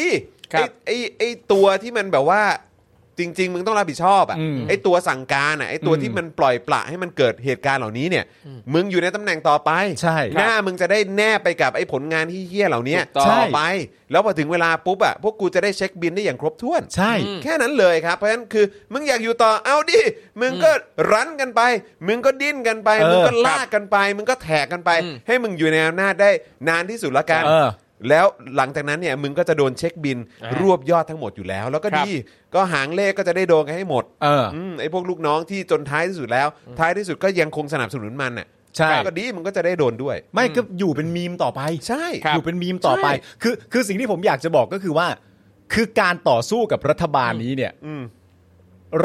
ครั
ไอ้
บ
ไอ้ไอ้ตัวที่มันแบบว่าจริง ๆ มึงต้องรับผิดชอบอ่ะ
อืม
ไอ้ตัวสั่งการอ่ะไอ้ตัว
อืม
ที่มันปล่อยปละให้มันเกิดเหตุการณ์เหล่านี้เนี่ยมึงอยู่ในตำแหน่งต่อไป
ใช่
หน้ามึงจะได้แนบไปกับไอ้ผลงานที่เฮี้ยเหล่านี้
ถูกต้อง
ต่อไป แล้วพอถึงเวลาปุ๊บอะพวกกูจะได้เช็คบินได้อย่างครบถ้วน
ใช่
อืม
แค่นั้นเลยครับ เพราะฉะนั้นคือมึงอยากอยู่ต่อเอาดิ มึงก็รั้นกันไป มึงก็ดิ้นกันไป
เออ
มึงก็ลากกันไป มึงก็แถกกันไป
อืม
ให้มึงอยู่ในอำนาจได้นานที่สุดละกัน
เออ
แล้วหลังจากนั้นเนี่ยมึงก็จะโดนเช็คบิน
อ่าร ร
วบยอดทั้งหมดอยู่แล้ว แล้วก็
ครับ
ดีก็หางเลขก็จะได้โดนกันให้หมด
เอออื
มไอ้พวกลูกน้องที่จนท้ายที่สุดแล้ว ท้ายที่สุดก็ยังคงสนับสนุนมันน่ะ
ใช่
ก็ดีมึงก็จะได้โดนด้วย
ไม่ก็อยู่เป็นมีมต่อไป
ใช่
อยู่เป็นมีมต่อไป คือคือสิ่งที่ผมอยากจะบอกก็คือว่า คือการต่อสู้กับรัฐบาลนี้เนี่ย
อืม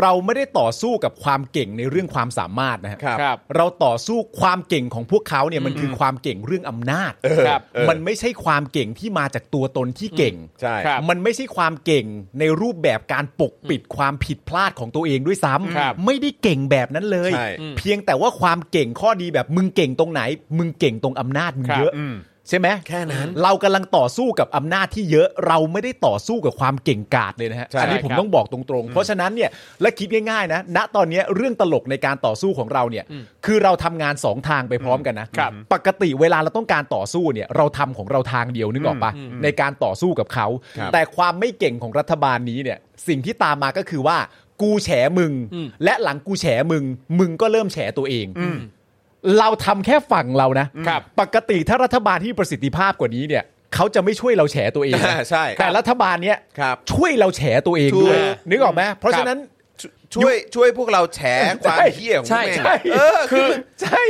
เราไม่ได้ต่อสู้กับความเก่งในเรื่องความสามารถนะฮะ
ครับ
ครับ
เราต่อสู้ความเก่งของพวกเขาเนี่ยมันคือความเก่งเรื่องอำนาจ
เออ
ครับ
เออ
มันไม่ใช่ความเก่งที่มาจากตัวตนที่เก่ง
ใช่
ครับ
มันไม่ใช่ความเก่งในรูปแบบการปกปิดความผิดพลาดของตัวเองด้วยซ้
ครับ
ำไม่ได้เก่งแบบนั้นเลย
ใช่
เพียงแต่ว่าความเก่งข้อดีแบบมึงเก่งตรงไหน มึงเก่งตรงอำนาจมึง
ครับ
เยอะ
อืม
ใช่ไหม
แค่นั้น
เรากำลังต่อสู้กับอำนาจที่เยอะ เราไม่ได้ต่อสู้กับความเก่งกาจเลยนะฮะ
ใช่
อันี้ผม
ครับ
ต้องบอกตรงๆ เพราะฉะนั้นเนี่ยและคิดง่ายๆนะ ณตอนเนี้ยเรื่องตลกในการต่อสู้ของเราเนี่ย คือเราทำงานสองทางไปพร้อมกันนะครับปกติเวลาเราต้องการต่อสู้เนี่ยเราทำของเราทางเดียวนึกออกปะในการต่อสู้กับเขา
ครับ
แต่ความไม่เก่งของรัฐบาลนี้เนี่ยสิ่งที่ตามมาก็คือว่ากูแฉมึง
อืม
และหลังกูแฉมึง มึงก็เริ่มแฉตัวเอง เราทำแค่ฝั่งเรานะครับ ปกติถ้ารัฐบาลที่มีประสิทธิภาพกว่านี้เนี่ยเขาจะไม่ช่วยเราแฉตัวเองนะ
อ่าใช่
แต่รัฐบาลเนี้ย
ครับ
ช่วยเราแฉตัวเอง
ถูก
ด้วย นึกออกไหมเพราะฉะนั้น
ช่วยช่วยพวกเราแฉความ
ใช่
เหี้ยของ
ใช่
แม่ง
ใช่
เออคื
คือ อใช่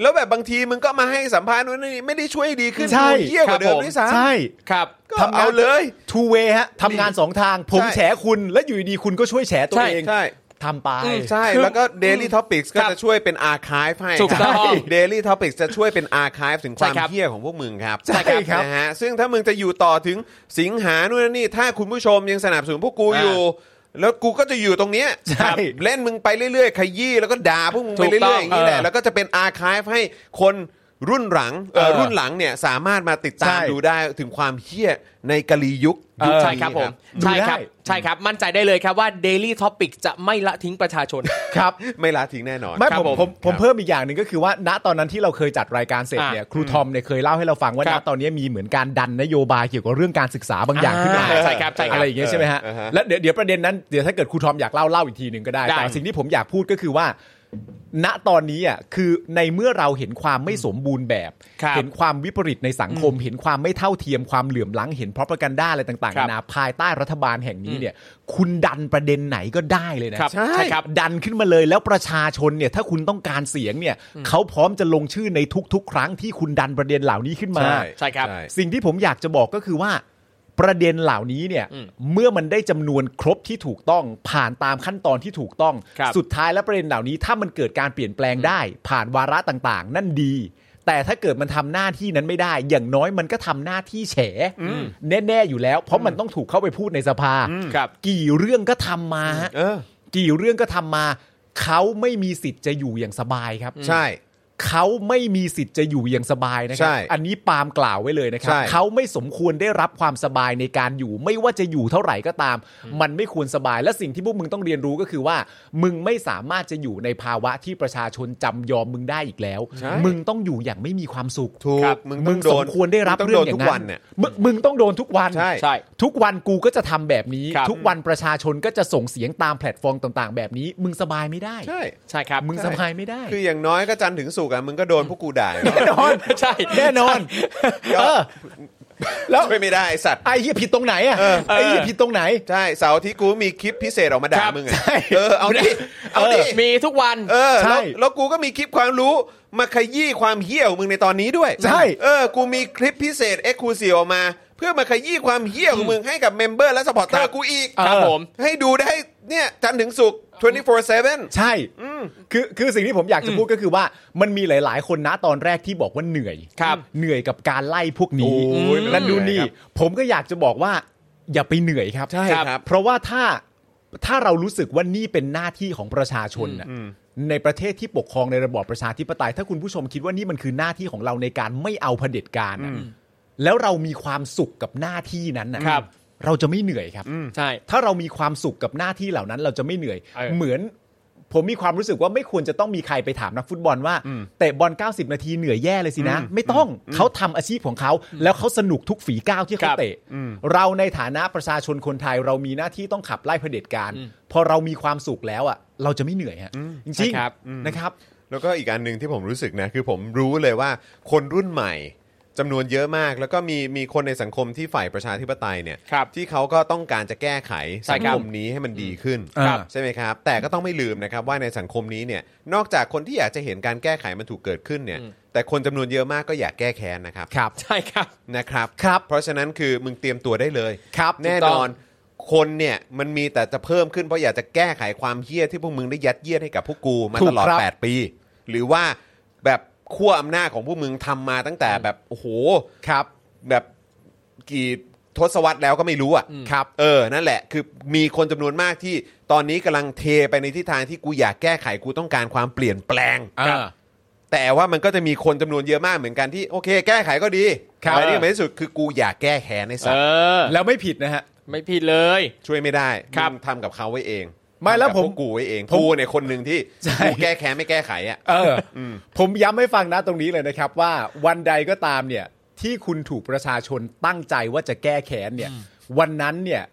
แล้วแบบบางทีมึงก็มาให้สัมภาษณ์นู่นนี่ไม่ได้ช่วยดีขึ้น
ใช่
ดูเหี้ยกว่าเดิมด้วยซ้
ใช่
ครับ
ำก็
ทำงาน
เอาเลย
ทูเวฮะทำงานสองทาง ผม
ใช่
แฉคุณและอยู่ดีๆคุณก็ช่วยแฉตัวเอง
ใช่
ทำไป
ใช่แล้วก็ Daily Topics ก็จะช่วยเป็นอาร์คีฟให้
ถูกต้อง
ครับ Daily Topics จะช่วยเป็นอาร์คีฟถึงความ
ใช่ครับ
เหี้ยของพวกมึงครับ
ใช่ครับ
นะฮะซึ่งถ้ามึงจะอยู่ต่อถึงสิงหานู่นนนี่ถ้าคุณผู้ชมยังสนับสนุนพวกกูอยู่ แล้วกูก็จะอยู่ตรงเนี้ย
ใช่
เล่นมึงไปเรื่อยๆ ขยี้แล้วก็ด่าพวกมึงไป
ถูกต้
เรื่
อ
อยๆอ
ง
ย่างนี้แหละ
เออ
แล้วก็จะเป็นอาร์คีฟให้คนรุ่นหลังเอ่อ
เออ
รุ่นหลังเนี่ยสามารถมาติดตาม
ใช่
ดูได้ถึงความเฮี้ยในกะลียุคยุค
ใช่
นี้
ครับผม
ดู
ใช่
ได้
ครับใช่ครับมั่นใจได้เลยครับว่า Daily Topic จะไม่ละทิ้งประชาชน
ครับ
ไม่ละทิ้งแน่นอน
ไม่
ครับ
ผมผมผมเพิ่มอีกอย่างหนึ่งก็คือว่า ณตอนนั้นที่เราเคยจัดรายการเสร็จเนี่ยครูทอมเนี่ยเคยเล่าให้เราฟังว่า
ค
ณ
รับ
ตอนนี้มีเหมือนการดันนโยบายเกี่ยวกับเรื่องการศึกษาบางอย่างขึ้นมา
อ่าใช่ครับใช่ครับ
อะไรอย่างเงี้ยใช่ไหมฮะ
เออฮะ
แล้วเดี๋ยวเดี๋ยวประเด็นนั้นเดี๋ยวถ้าเกิดครูทอมอยากเล่าเล่าอีกทีหนึ่งก็ได้
ได้
แต่สิ่งที่ผมอยากพูดก็คือว่า ณตอนนี้อ่ะคือในเมื่อเราเห็นความไม่สมบูรณ์แบบ
ครับ
เห็นความวิปริตในสังคม เห็นความไม่เท่าเทียมความเหลื่อมล้ำเห็นพรปกันด้าอะไรต่างๆ
ครั
นา
บ
นาภายใต้รัฐบาลแห่งนี้เนี่ย คุณดันประเด็นไหนก็ได้เลยนะครับ
ใช่ใช่ครับ
ดันขึ้นมาเลยแล้วประชาชนเนี่ยถ้าคุณต้องการเสียงเนี่ยเขาพร้อมจะลงชื่อในทุก ๆ ครั้งที่คุณดันประเด็นเหล่านี้ขึ้นมา
ใช่
ใช่ครับ
ใช่
สิ่งที่ผมอยากจะบอกก็คือว่า ประเด็นเหล่านี้เนี่ย
อืม
เมื่อมันได้จำนวนครบที่ถูกต้อง ผ่านตามขั้นตอนที่ถูกต้อง
ครับ
สุดท้ายแล้วประเด็นเหล่านี้ถ้ามันเกิดการเปลี่ยนแปลงได้ ผ่านวาระต่างๆ นั่นดี แต่ถ้าเกิดมันทำหน้าที่นั้นไม่ได้ อย่างน้อยมันก็ทำหน้าที่แฉแน่ๆอยู่แล้ว เพราะมันต้องถูกเข้าไปพูดในสภา
ครับ
กี่เรื่องก็ทำมาฮะ
เออ
กี่เรื่องก็ทำมา เขาไม่มีสิทธิ์จะอยู่อย่างสบายครับ
ใช่
เขาไม่มีสิทธิ์จะอยู่อย่างสบายนะครั
ใช่
อันนี้ปาล์มกล่าวไว้เลยนะครั
ใช่
เขาไม่สมควรได้รับความสบายในการอยู่ ไม่ว่าจะอยู่เท่าไหร่ก็ตาม มันไม่ควรสบายและสิ่งที่พวกมึงต้องเรียนรู้ก็คือว่า มึงไม่สามารถจะอยู่ในภาวะที่ประชาชนจำยอมมึงได้อีกแล้ว มึงต้องอยู่อย่างไม่มีความสุข
ถูก
ครับ
มึง
มึ
ต้อง งโด
สม
น
ควรได้รับ
มึง
เรื่
ต้อ
อ
ง ง
อ
โดน
ย่า
ทุก
งนั้
วัน
น
เนี่ย
มึงมึงต้องโดนทุกวัน
ใช่
ใช่
ทุกวันกูก็จะทำแบบนี้
ครับ
ทุกวันประชาชนก็จะส่งเสียงตามแพลตฟอร์มต่างๆ แบบนี้ มึงสบายไม่ได้
ใช่
ใช่ครับ
มึงสบายไม่ได้
คืออย่างน้อยก็จันทร์ถึงสุกร์อ่ะมึงก็โดนพวกกูด่าอยู่
แน่นอน
ใช่
แน่นอน เออ แล้ว
ช่วยไม่ได้ไอ้สัตว์
ไอ้เหี้ยผิดตรงไหนอ่ะ ไอ้เหี้ยผิดตรงไหน
ใช่เสาร์อาที่กูมีคลิปพิเศษออกมาด่า
ครับ
มึงอ่ะเออเอาดิเอาดิ
มีทุกวัน
เออแล้
ใช่
วแล้วกูก็มีคลิปความรู้มาขยี้ความเหี้ยของมึงในตอนนี้ด้วย
ใช่
เออกูมีคลิปพิเศษเอ็กซ์คลูซีออกมา เพื่อมาขยี้ความเหี้ยของมึงให้กับเมมเบอร์และสปอร์เตอ
ครั
ร์
บ
กูอีก
ครับ
เออ
ผม
ให้ดูได้เนี่ยจันทร์ถึงสุกร์24/7
ใช่ คือ คือสิ่งที่ผมอยากจะพูดก็คือว่า มันมีหลาย ๆ คนนะตอนแรกที่บอกว่าเหนื่อย
ครับ
เหนื่อยกับการไล่พวกนี้
โอ้ย
นั่นดูนนี่
ครับ
ผมก็อยากจะบอกว่า อย่าไปเหนื่อยครับ
ใช่ครับ
เพราะว่าถ้า ถ้าเรารู้สึกว่านี่เป็นหน้าที่ของประชาชนน่ะในประเทศที่ปกครองในระบอบประชาธิปไตย ถ้าคุณผู้ชมคิดว่านี่มันคือหน้าที่ของเราในการไม่เอาเผด็จการน่ะแล้วเรามีความสุขกับหน้าที่นั้นนะครับ เราจะไม่เหนื่อยครับ
ใช่
ถ้าเรามีความสุขกับหน้าที่เหล่านั้นเราจะไม่เหนื่อย
เออ
เหมือน ผมมีความรู้สึกว่าไม่ควรจะต้องมีใครไปถามนักฟุตบอลว่าเตะบอล 90 นาทีเหนื่อยแย่เลยสินะ ไม่ต้องเขาทำอาชีพของเขา แล้วเขาสนุกทุกฝีก้าวที่
ค
เขา
รับ
เตะเราในฐานะประชาชนคนไทยเรามีหน้าที่ต้องขับไล่เผด็จการพอเรามีความสุขแล้วอ่ะ เราจะไม่เหนื่อยฮะจ
ใช่
ริง
ครับ
ๆนะครับ
แล้วก็อีกอันหนึ่งที่ผมรู้สึกนะคือผมรู้เลยว่าคนรุ่นใหม่จำนวนเยอะมาก แล้วก็มีมีคนในสังคมที่ฝ่ายประชาธิปไตยเนี่ย
ครับ
ที่เขาก็ต้องการจะแก้ไข
ใช่
สัง
ครั
ค
บ
มนี้ให้มันดีขึ้น
ครับ
ใช่ไหมครับ แต่ก็ต้องไม่ลืมนะครับว่าในสังคมนี้เนี่ยนอกจากคนที่อยากจะเห็นการแก้ไขมันถูกเกิดขึ้นเนี่ย
อืม
แต่คนจำนวนเยอะมากก็อยากแก้แค้นนะครับ
ครับ
ใช่ครับ
นะครับ
ครับ
เพราะฉะนั้นคือมึงเตรียมตัวได้เลย
ครับ
แน่
ถูก
น
ต้อ
อง นคนเนี่ยมันมีแต่จะเพิ่มขึ้นเพราะอยากจะแก้ไขความเหี้ยที่พวกมึงได้ยัดเยียดให้กับพวกกูมา
ถูก
ตลอด
ครับ
8 ปี หรือว่าแบบขั้วอำนาจของพวกมึงทำมาตั้งแต่แบบโอ้โห
ครับ
แบบกี่ทศวรรษแล้วก็ไม่รู้อ่ะครับ เออนั่นแหละ คือมีคนจำนวนมากที่ตอนนี้กำลังเทไปในทิศทางที่กูอยากแก้ไขกูต้องการความเปลี่ยนแปลง แต่ว่ามันก็จะมีคนจำนวนเยอะมากเหมือนกันที่โอเค แก้ไขก็ดี
ครับ
แต่ที่สำคัญที่สุดคือกูอยากแก้แค้นในสัต
เอ
ว์
อ
แล้วไม่ผิดนะฮะ
ไม่ผิดเลย
ช่วยไม่ได้
ครับ
มึงทำกับเขาไว้เอง
ไม่แล้ว
ทำกับ
ผม
พกกูไว้เอง
ผม
กูเนี่ยคนหนึ่งที่
ใช่
กูแก้แค้นไม่แก้ไขอ่ะ
เอออผมย้ำให้ฟังนะตรงนี้เลยนะครับ ว่าวันใดก็ตามเนี่ย ที่คุณถูกประชาชนตั้งใจว่าจะแก้แค้นเนี่ย วันนั้นเนี่ย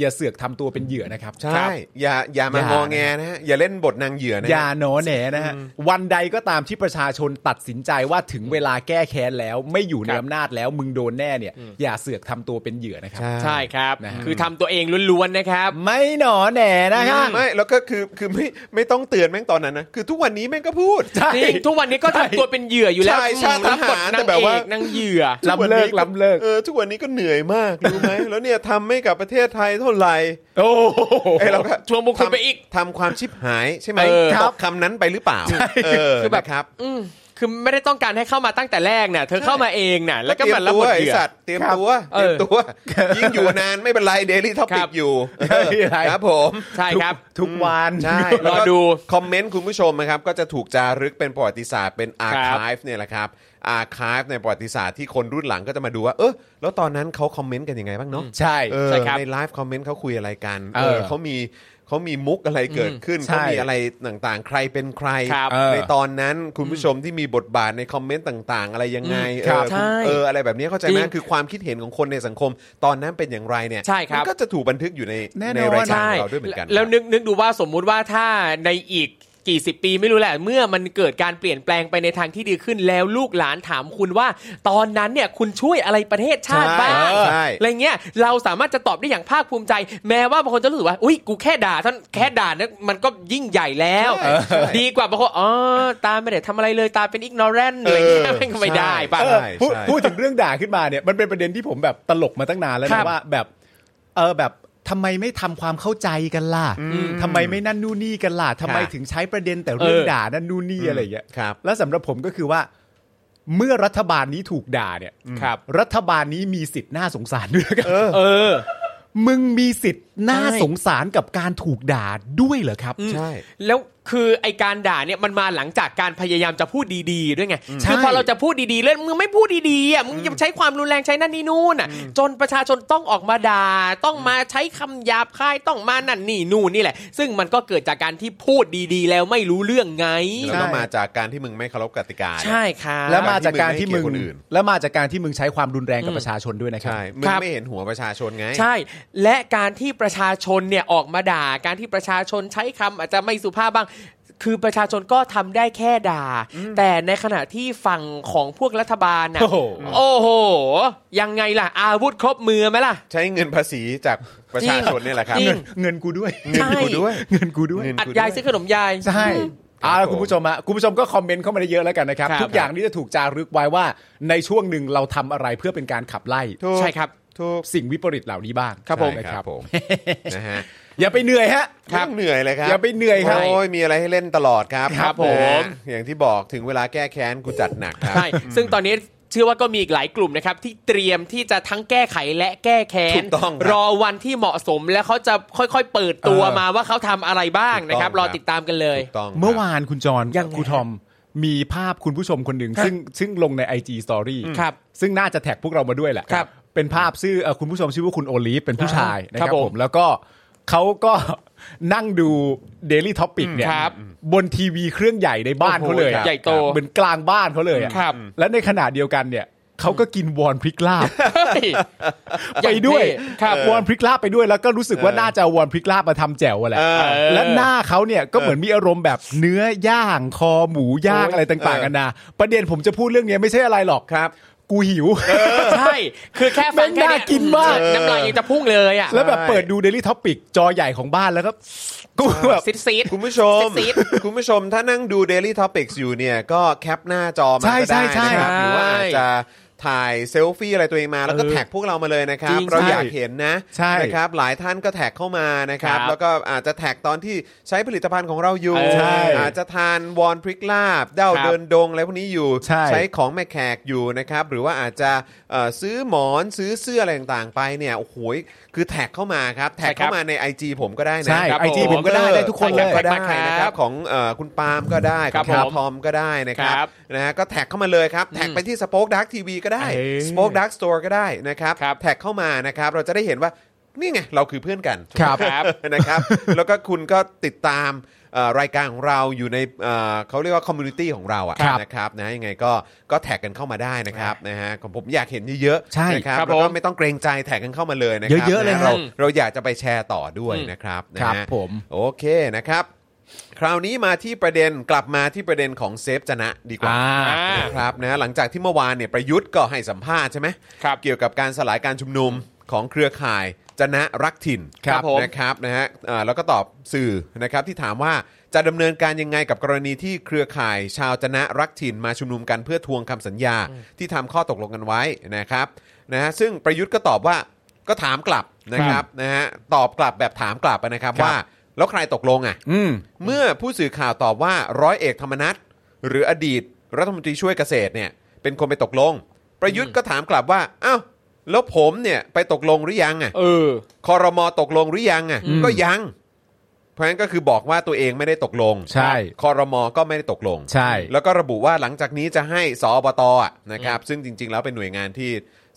อย่าเสือกทำตัวเป็นเหยื่อนะครับ
ใช่
ครับ
อย่าอย่ามา
อย่าง ง
อแงนะฮะ อย่าเล่นบทนางเหยื่อนะฮะ
อย่าหนอแหนนะฮะวันใดก็ตามที่ประชาชนตัดสินใจว่าถึงเวลาแก้แค้นแล้ว ไม่อยู่
ค
ใน
รับ
อำนาจแล้วมึงโดนแน่เนี่ย อย่าเสือกทำตัวเป็นเหยื่อนะครับ
ใช่
ใช่ครับ
นะฮะ
คือทำตัวเองล้วนๆนะครับ
ไม่หนอแหนนะฮะ
ไม่แล้วก็คือคือไม่ไม่ต้องเตือนแม่งตอนนั้นนะคือทุกวันนี้แม่งก็พูด
จริง ทุกวันนี้ก็ทำตัวเป็นเหยื่ออยู่แล้ว
ใช่ชาติทหาร
รับบทนง
แต่แบบว่า
เอกนางเหยื่อ
ทุวันนี้
ล้ำเลิกล้ำเลิก
เออทุกวันนี้ก็เหนื่อยมากรู้ไหม แล้วเนี่ยทำให้กับประเทศไทยเท่าไหร่
โอ้โห
ไอ้เราก็
ชวนพวกคุณ
ทำ
ไปอีก
ทำความชิบหายใช่ไหม
เออ
ตอบคำนั้นไปหรือเปล่าเออ
คือแบบ
นะครับ
อืมคือไม่ได้ต้องการให้เข้ามาตั้งแต่แรกน่ะ เธอเข้ามาเองน่ะ แล้วก็มารับบท
เต
เห
รีย
ยื่
มตัวไอ้
อ
สัตว์เตรียมตัว
ค
เต
รับ
รียมตัว ยิ่งอยู่นานไม่เป็นไรเดลี่ท็อปิ
ครั
ก
บ
อยู่เออ
ไม่เป็นไร
ครับผม
ใช่ครับ
ทุกวัน
ใช่
รอดู
คอมเมนต์คุณผู้ชมนะครับ ก็จะถูกจารึกเป็นประวัติศาสตร์เป็นอาร์คายเนี่ยแหละครับอาร์คายในประวัติศาสตร์ที่คนรุ่นหลังก็จะมาดูว่า เออแล้วตอนนั้นเขาคอมเมนต์กันยังไงบ้างเนาะ
ใช่
เออ
ใช่ครับ
ในไลฟ์คอมเมนต์เขาคุยอะไรกัน
เออ
เขามีเขามีมุกอะไรเกิดขึ้น
ใช่
เขามีอะไรต่างๆ ใครเป็นใคร
ครับ
เออ
ในตอนนั้นคุณผู้ชมที่มีบทบาทในคอมเมนต์ต่างๆ อะไรยังไง
อืมครับ
เออคุณ
ใช่
เออ อะไรแบบนี้เข้าใจไหม
จริง
คือความคิดเห็นของคนในสังคม ตอนนั้นเป็นอย่างไรเนี่ย
ใช่ครับ
มันก็จะถูกบันทึกอยู่ใน
แน่นอน
ในรายการ
ใช่
ของเราด้วยเหมือนกัน
แล้วนึกนึกดูว่าสมมุติว่าถ้าในอีก กี่สิบปีไม่รู้แหละ เมื่อมันเกิดการเปลี่ยนแปลงไปในทางที่ดีขึ้นแล้วลูกหลานถามคุณว่า ตอนนั้นเนี่ยคุณช่วยอะไรประเทศชาติบ้าง
ใช่
อะไรเงี้ยเราสามารถจะตอบได้อย่างภาคภูมิใจ แม้ว่าบางคนจะรู้สึกว่าอุ้ยกูแค่ด่าท่านแค่ด่านั้นมันก็ยิ่งใหญ่แล้ว
ใช่ใช่
ดีกว่าบางคนอ๋อตาไม่ได้ทำอะไรเลยตาเป็น ignorant อะไรเงี้ย
เออ
มันก็ไม่ได้ป่ะ
เออ
ใช่
พูด
ใช่
พูดถึงเรื่องด่าขึ้นมาเนี่ยมันเป็นประเด็นที่ผมแบบตลกมาตั้งนานแล้ว
ครั
นะ
บ
ว่าแบบเออแบบทำไมไม่ทำความเข้าใจกันล่ะทำไมไม่นั่นนู่นนี่กันล่ะทำไม
ค่ะ
ถึงใช้ประเด็นแต่เรื่อง
เออ
ด่านั่นนู่นนี่อะไรอย่างเงี้ย
ครับ
แล้วสำหรับผมก็คือว่า เมื่อรัฐบาลนี้ถูกด่าเนี่ย
ครับ
รัฐบาลนี้มีสิทธิ์น่าสงสารด้วยกัน
เออ
มึงมีสิทธิ์น่า
ใช่
สงสารกับการถูกด่าด้วยเหรอครับ
ใช่
แล้วคือไอการด่าเนี่ยมันมาหลังจากการพยายามจะพูดดีๆด้วยไง
ใช่
คือพอเราจะพูดดีๆแล้วมึงไม่พูดดีๆอ่ะมึงจะใช้ความรุนแรงใช้นั่นนี่นู่นอ่ะ จนประชาชนต้องออกมาด่าต้องมาใช้คำหยาบคายต้องมานั่นนี่นู่นนี่แหละ ซึ่งมันก็เกิดจากการที่พูดดีๆ แล้วไม่รู้เรื่องไง
แล้วก็มาจากการที่มึงไม่เคารพกติกา
ใช่ครับ
แล้วมาจากการที่มึง
การที่มึงไม่ให้เกียรติคนอื่น
แล้วมาจากการที่มึงใช้ความรุนแรงกับประชาชนด้วยนะครับ
ใช่มึงไม่เห็นหัวประชาชนไง
ใช่ และการที่ประชาชนเนี่ยออกมาด่า การที่ประชาชนใช้คำอาจจะไม่สุภาพบ้าง คือประชาชนก็ทำได้แค่ด่า แต่ในขณะที่ฝั่งของพวกรัฐบาลน่ะ
โอ้โห
โอ้โห ยังไงล่ะ อาวุธครบมือไหมล่ะ
ใช้เงินภาษีจากประชาชนเนี่ยแหละครับ
จริ
เงิ
ง
นเงินกูด้วย
เงินกูด้วย
เงินกูด้วย
เงิน
อัด
กู
ยา
ด้
ยว ซื้อขนมยาย
ใช่เอา
ครับ
ละคุณผู้ชมอะคุณผู้ชมก็คอมเมนต์เข้ามาได้เยอะแล้วกันนะครับ
ครับ
ทุกอย่างนี่จะถูกจารึกไว้ว่าในช่วงหนึ่งเราทำอะไรเพื่อเป็นการขับไล่
ถูก
ใช่ครับ
ทุก
สิ่งวิปริตเหล่านี้บ้าง
ใช่
นะ
ค
ค
รั
รั
บบ ผมนะฮะ
อย่าไปเหนื่อยฮะ
ไม่ต้องเหนื่อยเลยครับ
อย่าไปเหนื่อยครับ
โอ้ยมีอะไรให้เล่นตลอดครับ
ครับผม
นะฮะอย่างที่บอกถึงเวลาแก้แค้นกูจัดหนักครับ
ใช่ ซึ่งตอนนี้เชื่อว่าก็มีอีกหลายกลุ่มนะครับ ที่เตรียมที่จะทั้งแก้ไขและแก้แค้
ถู
น
กต้องครับ
รอวันที่เหมาะสมแล้วเขาจะค่อยๆ เปิดตัว
เออ
มาว่าเขาทำอะไรบ้างนะครับ
ถูกต้
ร
อ
อง
ครับ
ติดตามกันเลย
ถูกต้องครับ
เมื่อวานคุณจร
ยังไง
ครูทอมมีภาพคุณผู้ชมคนหนึ่งซึ่งซึ่งลงใน IG Story
ครับ
ซึ่งน่าจะแท็กพวกเรามาด้วยแหละ
ครับ
เป็นภาพชื่อเอ่อคุณผู้ชมชื่อว่าคุณโอลีฟเป็นผู้ชายนะค
ครั
รับบ
ผม
ผม แล้วก็เขาก็ นั่งดู Daily Topic เนี่ย
ครับ
บนทีวีเครื่องใหญ่ในบ้าน
โอ้โห
เขาเลยอะ
ใหญ่โต
เหมือนกลางบ้านเขาเลยอะ
ครับ
และในขณะเดียวกันเนี่ยเขาก็กินวอนพริกลาบ
เฮ้ย
ไปด้วย
ครับ
วอนพริกลาบไปด้วยแล้วก็รู้สึกว่าน่าจะเอาวอนพริกลาบมาทำแจ่วอะแหละ
เออ
และหน้าเขาเนี่ยก็เหมือนมีอารมณ์แบบเนื้อย่างคอหมูย่างอะไรต่างๆกันนะประเด็นผมจะพูดเรื่องเนี้ยไม่ใช่อะไรหรอก
ครับ
กูหิว
ใช่คือแค่ฟัง
แม่
แค่
งน่า
เย
กินมาก
น้ำลายยังจะพุ่งเลยอ่ะ
แล้วแบบ
ใช่
เปิดดู Daily Topic จอใหญ่ของบ้านแล้วก็กูแบบ
ซิดซีด
คุณผู้ชม
ซีด
คุณผู้ชมถ้านั่งดู Daily Topics อยู่เนี่ย ก็แคปหน้าจอมา
ใช่
ก็ได้
ใช่
นะครับห
ใช่
รือว่าอาจจะถ่ายเซลฟี่อะไรตัวเองมาแล้วก็
เออ
แท็กพวกเรามาเลยนะครับ
จริง
เรา
ใช่
อยากเห็นนะ
ใช่
นะครับหลายท่านก็แท็กเข้ามานะครับ
ครับ
แล้วก็อาจจะแท็กตอนที่ใช้ผลิตภัณฑ์ของเราอยู่
เออใช่
อาจจะทานวอนพริกลาบเด้า
ครับ
เดินดงอะไรพวกนี้อยู่
ใช่
ของแม่แขกอยู่นะครับ หรือว่าอาจจะเอ่อซื้อหมอนซื้อเสื้ออะไรต่างๆไปเนี่ยโอ้โหคือแท็กเข้ามาครับแท็กเข้า
ใช่ครับ
มาใน IG ผมก็ได้นะ
ใช่
ครับ
IG ผมก็ได้ได้ทุกคนเลย
ใช่รับก็ได้
ใช่ครับ
นะครับ ของเอ่อคุณปาล์มก็ได้
ครับ
ของ
ผม
ทอมก็ได้นะครับ
ครับ
นะฮะก็แท็กเข้ามาเลยครับแท็ก
อืม
ไปที่ Spoke Dark TV ก็ได้
เอ้ย
Spoke Dark Store ก็ได้นะครับ
ครับ
แท็กเข้ามานะครับ เราจะได้เห็นว่านี่ไง เราคือเพื่อนกัน
ครับ
ครับ
นะครับ แล้วก็คุณก็ติดตามเอ่อรายการของเราอยู่ในเอ่อเขาเรียกว่าคอมมูนิตี้ของเราอะ
ครับ
นะครับนะยังไงก็ก็แท็กกันเข้ามาได้นะครับนะฮะของผมอยากเห็นเยอะ
ใช่
นะครั
ครับ บ
แล้วก็
ผม
ไม่ต้องเกรงใจแท็กกันเข้ามาเลยนะครับ
เยอะๆเลย
น
ครั
เรา
บ
เราอยากจะไปแชร์ต่อด้วยนะครับนะฮะ
ครับ
นะฮะ
ผม
โอเคนะครับ คราวนี้มาที่ประเด็นกลับมาที่ประเด็นของเซฟจนะดีกว่า
อ่า
นะครับนะหลังจากที่เมื่อวานเนี่ยประยุทธ์ก็ให้สัมภาษณ์ใช่ไหม
ครับ
เกี่ยวกับการสลายการชุมนุมของเครือข่ายจนะรักถิ่น
ครับผม
นะครับนะฮะเอ่อแล้วก็ตอบสื่อนะครับที่ถามว่าจะดำเนินการยังไงกับกรณีที่เครือข่ายชาวจนะรักถิ่นมาชุมนุมกันเพื่อทวงคำสัญญาที่ทำข้อตกลงกันไว้นะครับนะฮะซึ่งประยุทธ์ก็ตอบว่าก็ถามกลับนะครับนะฮะตอบกลับแบบถามกลับนะครับ
ครับ
ว่า แล้วใครตกลงอ่ะ
อืม
เมื่อผู้สื่อข่าวตอบว่าร้อยเอกธรรมนัฐหรืออดีตรัฐมนตรีช่วยเกษตรเนี่ย เป็นคนไปตกลง ประยุทธ์ก็ถามกลับว่าอ้าวแล้วผมเนี่ยไปตกลงหรือยังอ่ะ
เออ
คอรมอตกลงหรือยังอ่ะก็ยัง เพราะงั้นก็คือบอกว่าตัวเองไม่ได้ตกลง
ใช่
คอรมอก็ไม่ได้ตกลง
ใช่
แล้วก็ระบุว่าหลังจากนี้จะให้สอบตอ่ะนะครับ ซึ่งจริง ๆ แล้วเป็นหน่วยงานที่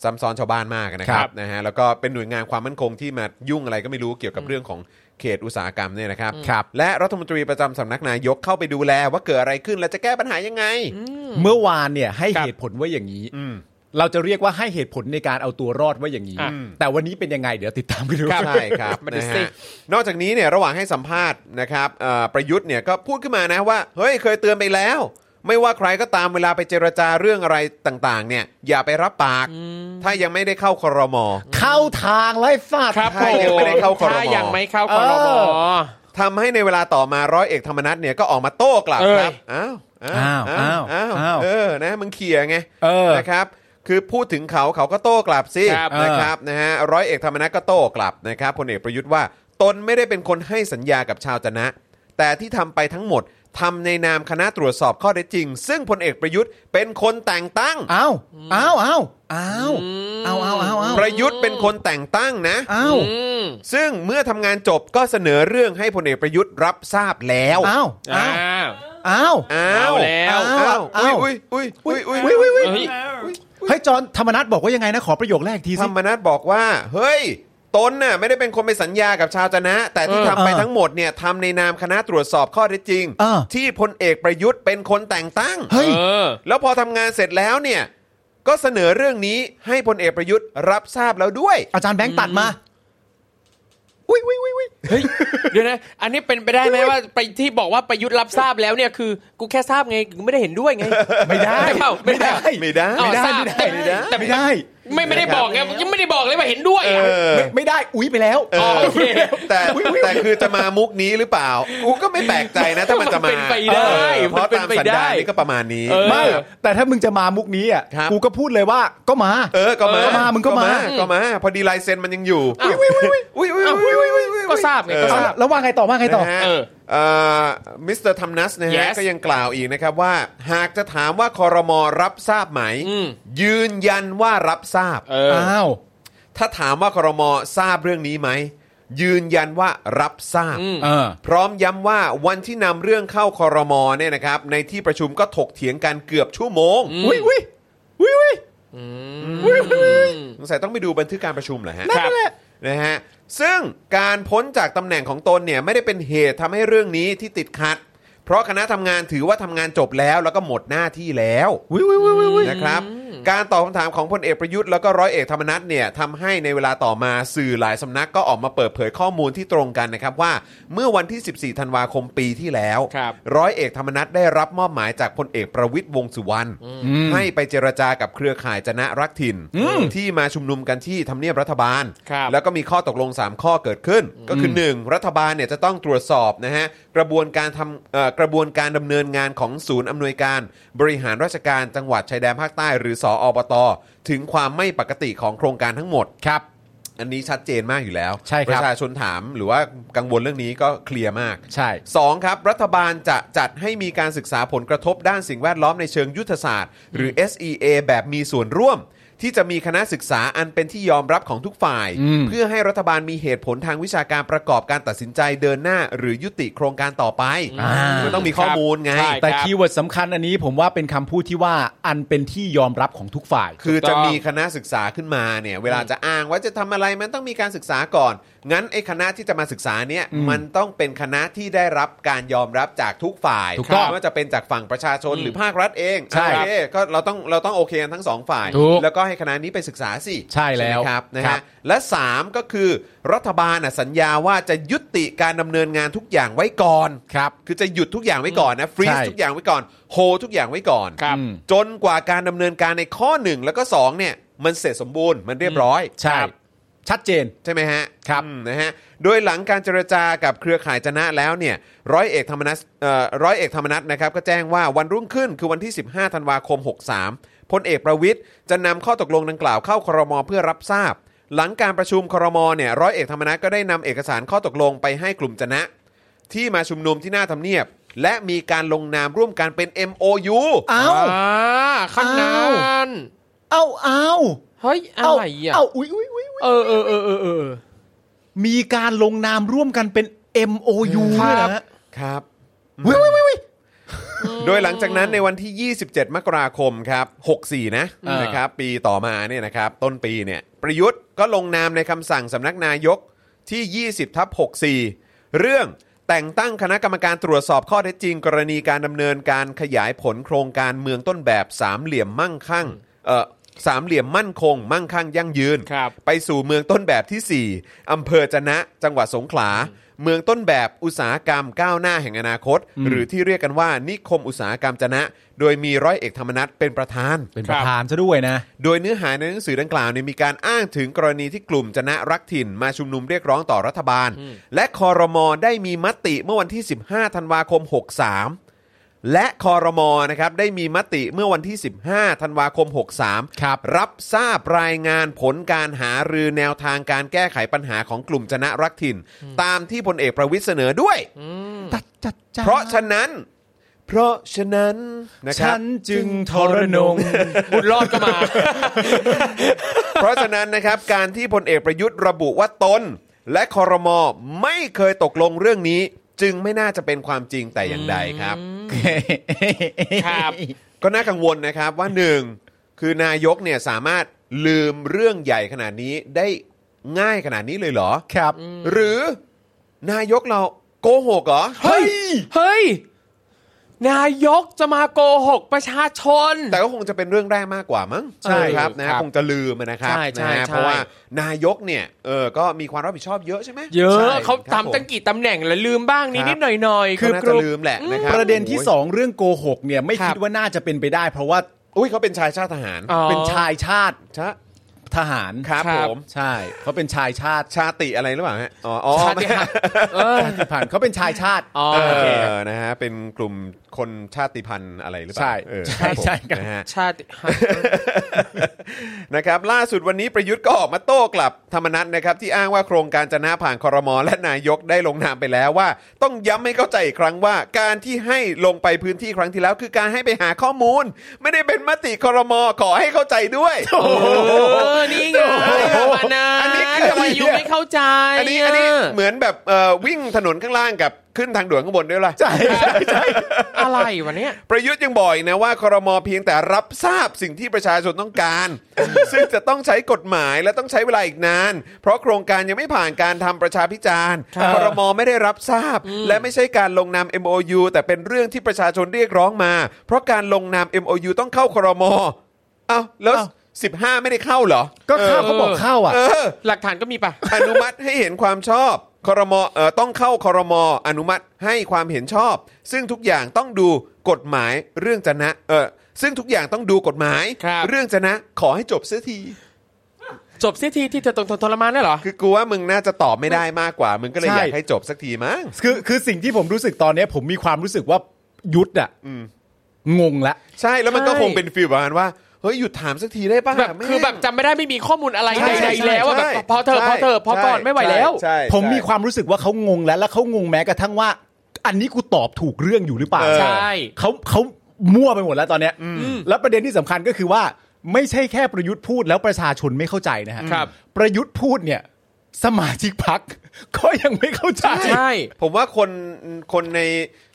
ซ้ำซ้อนชาวบ้านมากนะค
ค
รั
รั
บบ นะฮะแล้วก็เป็นหน่วยงานความมั่นคงที่มายุ่งอะไรก็ไม่รู้เกี่ยวกับเรื่องของเขตอุตสาหกรรมเนี่ยนะครับ
ครับ
และรัฐมนตรีประจำสำนักนายกเข้าไปดูแลว่าเกิดอะไรขึ้นและจะแก้ปัญหายังไง
เมื่อวานเนี่ยให้
ครับ
เหตุผลว่าอย่างนี้ เราจะเรียกว่าให้เหตุผลในการเอาตัวรอดว่าอย่างนี้
อ่ะ
แต่วันนี้เป็นยังไงเดี๋ยวติดตามไปดู
ใช่ครับ
มาดู
นะ
สิ
ฮะนอกจากนี้เนี่ยระหว่างให้สัมภาษณ์นะครับเอ่อประยุทธ์เนี่ยก็พูดขึ้นมานะว่าเฮ้ยเคยเตือนไปแล้ว ไม่ว่าใครก็ตามเวลาไปเจรจาเรื่องอะไรต่างๆ เนี่ยอย่าไปรับปาก ถ้ายังไม่ได้เข้าครม
เข้าทางไล่ฟาด
ครับ
ถ้ายังไม่ได้เข้าครม
ถ้ายังไม่เข้าคอรม
เอ
อ
ทำให้ในเวลาต่อมาร้อยเอกธรรมนัฐเนี่ยก็ออกมาโต้กลับ
เอ้ย
ครับ อ้าว
อ้าว
อ้าว
อ้าว
เออ นะมึงเขี่ยไง
เออ
นะครับ คือพูดถึงเขาเขาก็โต้กลับสิ
ครับ
นะครับ นะฮะ ร้อยเอกธรรมนัฐก็โต้กลับนะครับพลเอกประยุทธ์ว่า ตนไม่ได้เป็นคนให้สัญญากับชาวจะนะ แต่ที่ทำไปทั้งหมดทำในนามคณะตรวจสอบข้อเท็จจริง ซึ่งพลเอกประยุทธ์เป็นคนแต่งตั้ง
อ้าวอ้าวอ้าวอ้าวอ้าวอ้าวอ้าวอ้าว
ประยุทธ์เป็นคนแต่งตั้งนะ
อ้าว
อืม
ซึ่งเมื่อทำงานจบก็เสนอเรื่องให้พลเอกประยุทธ์รับทราบแล้ว
อ้าวอ้าว
อ้าว
อ้าว
อ้าว
เอาแล้ว
อ้าว
อ้าว
อุ้ยอุ้ยอุ้ยอุ้ย
เฮ้
อุ้
ย
ย
เฮ้ย
อุ้ย
เฮ้ย
เฮ้ยจอห์นธรรมนัฐบอกว่ายังไงนะขอประโยคแรกอีกที
ธ
สิ
รรมนัฐบอกว่า เฮ้ย ตนน่ะไม่ได้เป็นคนไปสัญญากับชาวจะนะ แต่ที่
เออ
ทำไป
เออ
ทั้งหมดเนี่ยทำในนามคณะตรวจสอบข้อเท็จจริง
เออ
ที่พลเอกประยุทธ์เป็นคนแต่งตั้ง
เฮ้ย
เออ
แล้วพอทำงานเสร็จแล้วเนี่ย ก็เสนอเรื่องนี้ให้พลเอกประยุทธ์รับทราบแล้วด้วย
อาจารย์แบงค์ตัดมาอุ้ยอุ้ยอุ้ยอุ้ย
เฮ้ยเดี๋ยวนะ อันนี้เป็นไปได้ไหมว่าไปที่บอกว่าประยุทธ์รับทราบแล้วเนี่ยคือ กูแค่ทราบไงกูไม่ได้เห็นด้วยไง
ไม่ได้
ไม่เอาไม่
ไม่
ได้
ได้
ไม่ได้
อ๋อ
ไม่ได้
ทราบ
ไม่ได้
แต่แต่
ไม่ได้
ไม่ไม่ได้
นะครับ
บอกไงยังไม่ได้บอกเลยว่าเห็นด้วย
เอ
อะ
อ
ไม่ไม่ได้ อุ้ยไปแล้ว
อ๋อโอเค
แต่แต่คือจะมามุกนี้หรือเปล่ากูก็ไม่แปลกใจนะถ้ามันจะมา
เป็นไปได้
เออเพ
มัน
ราะ
เป็น
ตาม
ไป
สันดา
ได้
นนี่ก็ประมาณนี้
เออ
ไม่ แต่ถ้ามึงจะมามุกนี้อ่ะ
ครับ
กูก็พูดเลยว่าก็มา
เออก็มา
ก็มามึงก็มา
ก็มา พอดีลายเซ็นมันยังอยู่
อ้าว
อุ้ยอุ้ยอุ้ยอุ้ยอุ้ยอุ้ย
ก็ทราบไง
เออ
ก็ทราบ
แล้วว่าไงต่อว่าไงต่อ
นะฮะ
เออ
เอ่อมิสเตอร์ทัมนัสนะฮะ
Yes
ก็ยังกล่าวอีกนะครับว่า หากจะถามว่าคอรมอรับทราบไหม
อืม
ยืนยันว่ารับทราบ
เออ
อ้าว
ถ้าถามว่าคอรมอทราบเรื่องนี้ไหม ยืนยันว่ารับทราบ
อืม
เออ
พร้อมย้ำว่าวันที่นำเรื่องเข้าคอรมอเนี่ยนะครับ ในที่ประชุมก็ถกเถียงกันเกือบชั่วโมง
อุ้ยอุ้ยอุ้ยอุ้ยอุ้ยอุ้ย
สงสัยต้องไปดูบันทึกการประชุมเหรอฮะ
ครั
นั่
บ
นแหละ
นะฮะซึ่งการพ้นจากตำแหน่งของตนเนี่ยไม่ได้เป็นเหตุทำให้เรื่องนี้ที่ติดขัด เพราะคณะทำงานถือว่าทำงานจบแล้วแล้วก็หมดหน้าที่แล้วนะครับการตอบคำถามของพลเอกประยุทธ์แล้วก็ร้อยเอกธรรมนัฐเนี่ยทำให้ในเวลาต่อมาสื่อหลายสำนักก็ออกมาเปิดเผยข้อมูลที่ตรงกันนะครับว่าเมื่อวันที่ 14 ธันวาคมปีที่แล้ว
ครับ
ร้อยเอกธรรมนัฐได้รับมอบหมายจากพลเอกประวิทย์วงษ์สุวรรณให้ไปเจรจากับเครือข่ายจนะรักถิ่น ที่มาชุมนุมกันที่ทำเนียบรัฐบาล
ครับ
แล้วก็มีข้อตกลง 3 ข้อเกิดขึ้น ก็คือ 1. รัฐบาลเนี่ยจะต้องตรวจสอบนะฮะกระบวนการทำเอ่อกระบวนการดำเนินงานของศูนย์อำนวยการ บริหารราชการจังหวัดชายแดนภาคใต้ หรือสออบต ถึงความไม่ปกติของโครงการทั้งหมดครับ อันนี้ชัดเจนมากอยู่แล้ว
ใช่ค
ป
รับ
ระชาชนถามหรือว่ากังวลเรื่องนี้ก็เคลียร์มาก
ใช่
สองครับ รัฐบาลจะจัดให้มีการศึกษาผลกระทบด้านสิ่งแวดล้อมในเชิงยุทธศาสตร์ หรือ SEA แบบมีส่วนร่วม ที่จะมีคณะศึกษาอันเป็นที่ยอมรับของทุกฝ่าย
อืม
เพื่อให้รัฐบาลมีเหตุผลทางวิชาการประกอบการตัดสินใจเดินหน้า หรือยุติโครงการต่อไปมันต้องมีข้อมูลไง
ใช่
แต่
ครับ
คีย์เวิร์ดสำคัญอันนี้ผมว่าเป็นคำพูดที่ว่าอันเป็นที่ยอมรับของทุกฝ่าย
คือ
ถูกต้
จะ
อง
มีคณะศึกษาขึ้นมาเนี่ยเวลาจะอ้างว่าจะทำอะไรมันต้องมีการศึกษาก่อน งั้นไอ้คณะที่จะมาศึกษาเนี่ยมันต้องเป็นคณะที่ได้รับการยอมรับจากทุกฝ่าย
ถูกต้อง
ไม่ว่าจะเป็นจากฝั่งประชาชนหรือภาครัฐเอง
ใช่
โอเคก็เราต้องเราต้องโอเคกันทั้งสองฝ่าย
ถูก
แล้วก็ให้คณะนี้ไปศึกษาสิ
ใช่แล้ว
ไหมครับนะ
ครั
ฮะ
บ
และ 3 ก็คือรัฐบาลน่ะสัญญาว่าจะยุติการดำเนินงานทุกอย่างไว้ก่อน
ครับ
คือจะหยุดทุกอย่างไว้ก่อนนะฟรีซ
ใช่
ทุกอย่างไว้ก่อนโฮทุกอย่างไว้ก่อน
ครับ
อืม
จนกว่าการดำเนินการในข้อ 1 แล้วก็ 2 เนี่ย มันเสร็จสมบูรณ์มันเรียบร้อย
ใช่
ครับ
ชัดเจน
ใช่ไหมฮะ
ครับ
อืมนะฮะโดยหลังการเจรจากับเครือข่ายจนะแล้วเนี่ยร้อยเอกธรรมนัสเอ่อร้อยเอกธรรมนัสนะครับก็แจ้งว่าวันรุ่งขึ้นคือวันที่ 15 ธันวาคม 63พลเอกประวิทย์จะนำข้อตกลงดังกล่าวเข้าครมเพื่อรับทราบ หลังการประชุมครมเนี่ยร้อยเอกธรรมนัสก็ได้นำเอกสารข้อตกลงไปให้กลุ่มจนะ ที่มาชุมนุมที่หน้าทำเนียบ และมีการลงนามร่วมกันเป็น MOU
เอ้า
อ่าขั้นนั้
อ้าว
น
เอ้าเอ้า
เฮ้ยอะไรอ่ะ
เอ้าอุ้ยอุ้ยอุ้ย
เออเออเออเออเออ
มีการลงนามร่วมกันเป็น MOU ด้ว
ค
ย
รับ
นะ
ครับ
วิววิววิววิว
โดยหลังจากนั้นในวันที่ 27 มกราคมครับ 64 นะ
อ่าน
นะครับ ปีต่อมาเนี่ยนะครับ ต้นปีเนี่ย ประยุทธ์ก็ลงนามในคำสั่งสำนักนายกที่ 20ทับ64 เรื่องแต่งตั้งคณะกรรมการตรวจสอบข้อเท็จจริง กรณีการดำเนินการขยายผลโครงการเมืองต้นแบบสามเหลี่ยมมั่งคั่งเออ สามเหลี่ยมมั่นคง มั่งคั่งยั่งยืน
ครับ
ไปสู่เมืองต้นแบบทีสี่ 4 อำเภอจะนะ จังหวัดสงขลา เมืองต้นแบบอุตสาหกรรมก้าวหน้าแห่งอนาคต หรือที่เรียกกันว่านิคมอุตสาหกรรมจะนะ โดยมีร้อยเอกธรรมนัฐเป็นประธาน
เป็นประธานซะด้วยนะ
โดยเนื้อหาในหนังสือดังกล่าวเนี่ยมีการอ้างถึงกรณีที่กลุ่มจนะรักถิ่นมาชุมนุมเรียกร้องต่อรัฐบาล และคอรมอได้มีมติเมื่อวันที่ 15 ธันวาคม 63 และคอรมอนะครับได้มีมติเมื่อวันที่ 15 ธันวาคม 63
ครับ
รับทราบรายงานผลการหารือแนวทางการแก้ไขปัญหาของกลุ่มจนะรักถิ่น ตามที่พลเอกประวิทย์เสนอด้วย
ตัดจัดจ้
เพราะฉะนั้น เพราะฉะนั้นนะครับ
ฉันจึงทรนง
บุญรอดก็มา
เพราะฉะนั้นนะครับ การที่พลเอกประยุทธ์ระบุว่าตน และคอรมอไม่เคยตกลงเรื่องนี้ จึงไม่น่าจะเป็นความจริงแต่อย่างใดครับ
ครับ
ก็น่ากังวลนะครับว่าหนึ่งคือนายกเนี่ยสามารถลืมเรื่องใหญ่ขนาดนี้ได้ง่ายขนาดนี้เลยเหรอ
ครับ
หรือนายกเราโกหกเหรอ
เฮ้ย เฮ้ย นายกจะมาโกหกประชาชน
แต่ก็คงจะเป็นเรื่องแรกมากกว่ามั้ง
ใช่
ครับนะ
ค
ฮะ
รับ
คงจะลืมนะครับ
ใช่ใช่
นะฮะ
ใช่
เพราะว่านายกเนี่ยเออก็มีความรับผิดชอบเยอะใช่ไหม
เยอะ
ใช่
เขา
ครับผม
ทำตั้งกี่ตำแหน่งแล้วลืมบ้างนิด
ครั
นิ
บ
ดหน่อยหน่อยๆ
คือ
ก็
น่า
น่าจะ
จะ
ลื
ลื
ม
มแหละนะครับ
ประเด็นที่
โอ้ย
สองเรื่องโกหกเนี่ยไม่
ครั
คิ
บ
ดว่าน่าจะเป็นไปได้ เพราะว่า
อุ้ยเขาเป็นชายชาติทหาร
อ๋อ
เป็นชายชาติ
ชะ
ทหาร
ครับ
ครั
ผ
บ
ม
ใช่เขาเป็นชายชาติ
ชาติอะไรหรือเปล่าฮะอ๋ออ๋อ
ชาติพันธุ์เออ
ชาติพันธุ์เขาเป็นชายชาติ
อ๋อ
เอ
โอเค
อนะฮะเป็นกลุ่มคนชาติพันธุ์อะไรหรือเปล่า
ใช่
เออ
ใช่
ครับผม
ใช่ครับ
นะฮะ
ชาติ
นะครับล่าสุดวันนี้ประยุทธ์ก็ออกมาโต้กลับธรรมนัฐนะครับที่อ้างว่าโครงการจะนะผ่านคอรมอและนายกได้ลงนามไปแล้วว่า ต้องย้ำให้เข้าใจอีกครั้งว่า การที่ให้ลงไปพื้นที่ครั้งที่แล้ว คือการให้ไปหาข้อมูล ไม่ได้เป็นมติคอรมอขอให้เข้าใจด้วย
เออ นี่ไงมานะ
อันนี้คือ
ทำไมยูไม่เข้าใจ
อันนี้อันนี้เหมือนแบบเอ่อวิ่งถนนข้างล่างกับขึ้นทางด่วนข้างบนด้วยล่ะ
ใช่ใช่ใช่
อะไรวะเนี่ย
ประยุทธ์ยังบอกอีกนะว่าครมเพียงแต่รับทราบสิ่งที่ประชาชนต้องการ ซึ่งจะต้องใช้กฎหมายและต้องใช้เวลาอีกนาน เพราะโครงการยังไม่ผ่านการทำประชาพิจารณ์ครมไม่ได้รับทราบ และไม่ใช่การลงนาม MOU แต่เป็นเรื่องที่ประชาชนเรียกร้องมา เพราะการลงนาม MOU ต้องเข้าครมเอ้าแล้ว
เอ้า
15 ไม่ได้เข้าเหรอ
ก็เข้า
เออ
เขาบอกเข้าอ่ะ
เออ
หลักฐานก็มีปะ
อนุมัติให้เห็นความชอบคอรมอเอ่อต้องเข้าคอรมออนุมัติให้ความเห็นชอบ ซึ่งทุกอย่างต้องดูกฎหมายเรื่องจะนะเออซึ่งทุกอย่างต้องดูกฎหมาย
ครับ
เรื่องจะนะขอให้จบเสียที
จบเสียทีที่เธอตรงทนทรมานได้เหรอ
คือกูว่ามึงน่าจะตอบไม่ได้มากกว่า มึงก็เลย
ใช่
อยากให้จบสักทีมั้ง
คือคือสิ่งที่ผมรู้สึกตอนเนี้ยผมมีความรู้สึกว่ายุทธอ่ะ
อืม
งงละ
ใช่แล้วมันก็
ใช่
คงเป็นฟีลประมาณว่าเฮ้ยหยุดถามสักทีได้ป่ะ
แบบ
ม่ง
คือแบบจำไม่ได้ไม่มีข้อมูลอะไร
ใช่
ใด
ใช่
ๆแล้วอะแบบ
ใช่
พอเธอะพอเธอะพอก่อน
ใช่
ไม่ไหวแล้ว
ใช่ใช่
ผมมีความรู้สึกว่าเขางงแล้ว และเขางงแม้กระทั่งว่า อันนี้กูตอบถูกเรื่องอยู่หรือเปล่า
ใช่
เขาเขามั่วไปหมดแล้วตอนเนี้ยแล้วประเด็นที่สำคัญก็คือว่า ไม่ใช่แค่ประยุทธ์พูดแล้วประชาชนไม่เข้าใจนะฮะ
ครับ
ประยุทธ์พูดเนี่ย สมาชิกพัก ก็ยังไม่เข้าใจ
ใช่
ผมว่าคนคนใน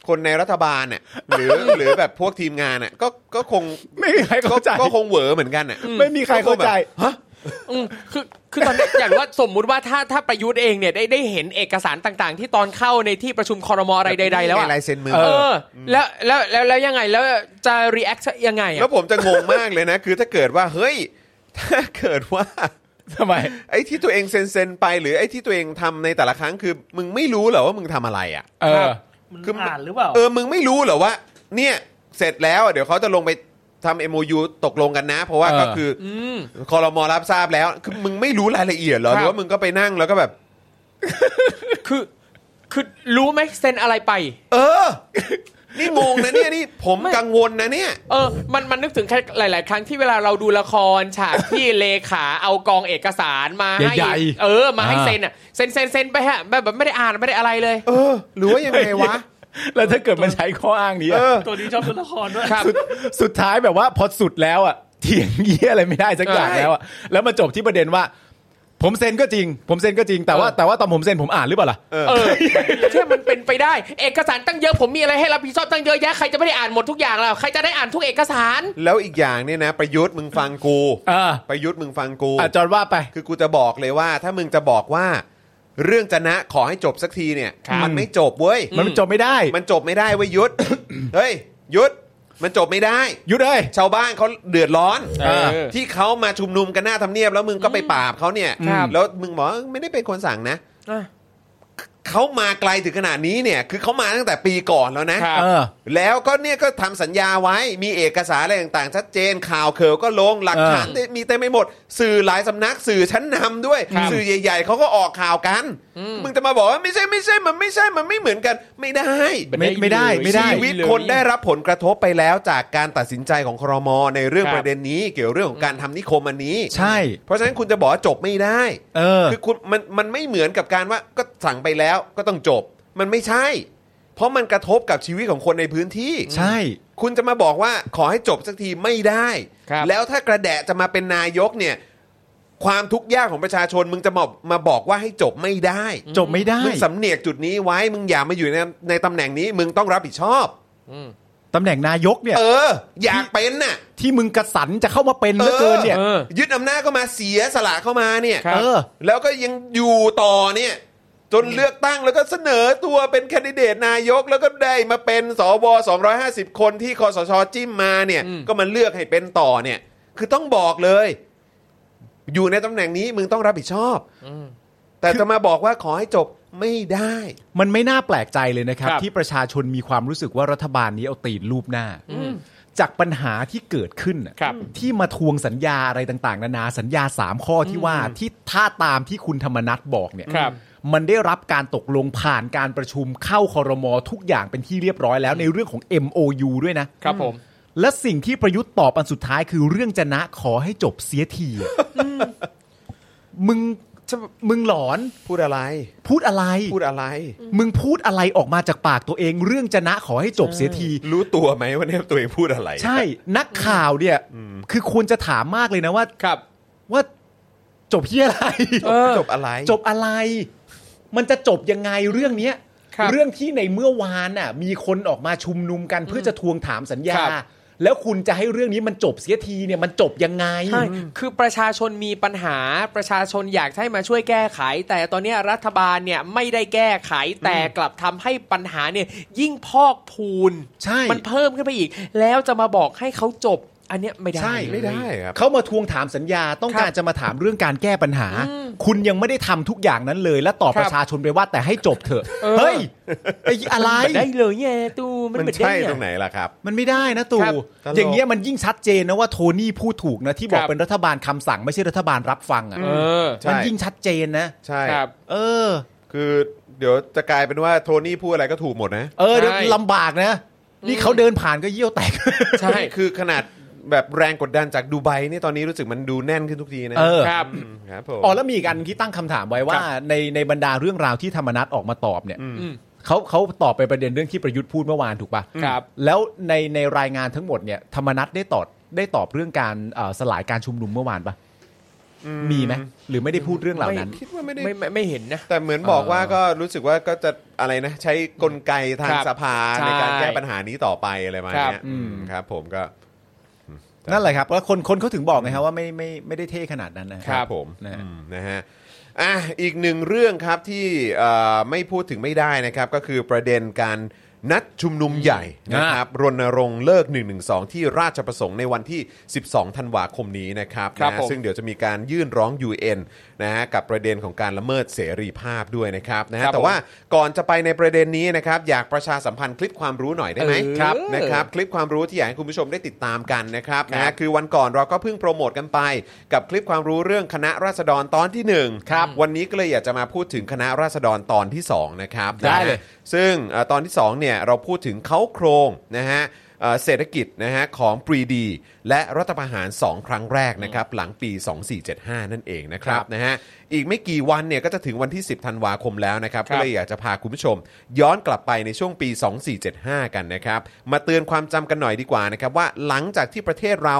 คนในรัฐบาลเนี่ยหรือหรือแบบพวกทีมงานเนี่ยก็ก็คง
ไม่มีใคร
ก็
เข้าใจ
ก็คงเหวอเหมือนกันอ่ะ
ไม่มีใครเข้าใจ
ฮะ
อืมคือคือตอนนี้ อย่างว่าสมมุติว่าถ้าถ้าประยุทธ์เองเนี่ยได้ได้เห็นเอกสารต่างๆ ที่ตอนเข้าในที่ประชุมคอรมออะไรใด ๆ แล้วอะ
ลายเซ็นมือ
เออ แล้วแล้วแล้วแล้วยังไงแล้วจะรีแอคยังไง
แล้
อะ
วผมจะงงมากเลยนะ คือถ้าเกิดว่าเฮ้ย ถ้าเกิดว่า
ทำไม
ไอ้ที่ตัวเองเซ็นเซ็นไปหรือไอ้ที่ตัวเองทำในแต่ละครั้งคือ มึงไม่รู้เหรอว่ามึงทำอะไรอ่ะ
เออ
มัน
คือมัน
อ่านหรือเปล่า
เออมึงไม่รู้เหรอว่า เนี่ยเสร็จแล้วอ่ะเดี๋ยวเขาจะลงไปทำ MOU ตกลงกันนะ เพราะว่า
เออ
ก็คือ
อืม
คอรมอรับทราบแล้ว คือมึงไม่รู้รายละเอียดเหรอ
ค
ห
รับ
รือว่ามึงก็ไปนั่งแล้วก็แบบ
คือคือรู้ไหมเซ็นอะไรไป
เออ นี่งงนะเนี่ยนี่ผม
ไม่
กังวลนะเนี่ย
เออ มันมันนึกถึงแค่หลาย ๆ ครั้งที่เวลาเราดูละครฉากที่ เลขาเอากองเอกสารมาให้
ใหญ่ๆ
เออมาให้
อ่า
เซ็นอ่ะเซ็นเซ็นเซ็นไปฮะแบบแบบไม่ได้อ่านไม่ได้อะไรเลย
เออ หรือว่ายังไงวะ
แล้วถ้าเกิดมันใช้ข้ออ้างนี้
เออ
อะ
ตัวนี้ชอบตัวละครด้วย
ครับ
สุดสุดท้ายแบบว่าพอสุดแล้วอะ เถียงเยี่ยอะไรไม่ได้สักอย่างแล้วอะแล้วมาจบที่ประเด็นว่า ผมเซ็นก็จริง ผมเซ็นก็จริงแต่ว่า แต่ว่าตอนผมเซ็นผมอ่านหรือเปล่าล่ะ
เออที่มันเป็นไปได้ เอกสารตั้งเยอะผมมีอะไรให้รับผิดชอบตั้งเยอะแยะใครจะไม่ได้อ่านหมดทุกอย่างแล้วใครจะได้อ่านทุกเอกสาร
แล้วอีกอย่างเนี่ยนะ ประยุทธ์มึงฟังกู
เออ
ประยุทธ์มึงฟังกู
อ่ะจอนว่าไป
คือกูจะบอกเลยว่า ถ้ามึงจะบอกว่า เรื่องจะนะขอให้จบสักทีเนี่ย
ครับ
มันไม่จบเว้ย
มันจบไม่ได้
มันจบไม่ได้เว้ยยุทธ เฮ้ยยุทธ มันจบไม่ได้
หยุดเลย
ชาวบ้านเขาเดือดร้อน
เออ
ที่เขามาชุมนุมกันหน้าทำเนียบแล้วมึงก็ไปปราบเขาเนี่ย
ครับ
แล้วมึงบอกว่าไม่ได้เป็นคนสั่งนะ
อ่ะ
เขามาไกลถึงขนาดนี้เนี่ย คือเขามาตั้งแต่ปีก่อนแล้วนะ
ครับ
เออ
แล้วก็เนี่ยก็ทำสัญญาไว้ มีเอกสารอะไรต่างๆ ชัดเจนข่าวเขอก็ลงหลักฐาน
เออ
มีเต็มไปหมด สื่อหลายสำนักสื่อชั้นนำด้วย
ครับ
สื่อใหญ่ ๆเขาก็ออกข่าวกัน มึงจะมาบอกว่าไม่ใช่ไม่ใช่มันไม่ใช่มันไม่เหมือนกัน ไม่ได้
ไม่ไม่ได้ไม่ได้
ชีวิตคนได้รับผลกระทบไปแล้วจากการตัดสินใจของครมในเรื่อง
ครับ
ประเด็นนี้ เกี่ยวเรื่องของการทำนิคมอันนี้
ใช่
เพราะฉะนั้นคุณจะบอกว่าจบไม่ได้
เออ
คือคุณมันมันไม่เหมือนกับการว่าก็สั่งไปแล้วก็ต้องจบ มันไม่ใช่ เพราะมันกระทบกับชีวิตของคนในพื้นที่
ใช่
คุณจะมาบอกว่าขอให้จบสักทีไม่ได้
ครับ
แล้วถ้ากระแดะจะมาเป็นนายกเนี่ย ความทุกข์ยากของประชาชนมึงจะมามาบอกว่าให้จบไม่ได้
จบไม่ได้
มึงสำเนียกจุดนี้ไว้ มึงอย่ามาอยู่ในในตำแหน่งนี้ มึงต้องรับผิดชอบ
ตำแหน่งนายกเนี่ย
เออ อยากเป็นน่ะ
ที่มึงกระสันจะเข้ามาเป็นเหลือเกินเนี่ย
เออ
ยึดอำนาจเข้ามาเสียสละเข้ามาเนี่ย
ครับเออ
แล้วก็ยังอยู่ต่อเนี่ย จนเลือกตั้งแล้วก็เสนอตัวเป็นแคนดิเดตนายก แล้วก็ได้มาเป็นสว250 คนที่คอสชจิ้มมาเนี่ย
อืม
ก็มาเลือกให้เป็นต่อเนี่ย คือต้องบอกเลย อยู่ในตำแหน่งนี้มึงต้องรับผิดชอบ
อืม
แต่จะมาบอกว่าขอให้จบไม่ได้
มันไม่น่าแปลกใจเลยนะครับ
ครับ
ที่ประชาชนมีความรู้สึกว่ารัฐบาลนี้เอาตีนรูปหน้า จากปัญหาที่เกิดขึ้นน่ะ
ครับ
ที่มาทวงสัญญาอะไรต่าง ๆ นานาสัญญา 3 ข้อที่ว่าที่ถ้าตามที่คุณธรรมนัฐบอกเนี่ย
ครับ
มันได้รับการตกลงผ่านการประชุมเข้าคอรมอทุกอย่างเป็นที่เรียบร้อยแล้วในเรื่องของ MOU ด้วยนะ
ครับผม
และสิ่งที่ประยุทธ์ตอบอันสุดท้ายคือเรื่องจะนะขอให้จบเสียทีอะมึงจะมึงหลอน
พูดอะไร
พูดอะไร
พูดอะไร
มึงพูดอะไรออกมาจากปากตัวเอง เรื่องจะนะขอให้จบเสียที
รู้ตัวไหมว่าเนี่ยตัวเองพูดอะไร
ใช่ นักข่าวเนี่ย คือควรจะถามมากเลยนะว่า
ครับ
ว่าจบที่อะไร
เออ
จบอะไร
จบอะไร มันจะจบยังไงเรื่องเนี้ย
ครับ
เรื่องที่ในเมื่อวานน่ะ มีคนออกมาชุมนุมกันเพื่อจะทวงถามสัญญา
ครับ
แล้วคุณจะให้เรื่องนี้มันจบเสียทีเนี่ยมันจบยังไง
ใช่ คือประชาชนมีปัญหา ประชาชนอยากให้มาช่วยแก้ไข แต่ตอนเนี้ยรัฐบาลเนี่ยไม่ได้แก้ไข แต่กลับทำให้ปัญหาเนี่ยยิ่งพอกพูน
ใช่
มันเพิ่มขึ้นไปอีก แล้วจะมาบอกให้เขาจบ อันเนี้ยไม่ได้
ใช่
ไม่ได้ครับ
เขามาทวงถามสัญญาต้องการจะมาถามเรื่องการแก้ปัญหา คุณยังไม่ได้ทำทุกอย่างนั้นเลย และต่อบ
ครับ
ประชาชนไปว่าแต่ให้จบเถอะ
เออ
เฮ้ยไอ้อะไร
มันได้เลยไงตูมัน
มัน
เหมือนได้
ใช่
ไง
ตรงไหนล่ะครับ
มันไม่ได้นะตู่
ครับ
ตลก
อย่างเงี้ยมันยิ่งชัดเจนนะว่าโทนี่พูดถูกนะที่บอก
ครับ
เป็นรัฐบาลคำสั่งไม่ใช่รัฐบาลรับฟังอ่ะ
เออ
ใช่
มันยิ่งชัดเจนนะ
ใช่
ครับ
เออ
คือเดี๋ยวจะกลายเป็นว่าโทนี่พูดอะไรก็ถูกหมดนะ
เออเดี๋ยว
ใช่
ลำบากนะ นี่เขาเดินผ่านก็เยี่ยวแตก
ใช่
นี่คือขนาดแบบแรงกดดันจากดูไบนี่ตอนนี้รู้สึกมันดูแน่นขึ้นทุกทีนะ
เออ
ครับ
มครับผม
อ๋อแล้วมีอีกอันที่ตั้งคำถามไว้ว่า ในในบรรดาเรื่องราวที่ธรรมนัตออกมาตอบเนี่ย
อืม
เขาเขาตอบไปประเด็นเรื่องที่ประยุทธ์พูดเมื่อวานถูกป่ะ
ครับ
แล้วในในรายงานทั้งหมดเนี่ยธรรมนัตได้ตอบได้ตอบเรื่องการเอ่อสลายการชุมนุมเมื่อวานป่ะมีไหมหรือไม่ได้พูดเรื่องเหล่านั้น
คิดว่าไม่ได้
ไม่ไม่ไม่เห็นนะ
แต่เหมือนบอกว่าก็รู้สึกว่าก็จะอะไรนะ ใช้กลไกทาง
ครับ
สภา
ใช่
ในการแก้ปัญหานี้ต่อไปอะไรประมาณ
ครับ
เนี้ยอืมครับ ผมก็
นั่นแหละครับแล้วคนคนเขาถึงบอกไงฮะว่าไม่ไม่ไม่ได้เท่ขนาดนั้นนะ
ครับผม
นะฮะ
อืมนะฮะอ่ะอีกหนึ่งเรื่องครับที่เอ่อไม่พูดถึงไม่ได้นะครับ ก็คือประเด็นการนัดชุมนุมใหญ่นะครับรณรงค์เลิก 112 ที่ราชประสงค์ในวันที่ 12 ธันวาคมนี้นะครับ
ครับ
นะ
ผม
ซึ่งเดี๋ยวจะมีการยื่นร้อง UN นะฮะกับประเด็นของการละเมิดเสรีภาพด้วยนะครับนะฮะ
ครับ
แต่
ผม
ว่าก่อนจะไปในประเด็นนี้นะครับอยากประชาสัมพันธ์คลิปความรู้หน่อยได้ไหม
เออ
ครับนะครับ คลิปความรู้ที่อยากให้คุณผู้ชมได้ติดตามกันนะครับนะฮะคือวันก่อนเราก็เพิ่งโปรโมทกันไป กับคลิปความรู้เรื่องคณะราษฎรตอนที่1ครับวันนี้ก็เลยอยากจะมาพูดถึงคณะราษฎรตอนที่2นะครับ
ได้เลย
นะฮะซึ่งเอ่อตอนที่2เนี่ยเราพูดถึงเขาโครงนะฮะเอ่อเศรษฐกิจนะฮะของปรีดี และรัฐประหาร 2 ครั้งแรกนะครับหลังปี 2475 นั่นเองนะครับนะฮะอีกไม่กี่วันเนี่ยก็จะถึงวันที่ 10 ธันวาคมแล้วนะครับ
ครั
ก็
บ
เลย อยากจะพาคุณผู้ชม ย้อนกลับไปในช่วงปี 2475 กันนะครับ มาเตือนความจำกันหน่อยดีกว่านะครับ ว่าหลังจากที่ประเทศเรา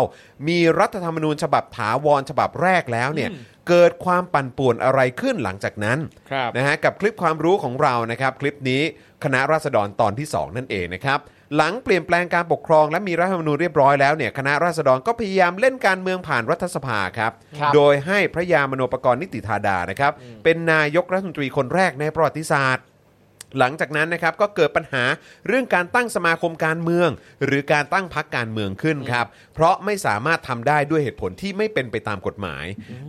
มีรัฐธรรมนูญฉบับถาวรฉบับแรกแล้วเนี่ย เกิดความปั่นป่วนอะไรขึ้นหลังจากนั้น
ครับ
นะฮะกับคลิปความรู้ของเรานะครับ คลิปนี้คณะราษฎรตอนที่ 2 นั่นเองนะครับ หลังเปลี่ยนแปลงการปกครองและมีรัฐธรรมนูญเรียบร้อยแล้วเนี่ยคณะราษฎรก็พยายามเล่นการเมืองผ่านรัฐสภาครับ โดยให้พระยามโนปกรณ์นิติธาดานะครับ เป็นนายกรัฐมนตรีคนแรกในประวัติศาสตร์ หลังจากนั้นนะครับก็เกิดปัญหาเรื่องการตั้งสมาคมการเมือง หรือการตั้งพักการเมืองขึ้นครับ เพราะไม่สามารถทำได้ด้วยเหตุผลที่ไม่เป็นไปตามกฎหมาย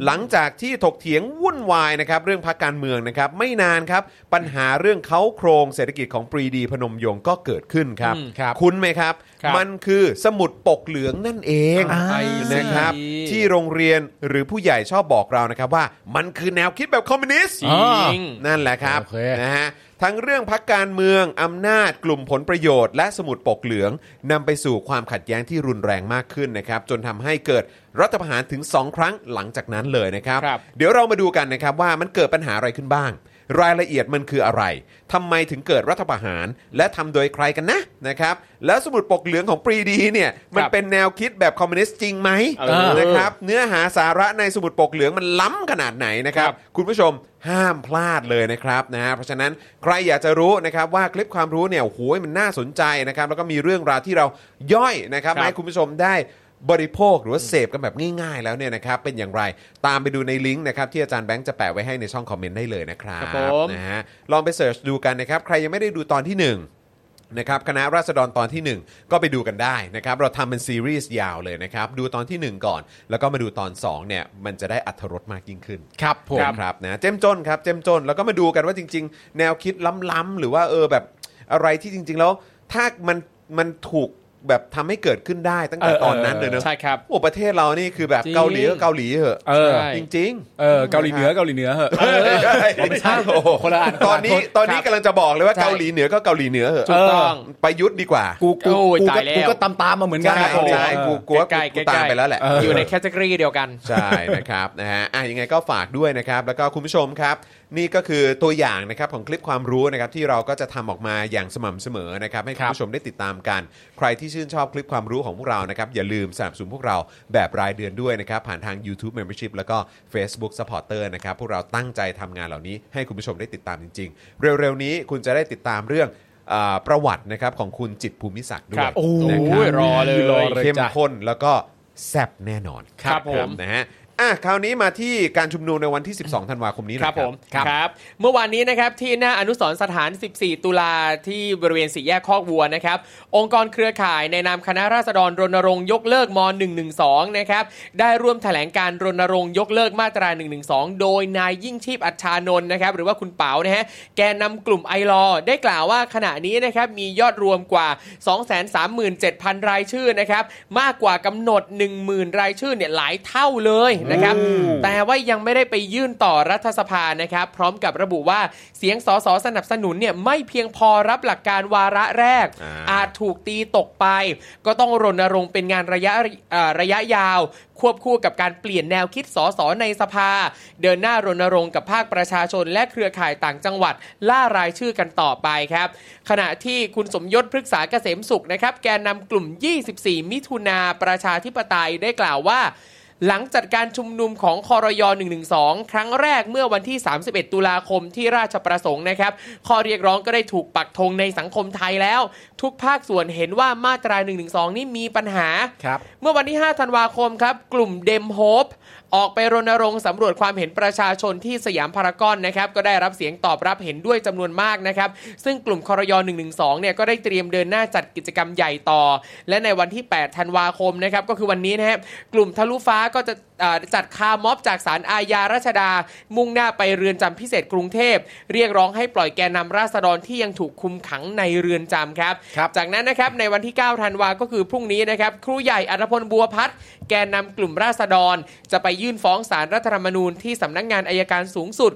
หลังจากที่ถกเถียงวุ่นวายนะครับเรื่องพักการเมืองนะครับไม่นานครับปัญหาเรื่องเขาโครงเศรษฐกิจของปรีดีพนมยงค์ก็เกิดขึ้นครับ
อืม
ครับ
คุ้นไหมครับ
ครับ
มันคือสมุดปกเหลืองนั่นเอง
อ่า
ไอ้สิ
นะครับที่โรงเรียนหรือผู้ใหญ่ชอบบอกเรานะครับว่า มันคือแนวคิดแบบคอมมิวนิสต์
จริง
นั่นแหละครับ
โอเค
นะฮะทั้งเรื่องพักการเมือง อำนาจกลุ่มผลประโยชน์ และสมุดปกเหลืองนำไปสู่ความขัดแย้งที่รุนแรงมากขึ้นนะครับ จนทำให้เกิดรัฐประหารถึง 2 ครั้งหลังจากนั้นเลยนะครับ
ครับ
เดี๋ยวเรามาดูกันนะครับว่ามันเกิดปัญหาอะไรขึ้นบ้าง รายละเอียดมันคืออะไรทำไมถึงเกิดรัฐประหาร และทำโดยใครกันนะนะครับแล้วสมุดปกเหลืองของปรีดีเนี่ยมัน
ครับ
เป็นแนวคิดแบบคอมมิวนิสต์จริงไหม
เออ
นะครับเนื้อหาสาระในสมุดปกเหลืองมันล้ำขนาดไหนนะครับ คุณผู้ชมห้ามพลาดเลยนะครับนะฮะเพราะฉะนั้นใครอยากจะรู้นะครับว่าคลิปความรู้เนี่ยโอ้โหมันน่าสนใจนะครับแล้วก็มีเรื่องราวที่เราย่อยนะครับ
ครับ
มาให้คุณผู้ชมได้ บริโภคหรือว่าเสพกันแบบง่ายๆ แล้วเนี่ยนะครับเป็นอย่างไรตามไปดูในลิงก์นะครับที่อาจารย์แบงค์จะแปะไว้ให้ในช่องคอมเมนต์ได้เลยนะครับ
ครับผม
นะฮะลองไปเสิร์ชดูกันนะครับ ใครยังไม่ได้ดูตอนที่หนึ่งนะครับคณะราษฎรตอนทีหนึ่1 ก็ไปดูกันได้นะครับเราทำเป็นซีรีส์ยาวเลยนะครับดูตอนทีหนึ่1 ก่อน แล้วก็มาดูตอน2เนี่ยมันจะได้อัธรสมากยิ่งขึ้น
ครับผม
นะครับนะเจ้มจนครับเจ้มจนแล้วก็มาดูกันว่าจริง ๆ แนวคิดล้ำๆหรือว่าเออแบบอะไรที่จริง ๆ แล้ว ถ้ามันมันถูกแบบทำให้เกิดขึ้นได้ตั้งแต่
เออเออ
ตอนนั้นเลยเนอะ
ใช่ครับ
โอ้ประเทศเรานี่คือแบบ
จริง
เกาหลีก็เกาหลีเหอะ
เออ
ใช่
จริง
เออเกาหลีเหนือเกาหลีเหนือเหอะ
ๆ
ใช่
โอ้โห
คนละอัน
ตอนนี้
ครับ
ตอนนี้กำลังจะบอกเลยว่า
ใช่
เกาหลีเหนือก็เกาหลีเหนือเหอะ
ถูกต้อง
ประยุทธ์ดีกว่า
กูกู
โอ้ย
กู
ตา
ก็
ยแล้ว
กูก็ตามตามๆมาเหมือนกัน
ใช่
นะ
ใช่กูกูว่า
ใกล้
กู
ๆใกล้ๆ
ตามไปแล้วแหละ
อยู่ในแคตตากรีเดียวกัน
ใช่นะครับ นะฮะอ่ะยังไงก็ฝากด้วยนะครับ แล้วก็คุณผู้ชมครับ นี่ก็คือตัวอย่างนะครับของคลิปความรู้นะครับที่เราก็จะทำออกมาอย่างสม่ำเสมอนะครับให้คุณผู้ชมได้ติดตามกัน ใครที่ชื่นชอบคลิปความรู้ของพวกเรานะครับอย่าลืมสนับสนุนพวกเราแบบรายเดือนด้วยนะครับผ่านทาง YouTube Membership แล้วก็ Facebook Supporter นะครับพวกเราตั้งใจทำงานเหล่านี้ให้คุณผู้ชมได้ติดตามจริง ๆ เร็วๆนี้คุณจะได้ติดตามเรื่องอ่าประวัตินะครับของคุณจิตรภูมิศักดิ์ด้ว
ครั
ย
บ
โอ้
นะค
โอ้
รับ
ยรอเลย
รอเลย
เข้ม
จ้ะ
ข้นแล้วก็แซ่บแน่นอน
ครับผม
นะฮะอ่ะคราวนี้มาที่การชุมนุมในวันที่ 12 ธันวาคมนี้ห
ค
นะค
รั
รั
บบ ผมครับ เมื่อวานนี้นะครับที่หน้าอนุสรณ์สถาน 14 ตุลาที่บริเวณสี่แยกคอกวัวนะครับ องค์กรเครือข่ายในนามคณะราษฎรรณรงค์ยกเลิกม .112 นะครับ ได้ร่วมแถลงการรณรงค์ยกเลิกมาตรา 112 โดยนายยิ่งชีพอัชชานนท์นะครับ หรือว่าคุณเปานะฮะ แกนนำกลุ่มไอรอได้กล่าวว่าขณะนี้นะครับมียอดรวมกว่า 237,000 รายชื่อนะครับ มากกว่ากำหนด 10,000 รายชื่อเนี่ยหลายเท่าเลยนะครับ แต่ว่ายังไม่ได้ไปยื่นต่อรัฐสภานะครับ พร้อมกับระบุว่าเสียงสสสนับสนุนเนี่ยไม่เพียงพอรับหลักการวาระแรก
อ่า
อาจถูกตีตกไป ก็ต้องรณรงค์เป็นงานระยะเอ่อระยะยาว ควบคู่กับการเปลี่ยนแนวคิดสสในสภา เดินหน้ารณรงค์กับภาคประชาชนและเครือข่ายต่างจังหวัด ล่ารายชื่อกันต่อไปครับ ขณะที่คุณสมยศพฤกษาเกษมสุขนะครับ แกนนำกลุ่ม 24 มิถุนาประชาธิปไตยได้กล่าวว่า หลังจัดการชุมนุมของคอรย112 ครั้งแรกเมื่อวันที่ 31 ตุลาคมที่ราชประสงค์นะครับ ข้อเรียกร้องก็ได้ถูกปักธงในสังคมไทยแล้ว ทุกภาคส่วนเห็นว่ามาตรา 112 นี่มีปัญหา
ครับ
เมื่อวันที่ 5 ธันวาคมครับ กลุ่มเดมโฮปออกไปรณรงค์สำรวจความเห็นประชาชนที่สยามพารากอนนะครับ ก็ได้รับเสียงตอบรับเห็นด้วยจำนวนมากนะครับ ซึ่งกลุ่มคอรย112 เนี่ยก็ได้เตรียมเดินหน้าจัดกิจกรรมใหญ่ต่อ และในวันที่ 8 ธันวาคมนะครับ ก็คือวันนี้นะฮะกลุ่มทะลุฟ้าก็จะอ่าจัดคาร์ม็อบจากศาลอาญารัชดา มุ่งหน้าไปเรือนจำพิเศษกรุงเทพ เรียกร้องให้ปล่อยแกนนำราษฎรที่ยังถูกคุมขังในเรือนจำครับ
ครับ
จากนั้นนะครับในวันที่ 9 ธันวาก็คือพรุ่งนี้นะครับครูใหญ่อัธพลบัวพัฒน์แกนนำกลุ่มราษฎร จะไปยื่นฟ้องศาลรัฐธรรมนูญที่สำนักงานอายการสูงสุด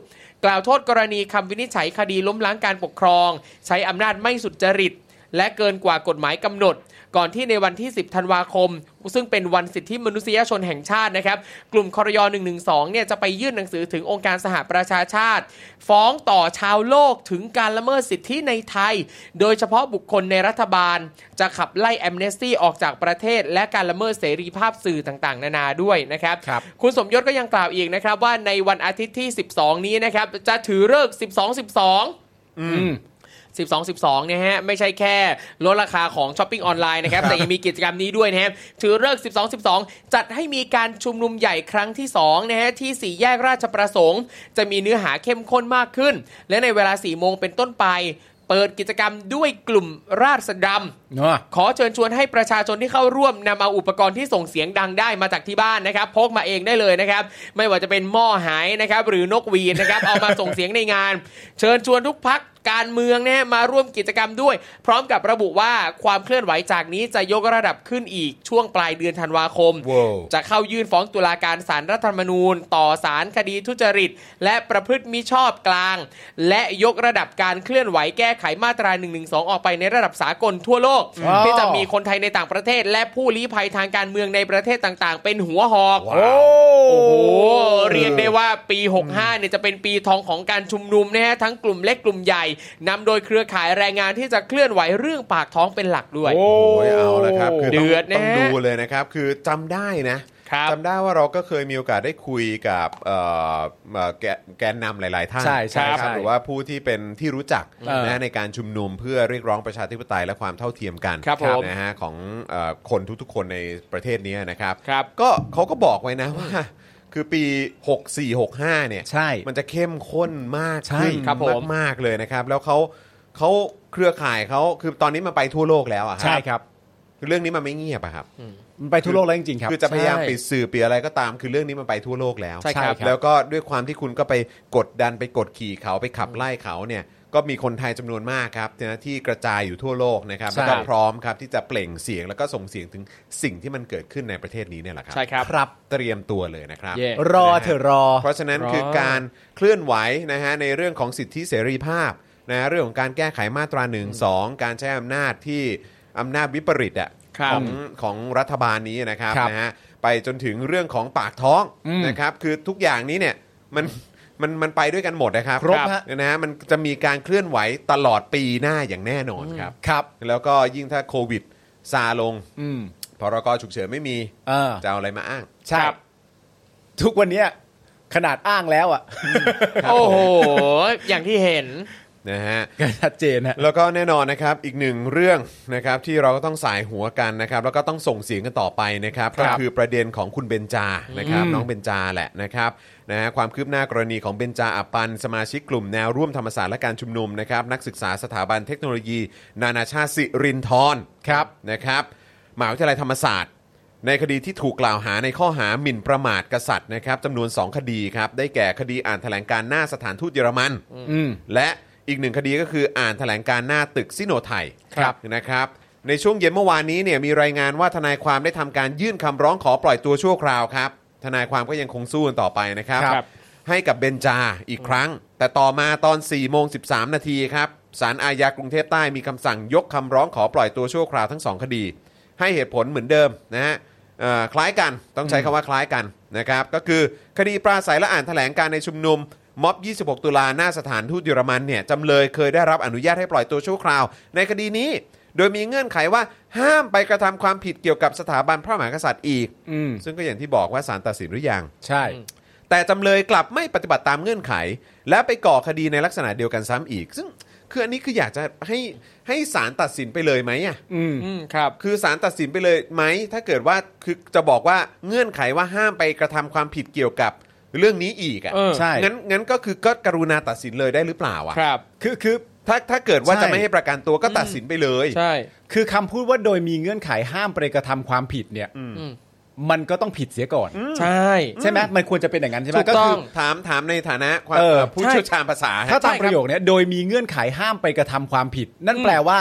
กล่าวโทษกรณีคำวินิจฉัยคดีล้มล้างการปกครอง ใช้อำนาจไม่สุจริต และเกินกว่ากฎหมายกำหนด ก่อนที่ในวันที่ 10 ธันวาคม ซึ่งเป็นวันสิทธิมนุษยชนแห่งชาตินะครับ กลุ่มคอรย112 เนี่ยจะไปยื่นหนังสือถึงองค์การสหประชาชาติ ฟ้องต่อชาวโลกถึงการละเมิดสิทธิในไทย โดยเฉพาะบุคคลในรัฐบาล จะขับไล่แอมเนสตี้ออกจากประเทศ และการละเมิดเสรีภาพสื่อต่างๆ นานาด้วยนะครับ
ครับ
คุณสมยศก็ยังกล่าวอีกนะครับว่าในวันอาทิตย์ที่ 12 นี้นะครับจะถือเลิกษ์12 12
อืม
12 12เนี่ยฮะไม่ใช่แค่ลดราคาของช้อปปิ้งออนไลน์นะครับ แต่ยังมีกิจกรรมนี้ด้วยนะครับถือเลิกษ์12 12 จัดให้มีการชุมนุมใหญ่ครั้งที่2นะฮะที่สี่แยกราชประสงค์ จะมีเนื้อหาเข้มข้นมากขึ้น และในเวลา 4 โมงเป็นต้นไป เปิดกิจกรรมด้วยกลุ่มราษฎร
เนาะ
ขอเชิญชวนให้ประชาชนที่เข้าร่วมนำเอาอุปกรณ์ที่ส่งเสียงดังได้มาจากที่บ้านนะครับพกมาเองได้เลยนะครับ ไม่ว่าจะเป็นหม้อหายนะครับ หรือนกหวีดนะครับ เอามาส่งเสียงในงาน เชิญชวนทุกพักการเมืองเนี่ยมาร่วมกิจกรรมด้วย พร้อมกับระบุว่าความเคลื่อนไหวจากนี้จะยกระดับขึ้นอีกช่วงปลายเดือนธันวาคม
ว้าว
จะเข้ายื่นฟ้องตุลาการศาลรัฐธรรมนูญ ต่อศาลคดีทุจริต และประพฤติมิชอบกลาง และยกระดับการเคลื่อนไหวแก้ไขมาตรา 1 1 2 ออกไปในระดับสากลทั่วโลก
ว้าว
ที่จะมีคนไทยในต่างประเทศ และผู้ลี้ภัยทางการเมืองในประเทศต่างๆ เป็นหัวหอก
โอ้
โอ้โห เรียกได้ว่าปี 65 เนี่ยจะเป็นปีทองของการชุมนุมนะฮะทั้งกลุ่มเล็กกลุ่มใหญ่นำโดยเครือข่ายแรงงานที่จะเคลื่อนไหวเรื่องปากท้องเป็นหลักด้วย
โอ้
โอ้ยเอาละครับคือต้
เดื
อง
อดนะ
ต้องดูเลยนะครับ คือจำได้นะครับ จำได้ว่าเราก็เคยมีโอกาสได้คุยกับเอ่อเอ่อแกแกนนำหลาย ๆ ท่าน
ใช่ใช่
นะค
ใช่
รับหรือว่าผู้ที่เป็นที่รู้จัก
เออ
นะในการชุมนุมเพื่อเรียกร้องประชาธิปไตยและความเท่าเทียมกัน
ครับผม
นะฮะของเอ่อคนทุก ๆ คนในประเทศนี้นะครับ
ครับ
ก็เขาก็บอกไว้นะว่า คือปี 64 65 เนี่ย
ใช่
มันจะเข้มข้นมาก
ใช่
ขึ้น
ครับผม
มากๆเลยนะครับ แล้วเขาเขาเครือข่ายเขาคือตอนนี้มันไปทั่วโลกแล้วอะ
ใช่ครับ
คือเรื่องนี้มันไม่เงียบอะครับ
มันไปทั่วโลกแล้วจริงๆครับ
คือจะพยายาม
ใช่
ปิดสื่อปิดอะไรก็ตาม คือเรื่องนี้มันไปทั่วโลกแล้ว
ใช่ครับ
แล้วก็ด้วยความที่คุณก็ไปกดดันไปกดขี่เขาไปขับไล่เขาเนี่ย ก็มีคนไทยจำนวนมากครับนะที่กระจายอยู่ทั่วโลกนะครับ
ใช่
แล้วก็พร้อมครับที่จะเปล่งเสียงแล้วก็ส่งเสียงถึงสิ่งที่มันเกิดขึ้นในประเทศนี้เนี่ยแหละครับ
ใช่ครับ
ครับ
เตรียมตัวเลยนะครับ
เย่
รอเธอะรอ
เพราะฉะนั้น
รอ
คือการเคลื่อนไหวนะฮะในเรื่องของสิทธิเสรีภาพนะฮะเรื่องของการแก้ไขมาตรา1นึการใช้อำนาจที่อำนาจวิปริตอ่ะ
ครับ
ของของรัฐบาลนี้นะครับ
ครับ
นะฮะไปจนถึงเรื่องของปากท้อง
อืม
นะครับคือทุกอย่างนี้เนี่ยมันมันมันไปด้วยกันหมดนะครับ
ครบฮะ
นะฮะมันจะมีการเคลื่อนไหวตลอดปีหน้าอย่างแน่นอนครับ
ครับ
แล้วก็ยิ่งถ้าโควิดซาลง
อืม
พรกฉุกเฉินไม่มี
เออ
จะเอาอะไรมาอ้าง
ใช่
ครับ
ทุกวันเนี้ยขนาดอ้างแล้วอ่ะ
โอ้โห อย่างที่เห็น
นะฮะ
ก็ชัดเจนฮะ
แล้วก็แน่นอนนะครับอีกหนึ่งเรื่องนะครับที่เราก็ต้องสายหัวกันนะครับแล้วก็ต้องส่งเสียงกันต่อไปนะครับ
ครั
ก็
บ
คือประเด็นของคุณเบนจานะครับ
อืม
น้องเบนจาแหละนะครับนะฮะความคืบหน้ากรณีของเบนจาอับปัน สมาชิกกลุ่มแนวร่วมธรรมศาสตร์และการชุมนุมนะครับนักศึกษาสถาบันเทคโนโลยี นานาชาติสิรินธร
ครับ
นะครับมหาวิทยาลัยธรรมศาสตร์ ในคดีที่ถูกกล่าวหาในข้อหาหมิ่นประมาทกษัตริย์นะครับจำนวน 2 คดีครับได้แก่คดีอ่านแถลงการณ์หน้าสถานทูตเยอรมัน
ืม
และอีกหนึ่งคดีก็คืออ่านถแถลงการณ์หน้าตึกซิโนไทย
ครับ
นะครับ ในช่วงเย็นเมื่อวานนี้เนี่ยมีรายงานว่าทนายความได้ทำการยื่นคำร้องขอปล่อยตัวชั่วคราวครับ ทนายความก็ยังคงสู้กันต่อไปนะครับ
ครับ
ให้กับเบนจาอีกครั้ง แต่ต่อมาตอน4โมง13 นาทีครับศาลอาญากรุงเทพใต้มีคำสั่งยกคำร้องขอปล่อยตัวชั่วคราวทั้งสองคดี ให้เหตุผลเหมือนเดิมนะฮะเอ่อคล้ายกันต้องใช้คำว่าคล้ายกันนะครับ ก็คือคดีปราศัยและอ่านแถลงการณ์ในชุมนุมม็อบ 26 ตุลาหน้าสถานทูตเยอรมันเนี่ยจำเลยเคยได้รับอนุญาตให้ปล่อยตัวชั่วคราว ในคดีนี้ โดยมีเงื่อนไขว่าห้ามไปกระทำความผิดเกี่ยวกับสถาบันพระมหากษัตริย์อีก
อืม
ซึ่งก็อย่างที่บอกว่าศาลตัดสินหรือยัง
ใช่
แต่จำเลยกลับไม่ปฏิบัติตามเงื่อนไข และไปก่อคดีในลักษณะเดียวกันซ้ำอีก ซึ่งคืออันนี้คืออยากจะให้ให้ศาลตัดสินไปเลยไหมอ่ะ
อืม
อืมครับ
คือศาลตัดสินไปเลยไหม ถ้าเกิดว่าคือจะบอกว่าเงื่อนไขว่าห้ามไปกระทำความผิดเกี่ยวกับเรื่องนี้อีกอ่ะ
เออ
ใช่
งั้นงั้นก็คือก็กรุณาตัดสินเลยได้หรือเปล่าอ่ะ
ครับ
คือคือ
ถ้าถ้าเกิดว่า
ใช่
จะไม่ให้ประกันตัวก็ตัดสินไปเลย
ใช่
คือคำพูดว่าโดยมีเงื่อนไขห้ามไปกระทำความผิดเนี่ย
อืม
มันก็ต้องผิดเสียก่อน
ใช่
ใช่ไหมมันควรจะเป็นอย่างนั้นใช่ไหม
ถูก
ก็
ต้
คื
อง
ถามถามในฐานะความ
เออ
ผู้
ใช่
เชี่ยวชาญภาษาฮะ
ถ้าตาม
ใช่ครับ
ประโยคเนี้ยโดยมีเงื่อนไขห้ามไปกระทำความผิด นั่น
อืม
แปลว่า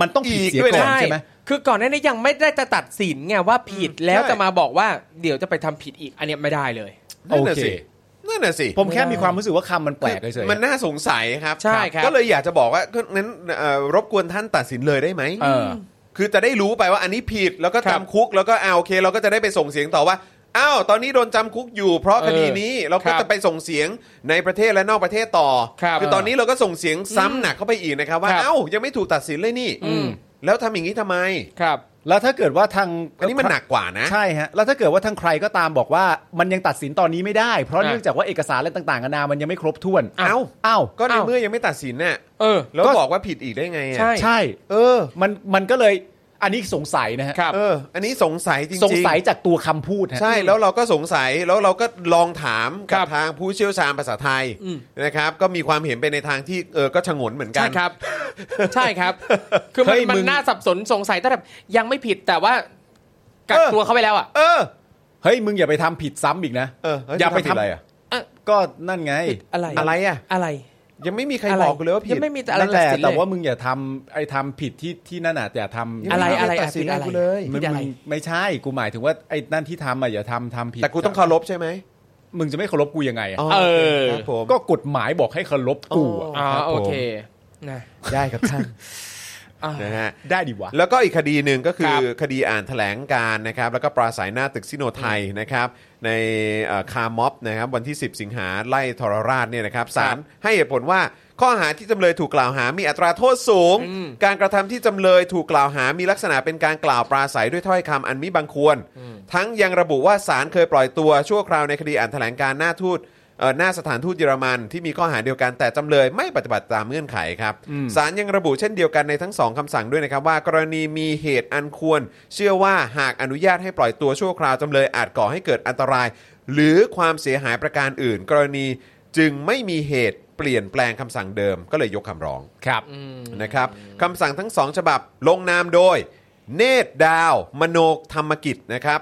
มันต้องผิด
อีก
เสีย
ด้วย
ก่
นะ
อนใช่ไหม
คือก่อนหน้านี้ยังไม่ได้จะตัดสินไงว่าผิดแล้ว
ใช่
จะมาบอกว่าเดี๋ยวจะไปทำผิดอีก อันเนี้ยไม่ได้เลย
นั่นน่ะสิ
โอเค
นั่นน่ะสิ
ผมแค่มีความรู้สึกว่าคำมันแปลกเฉยๆ
มันน่าสงสัยครับ
ใช่ครับ
ก็เลยอยากจะบอกว่าก็งั้นเอ่อรบกวนท่านตัดสินเลยได้ไหม
เออ
คือจะได้รู้ไปว่าอันนี้ผิดแล้วก็
ครับ
จำคุกแล้วก็เอาโอเค เราก็จะได้ไปส่งเสียงต่อว่าอ้าวตอนนี้โดนจำคุกอยู่เพราะคดีนี้เราก็
ครั
จะ
บ
ไปส่งเสียงในประเทศและนอกประเทศต่อ
ครับ
อตอนนี้เราก็ส่งเสียงซ้ำหนักเข้าไปอีกนะครับ ว่า
ครับ
เอ้ายังไม่ถูกตัดสินเลยนี่
อืม
แล้วทำอย่างนี้ทำไม
ครับ
แล้วถ้าเกิดว่าทาง
อันนี้มันหนักกว่านะ
ใช่ฮะแล้วถ้าเกิดว่าทางใครก็ตามบอกว่า มันยังตัดสินตอนนี้ไม่ได้ เพราะ
อ่ะ
เนื่องจากว่าเอกสารอะไรต่างๆนานามันยังไม่ครบถ้วน
เอ้า
เอ้า
ก็ใน
อ้าว
เมื่อยังไม่ตัดสินน่ะ
เออ
แล้ว
ก็
บอกว่าผิดอีกได้ไงอะ
ใช่
ใช่ เออ มันมันก็เลย อันนี้สงสัยนะฮะ
ครับ
เออ อันนี้สงสัยจริงๆ
สงสัยจากตัวคำพูดฮะ
ใช่แล้วเราก็สงสัยแล้วเราก็ลองถาม
ครั
กับบ ทางผู้เชี่ยวชาญภาษาไทย
อืม
นะครับ ก็มีความเห็นไปในทางที่เออก็ฉงนเหมือนกั
ใช่
น
ครับ ใช่ครับ คือมัน
เฮ้ย
มัน
มึง
น่าสับสนสงสัยตั้งแต่ยังไม่ผิดแต่ว่ากัก
เออ
ตัวเขาไปแล้วอ่ะ
เออ
เฮ้ยมึงอย่าไปทำผิดซ้ำอีกนะ
เออเฮ้ย
อย่าไป
ทำ
ทำ
ผิดอะไรอะ
อ่ะ
ก็นั่นไง
ผิดอะไร
อะไรอ่ะ
อะไร
ยังไม่มีใคร
อะไร
บอกกูเลยว่าผิด
ยังไม่มีอะไร
นั่นแหละ
ตัดสินเลย
แต่ว่ามึงอย่าทำไอ้ทำผิดที่ที่นั่นน่ะอย่าทำ
ยังม่มี
อะไร
ใคตัดสิน
อะ
อะไร ไรกูเลย
ผิ
มึ
ด
ง
อะไร
ไม่ใช่กูหมายถึงว่าไอ้นั่นที่ทำอ่ะอย่าทำทำผิด
แต่กูต้องเคารพใช่ไหม
มึงจะไม่เคารพกูยังไงอะ
เอ
อ
ครับผม
ก็กฎหมายบอกให้เคารพกู
โอ้
อ๋
อะ
อ
ครับผม
โอเคนะ
ได้ครับท่าน
อ่ะ
นะฮะ
ได้ดิวะ
แล้วก็อีกคดีหนึ่งก็คื
ค
อ
รับ
คดีอ่านแถลงการณ์นะครับ แล้วก็ปราศัยหน้าตึกซิโนไทยนะครับ ในเอ่อคาร์ม็อบนะครับวันที่ 10 สิงหาไล่ทรราชเนี่ยนะครับศาลให้เหตุผลว่าข้อหาที่จำเลยถูกกล่าวหามีอัตราโทษสูง
อืม
การกระทำที่จำเลยถูกกล่าวหามีลักษณะเป็นการกล่าวปราศัยด้วยถ้อยคำอันมิบังควร ทั้งยังระบุว่าศาลเคยปล่อยตัวชั่วคราวในคดีอ่านแถลงการณ์หน้าทูตเอ่อหน้าสถานทูตเยอรมันที่มีข้อหาเดียวกันแต่จำเลยไม่ปฏิบัติตามเงื่อนไขครับ ศาลยังระบุเช่นเดียวกันในทั้งสองคำสั่งด้วยนะครับว่ากรณีมีเหตุอันควร เชื่อว่าหากอนุญาตให้ปล่อยตัวชั่วคราวจำเลยอาจก่อให้เกิดอันตราย หรือความเสียหายประการอื่น กรณีจึงไม่มีเหตุเปลี่ยนแปลงคำสั่งเดิมก็เลยยกคำร้อง
ครับ
นะครับคำสั่งทั้งสองฉบับลงนามโดย เนตรดาว มโนธรรมกิจนะครับ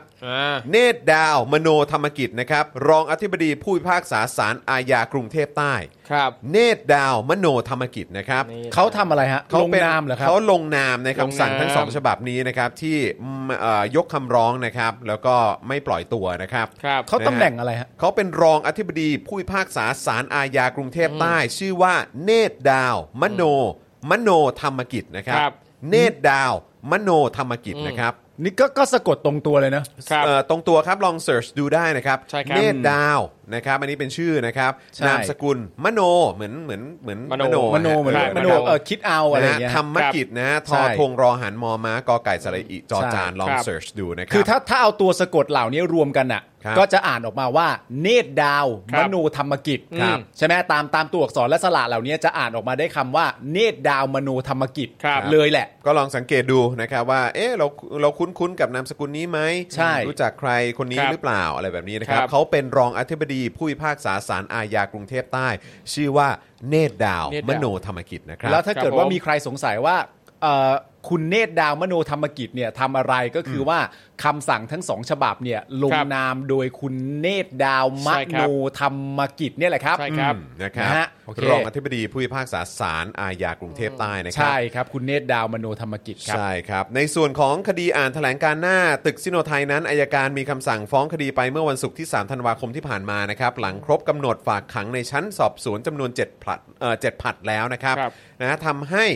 เนตรดาว มโนธรรมกิจนะครับรองอธิบดีผู้พิพากษาศาลอาญากรุงเทพใต้
ครับ
เนตรดาว มโนธรรมกิจนะครับ
นี่
เขาทำอะไรฮะลง
ป็
นามเหรอครับ
เขาลงนามในคำสั่ง
ลงนาม
ทั้งสองฉบับนี้นะครับที่อืมเอ่อยกคำร้องนะครับแล้วก็ไม่ปล่อยตัวนะครับ
ครับ
เขาตำแหน่งอะไรฮะ
เขาเป็นรองอธิบดีผู้พิพากษาศาลอาญากรุงเทพใต้ ชื่อว่าเนตรดาว มโน มโนธรรมกิจนะครับ
ครับ
เนตรดาว มโนธรรมกิจนะครับ
นี่ก็ก็สะกดตรงตัวเลยนะ
ครับ
เอ่อตรงตัวครับลองเสิร์ชดูได้นะครับ
ใช่ครับ
เนตรดาวนะครับอันนี้เป็นชื่อนะครับ
ใช่
นามสกุลมโนเหมือนเหมือนเหมือน
มโน
อะ
มโนเหมือน
ใช่
มโนเออคิดเอาอะไร
นะ
อ
ฮะ
ย่างเงี้ย
ธรรมกิจนะฮะท
ใช่
อทงรอหันมอม้ากอไก่สระอิจอ
ใช่
จานลอง
ครับ
เสิร์ชดูนะครับ
คือถ้าถ้าเอาตัวสะกดเหล่านี้รวมกันน่ะ
ครับ
ก็จะอ่านออกมาว่า เนตรดาว
ครับ
มโนธรรมกิจ
ครับ
ใช่ไหมตามตามตัวอักษรและสระเหล่านี้จะอ่านออกมาได้คำว่า เนตรดาวมโนธรรมกิจ
ครับ
เลยแหละ
ก็ลองสังเกตดูนะครับว่า เอ๊ะเราเราคุ้นคุ้นๆกับนามสกุลนี้ไหม
ใช่
รู้จักใครคนนี้
ครับ
หรือเปล่าอะไรแบบนี้นะครับ
ครับ
เขาเป็นรองอธิบดีผู้พิพากษาศาลอาญากรุงเทพใต้ ชื่อว่าเนตรดาว
เนตรดาว
มโนธรรมกิจนะครับ
แล้วถ้าเกิดว่า
ผม
มีใครสงสัยว่าเอ่อคุณเนตรดาวมโนธรรมกิจเนี่ยทำอะไรก็คือว่าคำสั่งทั้งสองฉบับเนี่ยลง
ครับ
นามโดยคุณเนตรดาวม
ใช่ค
โน
รับ
ธรรมกิจเนี่ยแหละครับ
ใช่ครับ
อืมนะครับ
นะฮะโอเค
รองอธิบดีผู้พิพากษาศาลอาญากรุงเทพใต้นะครั
ใช่ครับ คุณเนตรดาวมโนธรรมกิจครับ
ใช่ครับ ในส่วนของคดีอ่านแถลงการหน้าตึกซิโนไทยนั้นอายการมีคำสั่งฟ้องคดีไปเมื่อวันศุกร์ที่ 3 ธันวาคมที่ผ่านมานะครับ หลังครบกำหนดฝากขังในชั้นสอบสวนจำนวน7ผลัดเอ่อ7ผลัดแล้วนะครับ
ครับ
นะทำให้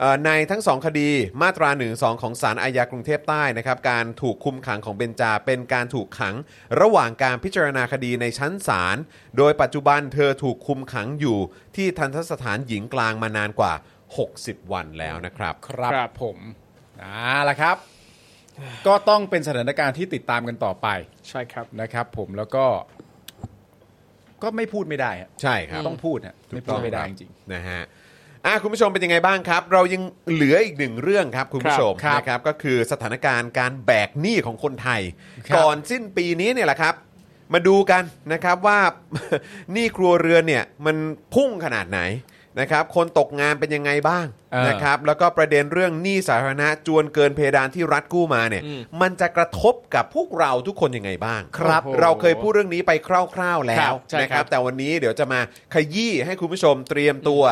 เอ่อในทั้งสองคดีมาตรา1นึของสารอาญากรุงเทพใต้นะครับการถูกคุมขังของเบนจาเป็นการถูกขัง ระหว่างการพิจารณาคดีในชั้นศาลโดยปัจจุบันเธอถูกคุมขังอยู่ที่ทันทสถานหญิงกลางมานานกว่า 60 วันแล้วนะครับ
ครับ
ครับ
ผมอ่าละครับ ก็ต้องเป็นสถานการณ์ที่ติดตามกันต่อไป
ใช่ครับ
นะครับผมแล้วก็ ก็ไม่พูดไม่ได้ฮะ
ใช่ครับ
ต้องพูดฮะ
ถู
ไม่
ก
พู
ต้อ
ด
ง
ไม่ได้
ครับ
จริง
นะฮะอ่ะคุณผู้ชมเป็นยังไงบ้างครับ เรายังเหลืออีกหนึ่งเรื่องครับคุณผู้ชม
ครับ
นะครับก็คือสถานการณ์การแบกหนี้ของคนไทย
ครับ
ก่อนสิ้นปีนี้เนี่ยแหละครับ มาดูกันนะครับว่า หนี้ครัวเรือนเนี่ยมันพุ่งขนาดไหนนะครับคนตกงานเป็นยังไงบ้าง
เออ
นะครับแล้วก็ประเด็นเรื่องหนี้สาธารณะจวนเกินเพดานที่รัฐกู้มาเนี่ย
อืม
มันจะกระทบกับพวกเราทุกคนยังไงบ้าง
ครับ
โอ้โหเราเคยพูดเรื่องนี้ไปคร่าว ๆ แล้
ครั
ว
บใช่
นะค
ครั
รับ
บ
แต่วันนี้เดี๋ยวจะมาขยี้ให้คุณผู้ชมเตรียมตัว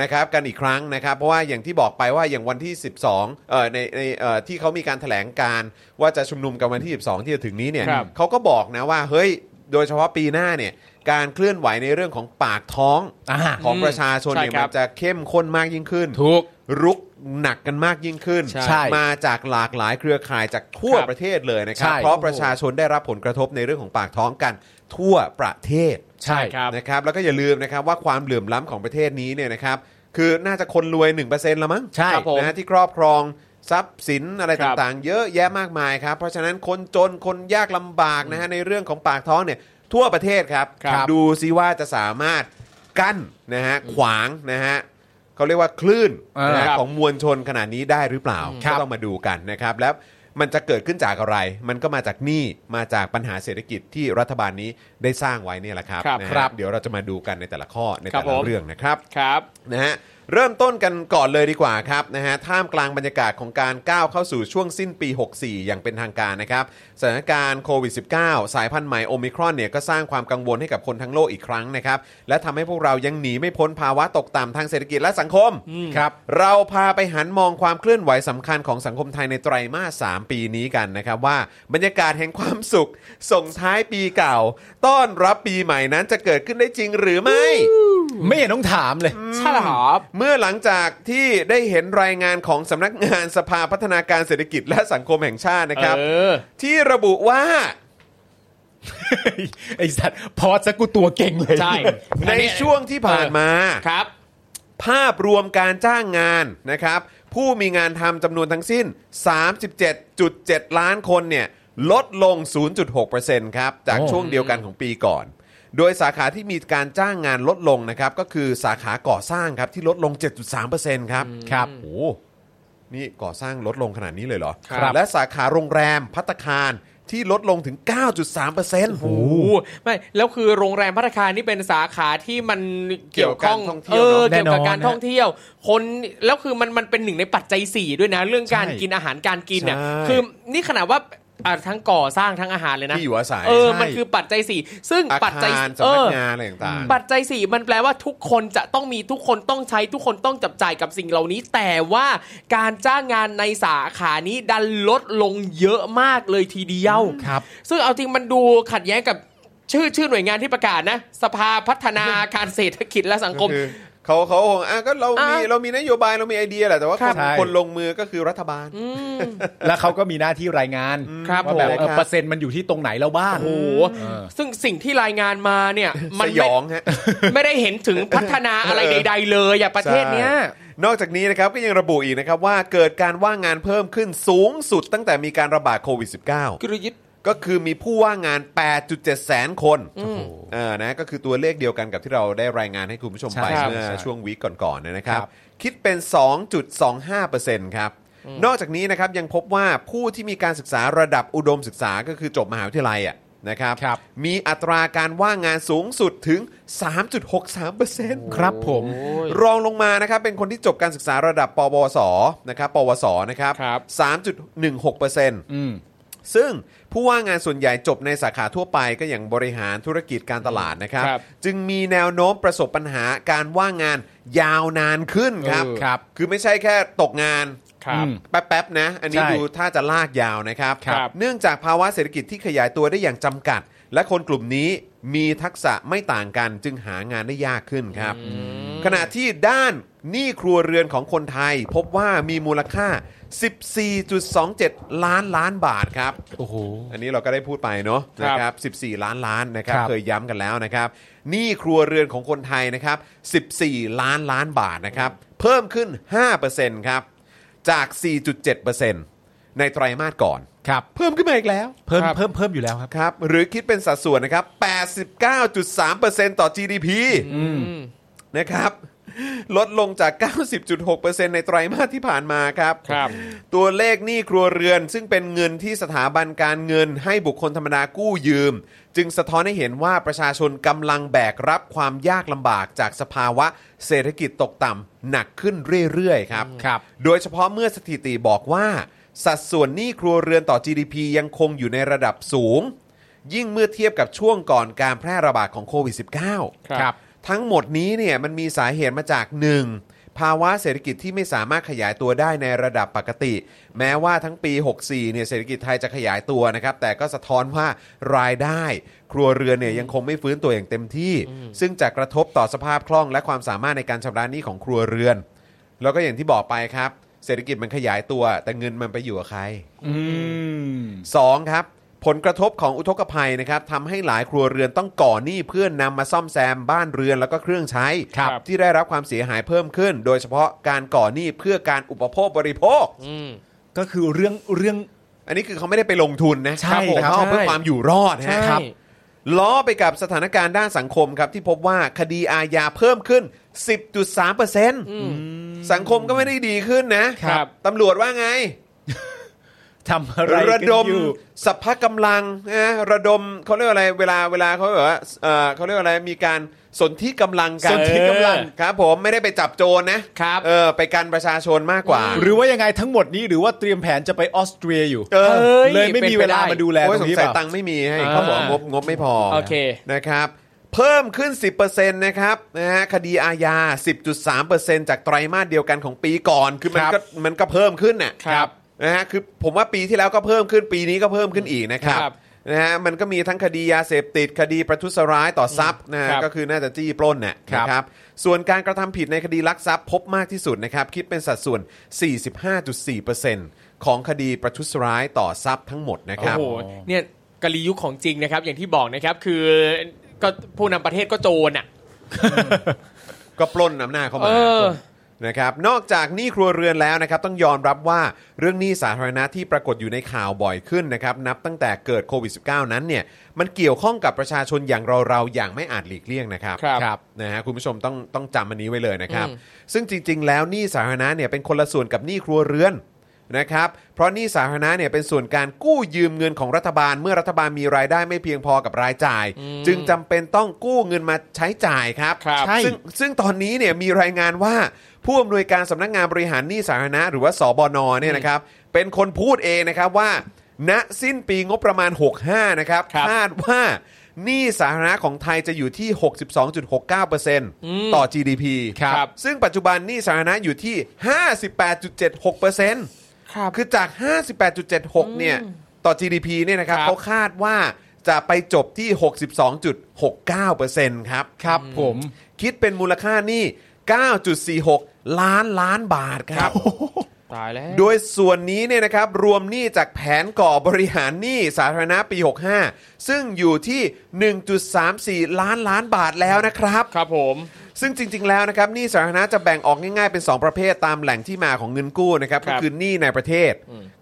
นะครับกันอีกครั้งนะครับ เพราะว่าอย่างที่บอกไปว่าอย่างวันที่ 12เอ่อในในเอ่อที่เขามีการแถลงการว่าจะชุมนุมกันวันที่ 12 ที่จะถึงนี้เนี่ย
ครับ
เขาก็บอกนะว่าเฮ้ยโดยเฉพาะปีหน้าเนี่ยการเคลื่อนไหวในเรื่องของปากท้อง
อ่า
ของประชาชน
ใช่
เนี่ย
ครั
มั
บ
นจะเข้มข้นมากยิ่งขึ้น
ถูก
รุกหนักกันมากยิ่งขึ้น
ใช่
มาจากหลากหลายเครือข่ายจากทั่ว
ครับ
ประเทศเลยนะครับ
ใช่
เพราะประชาชนได้รับผลกระทบในเรื่องของปากท้องกันทั่วประเทศ
ใช่
ครับ
นะครับแล้วก็อย่าลืมนะครับว่าความเหลื่อมล้ำของประเทศนี้เนี่ยนะครับคือน่าจะคนรวย 1%ละมั้ง
ใช่
ครับผม
นะที่ครอบครองทรัพย์สินอะไร
ครับ
ต่างๆ เยอะแยะมากมายครับเพราะฉะนั้นคนจนคนยากลำบากนะฮะในเรื่องของปากท้องเนี่ยทั่วประเทศครับ
ครับ
ดูซิว่าจะสามารถกั้นนะฮะขวางนะฮะ เขาเรียกว่าคลื่น
อ่าน
นะ
ค
ฮะ
รับ
ของมวลชนขนาดนี้ได้หรือเปล่า
ครั
ก็
บ
ต้องมาดูกันนะครับ แล้วมันจะเกิดขึ้นจากอะไร มันก็มาจากหนี้มาจากปัญหาเศรษฐกิจที่รัฐบาลนี้ได้สร้างไว้เนี่ยแหละครับ
ครับ
นะฮะ
ครับ
เดี๋ยวเราจะมาดูกันในแต่ละข้อใน
ครั
แต่
บผ
ละ
ม
เรื่องนะครับ
ครับ
นะฮะเริ่มต้นกันก่อนเลยดีกว่าครับนะฮะท่ามกลางบรรยากาศของการก้าวเข้าสู่ช่วงสิ้นปี 64 อย่างเป็นทางการนะครับสถานการณ์โควิด -19 สายพันธุ์ใหม่โอมิครอนเนี่ยก็สร้างความกังวลให้กับคนทั้งโลกอีกครั้งนะครับและทำให้พวกเรายังหนีไม่พ้นภาวะตกต่ำทางเศรษฐกิจและสังคม
ครับ
เราพาไปหันมองความเคลื่อนไหวสำคัญของสังคมไทยในไตรมาส 3 ปีนี้กันนะครับว่าบรรยากาศแห่งความสุข ส่งท้ายปีเก่า ต้อนรับปีใหม่นั้นจะเกิดขึ้นได้จริงหรือไม่
ไม่เห็นต้องถามเลย
ใช่เหรอครับ
เมื่อหลังจากที่ได้เห็นรายงานของสำนักงานสภาพัฒนาการเศรษฐกิจและสังคมแห่งชาตินะครับ
เออ
ที่ระบุว่า
ไอสัตว์พอสกูตัวเก่งเลย
ใช่
ในช่วงที่ผ่านมา
ครับ
ภาพรวมการจ้างงานนะครับ ผู้มีงานทำจำนวนทั้งสิ้น 37.7 ล้านคนเนี่ยลดลง 0.6%ครับ จากช่วงเดียวกันของปีก่อน โดยสาขาที่มีการจ้างงานลดลงนะครับ ก็คือสาขาก่อสร้างครับ ที่ลดลง 7.3%ครับ
ครับ
โอ้โหนี่ก่อสร้างลดลงขนาดนี้เลยเหรอ
ครับ
และสาขาโรงแรมพัตตาคารที่ลดลงถึง 9.3%โอ้
โอ้โหไม่แล้วคือโรงแรมพัตตาคารนี่เป็นสาขาที่มันเกี่ยวข้อง
เกี่ยวกับการท่องเที่
เอ
ยวเนอะ
อเกี่ยวกับการท่องเที่ยว คนแล้วคือมันมันเป็นหนึ่งในปัจจัยสี่ด้วยนะ เรื่องการ
ใช่
กินอาหารการกินเนี่ยคือนี่ขนาดว่าอ่ะทั้งก่อสร้างทั้งอาหารเลยนะ
ที่อยู่อาศัย
เออ
ใช่
มันคือปัจจัยสี่ซึ่ง
อา
ปัจจัย
คาร
เอ
สำนัก
อ
งานอะไรต่าง
ปัจจัยสี่มันแปลว่าทุกคนจะต้องมีทุกคนต้องใช้ทุกคนต้องจับจ่ายกับสิ่งเหล่านี้ แต่ว่าการจ้างงานในสาขานี้ดันลดลงเยอะมากเลยทีเดียว
ครับ
ซึ่งเอาจริงมันดูขัดแย้งกับชื่อชื่อหน่วยงานที่ประกาศนะ สภาพัฒนาการเศรษฐกิจและสังค
ก็
ม
คือเขาเขาคงอ่ะก็เรามี
อ่ะ
เรามีนโยบายเรามีไอเดียแหละแต่ว่าคน
ใช่
คนลงมือก็คือรัฐบาล
แล้วเขาก็มีหน้าที่รายงาน
ครับ
ว่าแบบ
ผม
เออเปอร์เซ็นต์มันอยู่ที่ตรงไหนแล้วบ้าง
โอ้โห
เออ
ซึ่งสิ่งที่รายงานมาเนี่ย มั
ส
น
ย
ไม่
องฮะ
ไม่ได้เห็นถึงพัฒนาอะไรใด ๆ เลยอ่ะประเทศเนี้ย
ใช่นอกจากนี้นะครับก็ยังระบุอีกนะครับว่าเกิดการว่างงานเพิ่มขึ้นสูงสุดตั้งแต่มีการระบาดโควิด -19
กรุยิต
ก็คือมีผู้ว่างงาน 8.7 แสนคนเออนะ ก็คือตัวเลขเดียวกันกับที่เราได้รายงานให้คุณผู้ชมไป
ใช่ครับ
เมื่อ
ใช่
ช่วงวีคก่อนๆเนยนะครับ
ครับ
คิดเป็น 2.25%ครับ นอกจากนี้นะครับยังพบว่าผู้ที่มีการศึกษาระดับอุดมศึกษาก็คือจบมหาวิทยาลัยอ่ะนะครับ
ครับ
มีอัตราการว่างงานสูงสุดถึง 3.63%
ครับผม
รองลงมานะครับเป็นคนที่จบการศึกษาระดับปวสนะครับปวสนะครับ
ครับ
3.16%
อืม
ซึ่งผู้ว่างงานส่วนใหญ่จบในสาขาทั่วไปก็อย่างบริหารธุรกิจการตลาดนะครับ
ครับ
จึงมีแนวโน้มประสบปัญหาการว่างงานยาวนานขึ้นครับ
เออ
ครับ
คือไม่ใช่แค่ตกงาน
ครับ
อืม
แป๊บๆนะ อันนี้
ใช่
ดูถ้าจะลากยาวนะครับ
ครับ
เนื่องจากภาวะเศรษฐกิจที่ขยายตัวได้อย่างจำกัด และคนกลุ่มนี้มีทักษะไม่ต่างกันจึงหางานได้ยากขึ้นครับ ขณะที่ด้านหนี้ครัวเรือนของคนไทย พบว่ามีมูลค่า 14.27 ล้านล้านบาทครับ
โอ้โห
อันนี้เราก็ได้พูดไปเนาะ
ครับ
นะครับ 14 ล้านล้านนะครับ
ครับ
เคยย้ำกันแล้วนะครับหนี้ครัวเรือนของคนไทยนะครับ 14 ล้านล้านบาทนะครับ เพิ่มขึ้น 5%ครับ จาก 4.7%ในไตรมาสก่อน
ครับ
เพิ่มขึ้นมาอีกแล้ว
เพิ่ม
ครับ
เพิ่มเพิ่มอยู่แล้วครับ
ครับ หรือคิดเป็นสัดส่วนนะครับ 89.3%ต่อ GDP นะครับ ลดลงจาก 90.6%ในไตรมาสที่ผ่านมาครับ
ครับ
ตัวเลขหนี้ครัวเรือนซึ่งเป็นเงินที่สถาบันการเงินให้บุคคลธรรมดากู้ยืม จึงสะท้อนให้เห็นว่าประชาชนกำลังแบกรับความยากลำบากจากสภาวะเศรษฐกิจตกต่ำหนักขึ้นเรื่อยๆครับ
ครับ
โดยเฉพาะเมื่อสถิติบอกว่า สัดส่วนหนี้ครัวเรือนต่อ GDP ยังคงอยู่ในระดับสูง ยิ่งเมื่อเทียบกับช่วงก่อนการแพร่ระบาดของโควิด -19
ครับ
ทั้งหมดนี้เนี่ยมันมีสาเหตุมาจาก 1. ภาวะเศรษฐกิจที่ไม่สามารถขยายตัวได้ในระดับปกติ แม้ว่าทั้งปี 64เนี่ยเศรษฐกิจไทยจะขยายตัวนะครับ แต่ก็สะท้อนว่ารายได้ ครัวเรือนเนี่ยยังคงไม่ฟื้นตัวอย่างเต็มที่ ซึ่งจะกระทบต่อสภาพคล่องและความสามารถในการชำระหนี้ของครัวเรือน แล้วก็อย่างที่บอกไปครับ เศรษฐกิจมันขยายตัว แต่เงินมันไปอยู่กับใคร
อืม
2ครับผลกระทบของอุทกภัยนะครับทำให้หลายครัวเรือนต้องก่อหนี้เพื่อนนำมาซ่อมแซมบ้านเรือนแล้วก็เครื่องใช้
ครับ
ที่ได้รับความเสียหายเพิ่มขึ้น โดยเฉพาะการก่อหนี้เพื่อการอุปโภคบริโภค
ก็คือเรื่องเรื่อง
อันนี้คือเขาไม่ได้ไปลงทุนนะ
ใช่
แต่
ครับ
เขาเอาเพื่อ
ใช่
ความอยู่รอด
ใช่
ฮะล้อไปกับสถานการณ์ด้านสังคมครับที่พบว่าคดีอาญาเพิ่มขึ้น 10.3%สังคมก็ไม่ได้ดีขึ้นนะครับ ตำรวจว่าไง
ทำอะไร
ระ
กัน
ดม
อยู่
สัพพะกำลังนะระดมเขาเรียกอะไรเวลาเวลาเขาแบบว่าเอ่อเขาเรียกอะไรมีการสนที่กำลังกัน
สนธิกำลัง
เออครับ ผมไม่ได้ไปจับโจรนะครับ เออไปกันประชาชนมากกว่า
หรือว่ายังไงทั้งหมดนี้หรือว่าเตรียมแผนจะไปออสเตรียอยู่
เออ
เอ้ย
เลยไม่มีเวลา
เป็นไปได้
มาดูแล
โอ้ย
ตร
ส
ง
ง
นี้
สัย
เปล่า
ตังค์ไม่มีให้
อ่า
เขาบอกงบงบไม่พอ
โอเค
นะครับ เพิ่มขึ้น 10%นะครับนะฮะคดีอาญา 10.3%จากไตรมาสเดียวกันของปีก่อนคือมัน
ครับ
ก็มันก็เพิ่มขึ้นน่ะ
ครับ
นะฮะคือผมว่าปีที่แล้วก็เพิ่มขึ้นปีนี้ก็เพิ่มขึ้นอีกนะครับ
ครับ
นะฮะมันก็มีทั้งคดียาเสพติด คดีประทุษร้ายต่อทรัพย์นะฮะ
ครับ
ก็คือน่าจะจี้ปล้นน่ะ
ครับ
นะครับส่วนการกระทำผิดในคดีลักทรัพย์พบมากที่สุดนะครับ คิดเป็นสัดส่วน 45.4%ของคดีประทุษร้ายต่อทรัพย์ทั้งหมดนะค
โอ้
รับ
โหเนี่ยกะลียุคของจริงนะครับ อย่างที่บอกนะครับคือก็ผู้นำประเทศก็โจรอ่ะ
ก็ปล้นอำนาจเข้ามา
เออ
นะครับนอกจากหนี้ครัวเรือนแล้วนะครับต้องยอมรับว่าเรื่องหนี้สาธารณะที่ปรากฏอยู่ในข่าวบ่อยขึ้นนะครับนับตั้งแต่เกิดโควิด -19 นั้นเนี่ยมันเกี่ยวข้องกับประชาชนอย่างเราเราๆอย่างไม่อาจหลีกเลี่ยงนะครับ
ครับ
นะฮะคุณผู้ชมต้องต้องจำอันนี้ไว้เลยนะครับ ซึ่งจริง ๆ แล้วหนี้สาธารณะเนี่ยเป็นคนละส่วนกับหนี้ครัวเรือนนะครับเพราะหนี้สาธารณะเนี่ยเป็นส่วนการกู้ยืมเงินของรัฐบาล เมื่อรัฐบาลมีรายได้ไม่เพียงพอกับรายจ่าย จึงจำเป็นต้องกู้เงินมาใช้จ่ายครับ
ครับใช่
ซึ่งซึ่งตอนนี้เนี่ยมีรายงานว่าผู้อำนวยการสำนักงานบริหารหนี้สาธารณะหรือว่าสบนเนี่ยนะครับเป็นคนพูดเองนะครับว่า ณสิ้นปีงบประมาณ 65 นะครับ
ครับ
คาดว่าหนี้สาธารณะของไทยจะอยู่ที่ 62.69%ต่อ GDP
ครับ
ซึ่งปัจจุบันหนี้สาธารณะอยู่ที่ 58.76%
ครับ
คือจาก 58.76 เนี่ย ต่อ GDP เนี่ยนะครับ
ครับ
เขาคาดว่าจะไปจบที่ 62.69%ครับ
ครับผม
คิดเป็นมูลค่าหนี่ 9.46 ล้านล้านบาทครับ
ตายแล้ว
โดยส่วนนี้เนี่ยนะครับรวมหนี้จากแผนก่อบริหารหนี้สาธารณะปี 65 ซึ่งอยู่ที่ 1.34 ล้านล้านบาทแล้วนะครับ
ครับผม
ซึ่งจริง ๆ แล้วนะครับหนี้สาธารณะจะแบ่งออกง่ายๆเป็น 2 ประเภทตามแหล่งที่มาของเงินกู้นะครับ
ค
ก็
รับ
คือหนี้ในประเทศ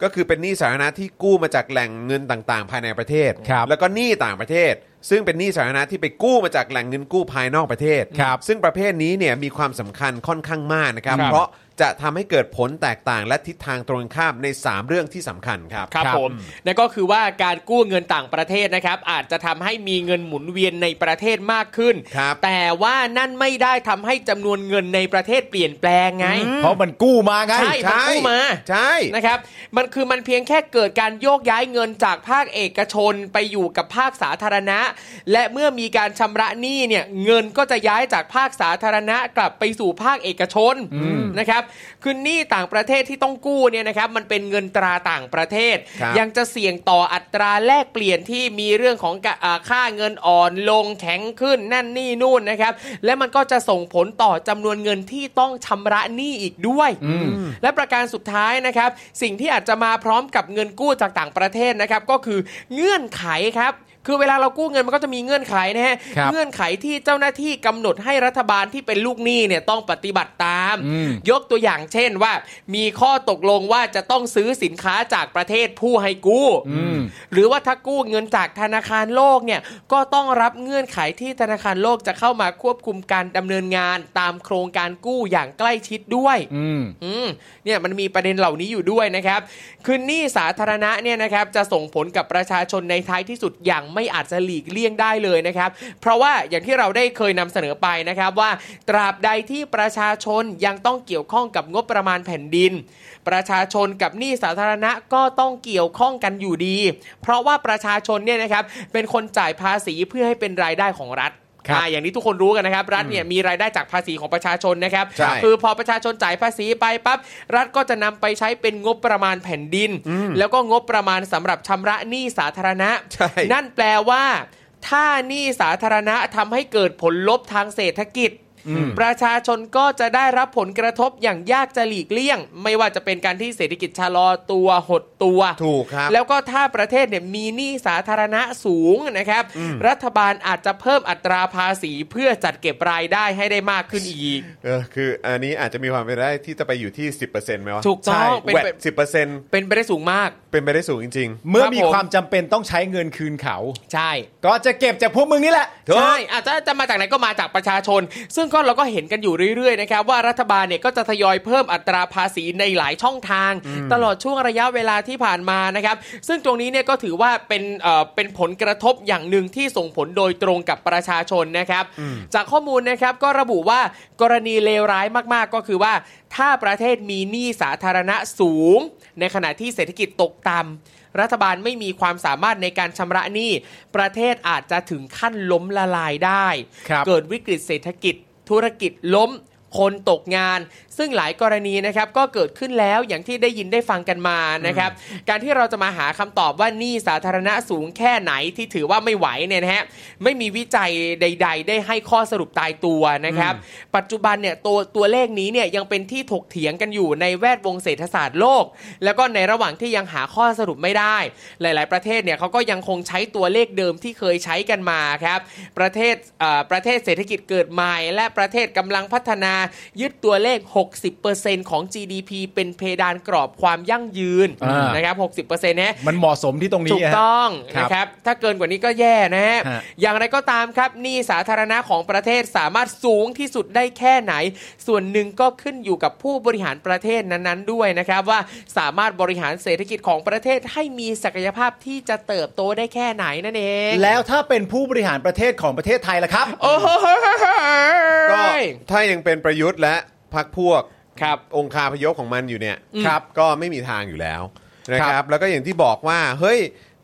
ก็คือเป็นหนี้สาธารณะที่กู้มาจากแหล่งเงินต่างๆ ภายในประเทศ
ครับ
แล้วก็หนี้ต่างประเทศ ซึ่งเป็นหนี้สาธารณะที่ไปกู้มาจากแหล่งเงินกู้ภายนอกประเทศ
ครับ
ซึ่งประเภทนี้เนี่ยมีความสำคัญค่อนข้างมากนะครับ
ครับ
เพราะจะทำให้เกิดผลแตกต่างและทิศทางตรงข้ามใน 3 เรื่องที่สำคัญครับ
ครับผมนั่นก็คือว่าการกู้เงินต่างประเทศนะครับ อาจจะทำให้มีเงินหมุนเวียนในประเทศมากขึ้น
ครับ
แต่ว่านั่นไม่ได้ทำให้จำนวนเงินในประเทศเปลี่ยนแปลงไง
เพราะมันกู้มาไง
ใช่ มันกู้มา
ใช่
นะครับ มันคือมันเพียงแค่เกิดการโยกย้ายเงินจากภาคเอกชนไปอยู่กับภาคสาธารณะ และเมื่อมีการชำระหนี้เนี่ยเงินก็จะย้ายจากภาคสาธารณะกลับไปสู่ภาคเอกชนนะครับคือหนี้ต่างประเทศที่ต้องกู้เนี่ยนะครับมันเป็นเงินตราต่างประเทศ
ครับ
ยังจะเสี่ยงต่ออัตราแลกเปลี่ยนที่มีเรื่องของกะอ่าค่าเงินอ่อนลงแข็งขึ้นนั่นนี่นู่นนะครับ และมันก็จะส่งผลต่อจำนวนเงินที่ต้องชำระหนี้อีกด้วย และประการสุดท้ายนะครับ สิ่งที่อาจจะมาพร้อมกับเงินกู้จากต่างประเทศนะครับ ก็คือเงื่อนไขครับ คือเวลาเรากู้เงินมันก็จะมีเงื่อนไขนะฮะ
ครับ
เงื่อนไขที่เจ้าหน้าที่กำหนดให้รัฐบาลที่เป็นลูกหนี้เนี่ยต้องปฏิบัติตาม
อืม
ยกตัวอย่างเช่นว่า มีข้อตกลงว่าจะต้องซื้อสินค้าจากประเทศผู้ให้กู้ หรือว่าถ้ากู้เงินจากธนาคารโลกเนี่ยก็ต้องรับเงื่อนไขที่ธนาคารโลกจะเข้ามาควบคุมการดำเนินงานตามโครงการกู้อย่างใกล้ชิดด้วย
อืม
อืมเนี่ยมันมีประเด็นเหล่านี้อยู่ด้วยนะครับ คือหนี้สาธารณะเนี่ยนะครับจะส่งผลกับประชาชนในท้ายที่สุดอย่างไม่อาจจะหลีกเลี่ยงได้เลยนะครับ เพราะว่าอย่างที่เราได้เคยนำเสนอไปนะครับว่า ตราบใดที่ประชาชนยังต้องเกี่ยวข้องกับงบประมาณแผ่นดิน ประชาชนกับหนี้สาธารณะก็ต้องเกี่ยวข้องกันอยู่ดี เพราะว่าประชาชนเนี่ยนะครับเป็นคนจ่ายภาษีเพื่อให้เป็นรายได้ของรัฐ
ครับ
อ่าอย่างนี้ทุกคนรู้กันนะครับ รัฐเนี่ยมีรายได้จากภาษีของประชาชนนะครับ
ใช่
คือพอประชาชนจ่ายภาษีไปปั๊บรัฐก็จะนำไปใช้เป็นงบประมาณแผ่นดิน แล้วก็งบประมาณสำหรับชำระหนี้สาธารณะ
ใช่
นั่นแปลว่า ถ้าหนี้สาธารณะทำให้เกิดผลลบทางเศรษฐกิจ ประชาชนก็จะได้รับผลกระทบอย่างยากจะหลีกเลี่ยง ไม่ว่าจะเป็นการที่เศรษฐกิจชะลอตัวหดตัว
ถูกครับ
แล้วก็ถ้าประเทศเนี่ยมีหนี้สาธารณะสูงนะครับ รัฐบาลอาจจะเพิ่มอัตราภาษีเพื่อจัดเก็บรายได้ให้ได้มากขึ้นอีก
เออคืออันนี้อาจจะมีความเป็นไปได้ที่จะไปอยู่ที่ 10%ไหมวะ
ถูกต้อง
ใช่
เป็น
แว
ไป
ด10%เ
เป็นไปได้สูงมาก
ป็นไปได้สูงจริง ๆ
เมื่อ
ค
มี
รับผม
ความจำเป็นต้องใช้เงินคืนเขา
ใช่
ก็จะเก็บจากพวกมึงนี่แหละ
ใช่อาจจะจะมาจากไหนก็มาจากประชาชน ซึ่ง ก็เราก็เห็นกันอยู่เรื่อยๆนะครับว่ารัฐบาลเนี่ยก็จะทยอยเพิ่มอัตราภาษีในหลายช่องทาง ตลอดช่วงระยะเวลาที่ผ่านมานะครับซึ่งตรงนี้เนี่ยก็ถือว่าเป็นเอ่อเป็นผลกระทบอย่างหนึ่งที่ส่งผลโดยตรงกับประชาชนนะครับ จากข้อมูลนะครับก็ระบุว่ากรณีเลวร้ายมากๆก็คือว่า ถ้าประเทศมีหนี้สาธารณะสูง ในขณะที่เศรษฐกิจตกต่ำรัฐบาลไม่มีความสามารถในการชำระหนี้ ประเทศอาจจะถึงขั้นล้มละลายได้
ครับ
เกิดวิกฤตเศรษฐกิจ ธุรกิจล้ม คนตกงาน ซึ่งหลายกรณีนะครับก็เกิดขึ้นแล้วอย่างที่ได้ยินได้ฟังกันมานะครับ การที่เราจะมาหาคำตอบว่าหนี้สาธารณะสูงแค่ไหนที่ถือว่าไม่ไหวเนี่ยนะฮะไม่มีวิจัยใด ๆ ได้ให้ข้อสรุปตายตัวนะครับ ปัจจุบันเนี่ยตัวตัวเลขนี้เนี่ยยังเป็นที่ถกเถียงกันอยู่ในแวดวงเศรษฐศาสตร์โลก แล้วก็ในระหว่างที่ยังหาข้อสรุปไม่ได้ หลาย ๆ ประเทศเนี่ยเขาก็ยังคงใช้ตัวเลขเดิมที่เคยใช้กันมาครับ ประเทศเอ่อประเทศเศรษฐกิจเกิดใหม่ และประเทศกำลังพัฒนายึดตัวเลข 60%ของ GDP เป็นเพดานกรอบความยั่งยืน
อ่าน
นะครับ 60%นะฮะ
มันเหมาะสมที่ตรง
ถูก
นี้ฮะ
ต้อง
ครับ
นะครับ ถ้าเกินกว่านี้ก็แย่นะฮะ
ฮะ
อย่างไรก็ตามครับหนี้สาธารณะของประเทศสามารถสูงที่สุดได้แค่ไหน ส่วนหนึ่งก็ขึ้นอยู่กับผู้บริหารประเทศนั้นๆ ด้วยนะครับ ว่าสามารถบริหารเศรษฐกิจของประเทศให้มีศักยภาพที่จะเติบโตได้แค่ไหนนั่นเอง
แล้วถ้าเป็นผู้บริหารประเทศของประเทศไทยล่ะครับ
โอ้โห
ก็ถ้ายังเป็นประยุทธ์และพรรคพวก
ครับ
องคาพยพของมันอยู่เนี่ย
อืม
ครับก็ไม่มีทางอยู่แล้วนะครั
ครั
บบ แล้วก็อย่างที่บอกว่าเฮ้ย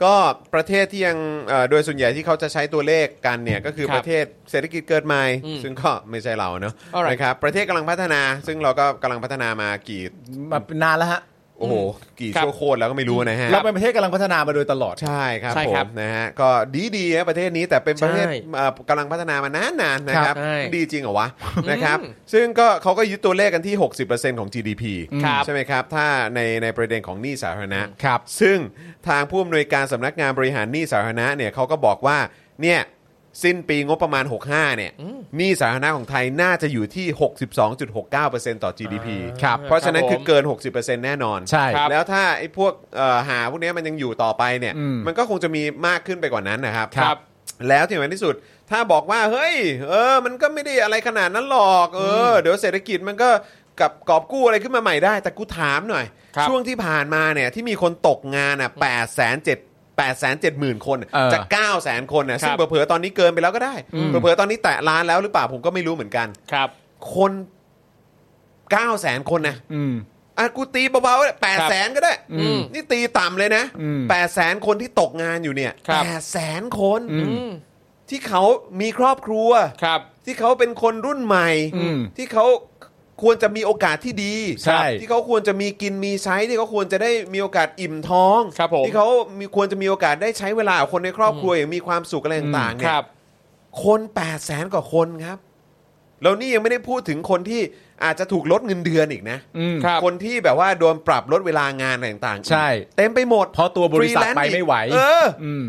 ก็ประเทศที่ยังเอ่อโดยส่วนใหญ่ที่เขาจะใช้ตัวเลขกันเนี่ยก็คือ
ครับ
ประเทศเศรษฐกิจเกิดใหม่
อืม
ซึ่งก็ไม่ใช่เราเนอะ
Alright
นะครับประเทศกำลังพัฒนา ซึ่งเราก็กำลังพัฒนามากี่
มาเป็นนานแล้วฮะ
โอ้โหกี่
ครับ
ชั่วโคตรแล้วก็ไม่รู้นะฮะ
เราเป็นประเทศกำลังพัฒนามาโดยตลอด
ใช่ครับ
ใช่
ผ
ครับ
มนะฮะก็ดีดีๆนะประเทศนี้แต่เป็นประเทศ
ใช่
เอ่อกำลังพัฒนามานานๆนะครับ
ใช่
ดีจริงเหรอวะนะครับ
อืม
ซึ่งก็เขาก็ยึดตัวเลขกันที่ 60%ของ GDP
ครับ
ใช่ไหมครับ ถ้าในในประเด็นของหนี้สาธารณะ
ครับ
ซึ่งทางผู้อำนวยการสำนักงานบริหารหนี้สาธารณะเนี่ยเขาก็บอกว่าเนี่ยสิ้นปีงบประมาณ 65 เนี่ยหนี้สาธารณะของไทยน่าจะอยู่ที่ 62.69%ต่อ GDP
ครับ
เพราะฉะนั้น
ครับผม
คือเกิน 60%แน่นอน
ใช่ครับ
แล้วถ้าไอ้พวกเอ่อหาพวกเนี้ยมันยังอยู่ต่อไปเนี่ย
อืม
มันก็คงจะมีมากขึ้นไปกว่านั้นนะครับ
ครับ
แล้วที่สำคัญที่สุดถ้าบอกว่าเฮ้ยเออมันก็ไม่ได้อะไรขนาดนั้นหรอกเออเดี๋ยวเศรษฐกิจมันก็กลับกอบกู้อะไรขึ้นมาใหม่ได้ แต่กูถามหน่อย
ครับ
ช่วงที่ผ่านมาเนี่ยที่มีคนตกงานอ่ะ8 7 8 7 0 0 0 0 คน
เออ
จาก9 0 0 0 0คนนะซึ่ง
ครับ
เผลอๆตอนนี้เกินไปแล้วก็ได้
อืม
เผลอๆตอนนี้แตะล้านแล้วหรือเปล่าผมก็ไม่รู้เหมือนกัน
ครับ
คน9 0 0 0 0 0คนนะ
อืม
อ่ะกูตีเบาๆแปดแสนก็ได้
อืม
นี่ตีต่ำเลยนะ
อืม
แปดแสนคนที่ตกงานอยู่เนี่ย
ครับ
แปดแสนคน
อืม
อืม
ที่เขามีครอบครัว
ครับ
ที่เขาเป็นคนรุ่นใหม่
อืม
ที่เขาควรจะมีโอกาสที่ดี
ใช่
ที่เขาควรจะมีกินมีใช้ที่เขาควรจะได้มีโอกาสอิ่มท้อง
ครับผม
ที่เขามีควรจะมีโอกาสได้ใช้เวลากับคนในครอบครัวอย่างมีความสุขอะไรต่างๆ
ค
เนี่ย
รับ
คน8ปดแสนกว่าคนครับแล้วนี่ยังไม่ได้พูดถึงคนที่อาจจะถูกลดเงินเดือนอีกนะ
อืม
ครับ
คนที่แบบว่าโดนปรับลดเวลางานอะไรต่างๆ
ใช่
เต็มไปหมด
เพราะตัวบริษัทไปไม่ไหว
เออ
อืม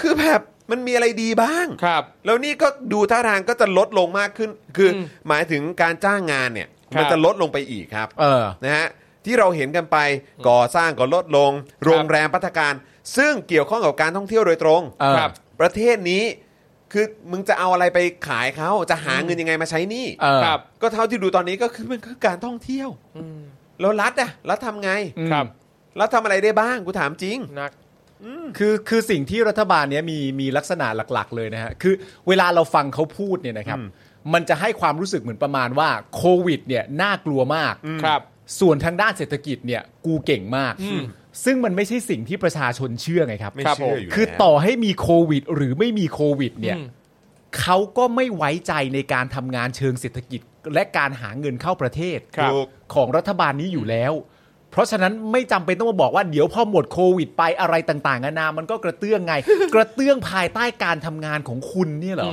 คือแบบมันมีอะไรดีบ้าง
ครับ
แล้วนี่ก็ดูท่าทางก็จะลดลงมากขึ้น คืออ
ม
หมายถึงการจ้างงานเนี่ย
ครับ
มันจะลดลงไปอีกครับ
เออ
นะฮะที่เราเห็นกันไปก่อสร้างก็ลดลง โรงแรมพัฒการ ซึ่งเกี่ยวข้องกับการท่องเที่ยวโดยตรง
เออ
ครับ
ประเทศนี้ คือมึงจะเอาอะไรไปขายเขาจะหาเงินยังไงมาใช้หนี่
เออ
ครับ
ก็เท่าที่ดูตอนนี้ก็คือมันคือการท่องเที่ยว
อืม
แล้วรัฐอะรัฐทำไง
อืม
ครับ
รัฐทำอะไรได้บ้างกูถามจริง
นัก
คือคือสิ่งที่รัฐบาลเนี้ยมีมีลักษณะหลัก ๆ เลยนะฮะคือเวลาเราฟังเขาพูดเนี่ยนะครับ มันจะให้ความรู้สึกเหมือนประมาณว่าโควิดเนี่ยน่ากลัวมาก
ครับ
ส่วนทางด้านเศรษฐกิจเนี่ยกูเก่งมาก ซึ่งมันไม่ใช่สิ่งที่ประชาชนเชื่อไงครับ
ไม่
ครับ
เชื่
ผ
อ
ม
อยู่
คือ
แล้ว
ต่อให้มีโควิด หรือไม่มีโควิดเนี่ย
อืม
เขาก็ไม่ไว้ใจในการทำงานเชิงเศรษฐกิจ และการหาเงินเข้าประเทศ
ครับถูก
ของรัฐบาลนี้อยู่แล้ว เพราะฉะนั้นไม่จำเป็นต้องมาบอกว่าเดี๋ยวพอหมดโควิดไปอะไรต่างๆนานามันก็กระเตื้องไง กระเตื้องภายใต้การทำงานของคุณเนี่ยเหรอ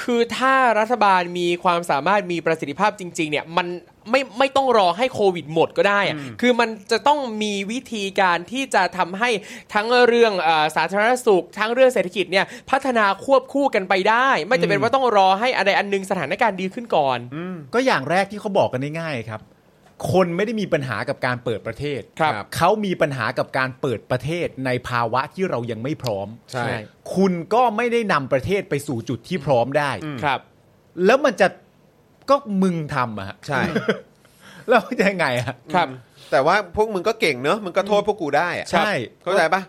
คือถ้ารัฐบาลมีความสามารถมีประสิทธิภาพจริง ๆ เนี่ยมันไม่ไม่ต้องรอให้โควิดหมดก็ได้อะคือมันจะต้องมีวิธีการที่จะทำให้ทั้งเรื่องเออสาธารณสุข ทั้งเรื่องเศรษฐกิจเนี่ยพัฒนาควบคู่กันไปได้ ไม่จำเป็นว่าต้องรอให้อะไรอันหนึงสถานการณ์ดีขึ้นก่อน
ก็อย่างแรกที่เขาบอกกันง่ายๆครับ คนไม่ได้มีปัญหากับการเปิดประเทศ
ครับ
เขามีปัญหากับการเปิดประเทศในภาวะที่เรายังไม่พร้อม
ใช่
คุณก็ไม่ได้นำประเทศไปสู่จุดที่พร้อมได้
ครับ
แล้วมันจะ ก็มึงทำอะฮะ
ใช่
แล้วจะยังไงอะ
ครับ
แต่ว่าพวกมึงก็เก่งเนอะมึงก็โทษพวกกูได้อะ
ใช่
เข้าใจปะ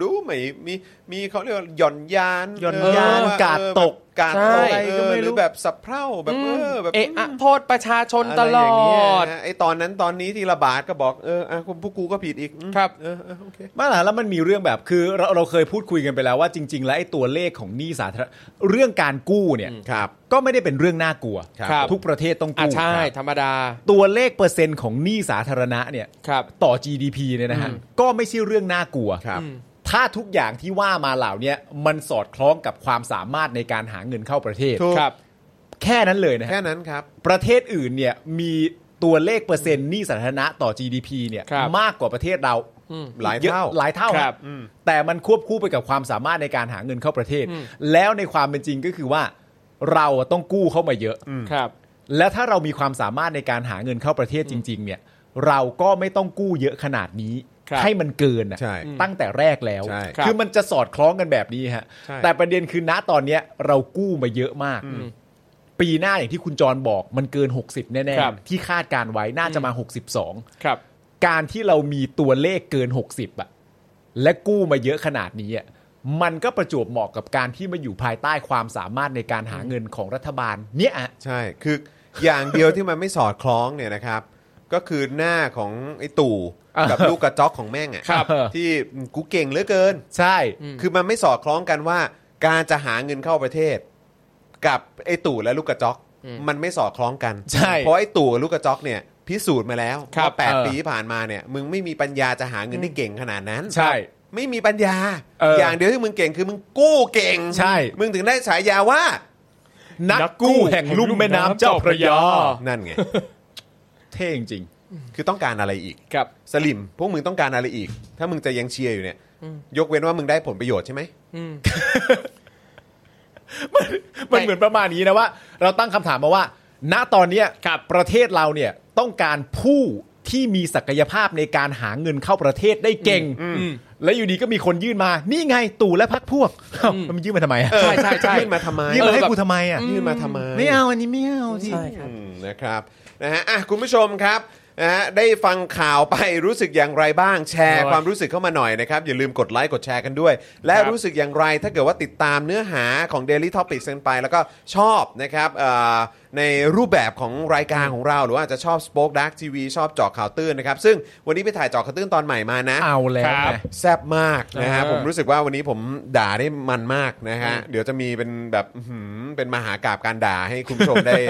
ดูไม่มีมีเขาเรียกว่าหย่อนยาน
หย่อนยาน
เว่
กาด
เออ
ตก
แบบกาด
ใช่
ตกเอ
ก็
อ
ไม่รู้
หรือแบบสับเพร่าแบบเออแบบ
เอะอะโทษประชาชนตล
ะไร
อย่าง
เงี้ย
ด
นะไอตอนนั้นตอนนี้ที่ระบาดก็บอกเอออ่ะพวกกูก็ผิดอีกอืม
ครับ
เออเออโอเค
ไม่หรอกแล้วมันมีเรื่องแบบคือเราเราเคยพูดคุยกันไปแล้วว่าจริง ๆ แล้วไอ้ตัวเลขของหนี้สาธารณะเรื่องการกู้เนี่ย
ครับ
ก็ไม่ได้เป็นเรื่องน่ากลัว
ครับ
ทุกประเทศต้อง
อ่ะ
กู้
ใช่
ครับ
ธรรมดา
ตัวเลขเปอร์เซ็นต์ของหนี้สาธารณะเนี่ย
ครับ
ต่อ GDP เนี่ยนะฮะก็ไม่ใช่เรื่องน่ากลัว
ครับ
ถ้าทุกอย่างที่ว่ามาเหล่าเนี้ยมันสอดคล้องกับความสามารถในการหาเงินเข้าประเทศ
ถูก
ครับ
แค่นั้นเลยนะ
แค่
ฮะ
นั้นครับ
ประเทศอื่นเนี่ยมีตัวเลขเปอร์เซ็นต์หนี้สาธารณะต่อ GDP เนี่ย
ครับ
มากกว่าประเทศเรา
อืม
หลาย
อะ
เท่า
หลายเท่า
ครับ
อืม
แต่มันควบคู่ไปกับความสามารถในการหาเงินเข้าประเทศ แล้วในความเป็นจริงก็คือว่า เราอะต้องกู้เข้ามาเยอะ
ครับ
แล้วถ้าเรามีความสามารถในการหาเงินเข้าประเทศจริง ๆ เนี่ย เราก็ไม่ต้องกู้เยอะขนาดนี้
ครับ
ให้มันเกินอะ
ใช่
ตั้งแต่แรกแล้ว
ใช่
ครับ
อมันจะสอดคล้องกันแบบนี้ฮะ
ใช่
แต่ประเด็นคือณตอนเนี้ยเรากู้มาเยอะมาก ปีหน้าอย่างที่คุณจรบอกมันเกิน 60 แน่
ครับ
ๆที่คาดการไว้น่าจะมา 62
ครับ
การที่เรามีตัวเลขเกิน 60อะและกู้มาเยอะขนาดนี้อะมันก็ประจวบเหมาะกับการที่มาอยู่ภายใต้ความสามารถในการหาเงินของรัฐบาล เนี่ยอะ
ใช่ คืออย่างเดียวที่มันไม่สอดคล้องเนี่ยนะครับ ก็คือหน้าของไอ้ตู่กับลูกกระจอกของแม่งอ่ะ
ครับ
ที่กูเก่งเหลือเกิน
ใช่
คือมันไม่สอดคล้องกันว่า การจะหาเงินเข้าประเทศ กับไอ้ตู่และลูกกระจอก มันไม่สอดคล้องกัน
ใช่
เพราะไอ้ตู่กับลูกกระจอกเนี่ยพิสูจน์มาแล้ว
ครับ
ว่าแปด
เออ
ปีที่ผ่านมาเนี่ยมึงไม่มีปัญญาจะหาเงินได้เก่งขนาดนั้น
ใช่
ไม่มีปัญญา
เอออย่าง
เดียวที่มึงเก่งคือมึงกู้เก่ง
ใช่
มึงถึงได้ฉายาว่า
นักกู้แห่งลุ่มแม่น้ำเจ้าพระยา
นั่นไง
เท่จริง
คือต้องการอะไรอีก
ครับ
สลิมพวกมึงต้องการอะไรอีก ถ้ามึงจะยังเชียร์อยู่เนี่ย ยกเว้นว่ามึงได้ผลประโยชน์ใช่ไหม
มันเหมือนประมาณนี้นะว่า เราตั้งคำถามมาว่า ณตอนเนี้ยประเทศเราเนี่ยต้องการผู้ที่มีศักยภาพในการหาเงินเข้าประเทศได้เก่ง และอยู่ดีก็มีคนยื่นมา นี่ไงตู่และพักพวกเอ้ามันยื่นมาทำไมอะ
ใช่ใช่ใช่
ยื่นมาทำไม
ยื่นมาให้กูทำไมอะ
ยื่นมาทำไม
ไม่เอาอันนี้ไม่เอาที่
ใช่ครับ
อืมนะครับนะฮะอ่ะคุณผู้ชมครับนะฮะได้ฟังข่าวไปรู้สึกอย่างไรบ้างแชร์
โอ้ย
ความรู้สึกเข้ามาหน่อยนะครับ อย่าลืมกดไลค์กดแชร์กันด้วย และ
ครับ
รู้สึกอย่างไรถ้าเกิดว่าติดตามเนื้อหาของ Daily Topics กันไป แล้วก็ชอบนะครับเอ่อในรูปแบบของรายการของเรา หรือว่าอาจจะชอบ Spoke Dark TV ชอบเจาะข่าวตื้นนะครับ ซึ่งวันนี้ไปถ่ายเจาะข่าวตื้นตอนใหม่มานะ
เอาแล้ว
ครับ
นะ
แซ่บมากนะฮะ
เออ
ผมรู้สึกว่าวันนี้ผมด่าได้มันมากนะฮะเดี๋ยวจะมีเป็นแบบอื้อหือเป็นมหากราบการด่าให้คุณผู้ชมได้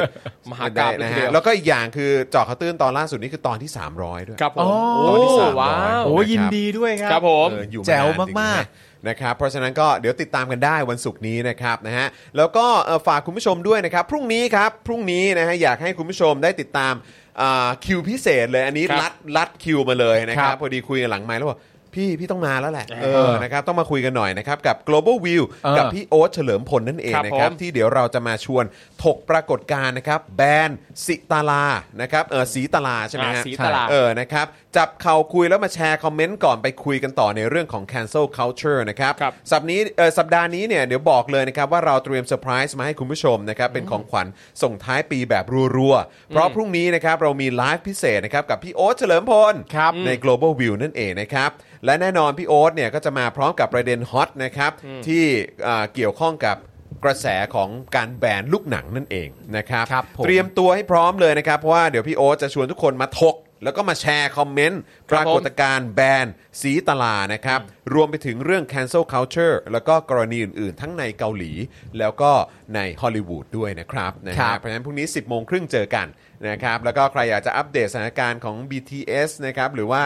มหากาพย์
ได้นะ
เลยทีเดี
ฮะ
ยว
แล้วก็อีกอย่างคือเจาะข่าวตื้นตอนล่าสุดนี่คือตอนที่ 300 ด้วย
ครับผม
อ๋อ
ตอนที่
โอ้
300
ว้าว
โอ้
ะครับ
ยินดีด้วยครั
ครับผม
เอออยู่นน
แจ๋ว
จริงๆ
มาก
นะครับเพราะฉะนั้นก็เดี๋ยวติดตามกันได้วันศุกร์นี้นะครับนะฮะแล้วก็เอ่อฝากคุณผู้ชมด้วยนะครับ พรุ่งนี้ครับพรุ่งนี้นะฮะอยากให้คุณผู้ชมได้ติดตามอ่าคิวพิเศษเลยอันนี้
ครับ
ลัดลัดคิวมาเลยนะครั
ครับ บ
พอดีคุยกันหลังไมค์แล้วบอกพี่พี่ต้องมาแล้วแหละเอ
เอ
อ
อ
นะครับต้องมาคุยกันหน่อยนะครับกับ global view
เออ
กับพี่โอ๊ตเฉลิมพลนั่นเอง
ครับ
นะครับ
ผม
ที่เดี๋ยวเราจะมาชวนถกปรากฏการณ์นะครับแบรนด์สิตาลานะครับเออสีตาลาใช่ไหม
อ่า
ฮะ
สีตาลา
เออนะครับจับเข่าคุยแล้วมาแชร์คอมเมนต์ก่อนไปคุยกันต่อในเรื่องของ cancel culture นะครับ
ครับ
สัปนี้เอ่อสัปดาห์นี้เนี่ยเดี๋ยวบอกเลยนะครับว่าเราเตรียมเซอร์ไพรส์มาให้คุณผู้ชมนะครับเป็นของขวัญส่งท้ายปีแบบรัวๆ เพราะพรุ่งนี้นะครับเรามีไลฟ์พิเศษนะครับกับพี่โอ๊ตเฉลิมพล
ครับ
ใน global view นั่นเองนะครับและแน่นอนพี่โอ๊ตเนี่ยก็จะมาพร้อมกับประเด็นฮอตนะครับที่เอ่อเกี่ยวข้องกับ กระแสของการแบนลูกหนังนั่นเองนะครับ
ครับผม
เตรียมตัวให้พร้อมเลยนะครับ เพราะว่าเดี๋ยวพี่โอ๊ตจะชวนทุกคนมาถก แล้วก็มาแชร์คอมเมนต์
ค
ป
รับ
รา
ผม
กฏการณ์แบนสีตลานะครับ รวมไปถึงเรื่อง cancel culture แล้วก็กรณีอื่นๆ ทั้งในเกาหลี แล้วก็ในฮอลลีวูดด้วยนะครับนะ
ครั
ฮะ
บ
เพราะฉะนั้นพรุ่งนี้ 10 โมงครึ่งเจอกันนะครับ แล้วก็ใครอยากจะอัปเดตสถานการณ์ของ BTS นะครับหรือว่า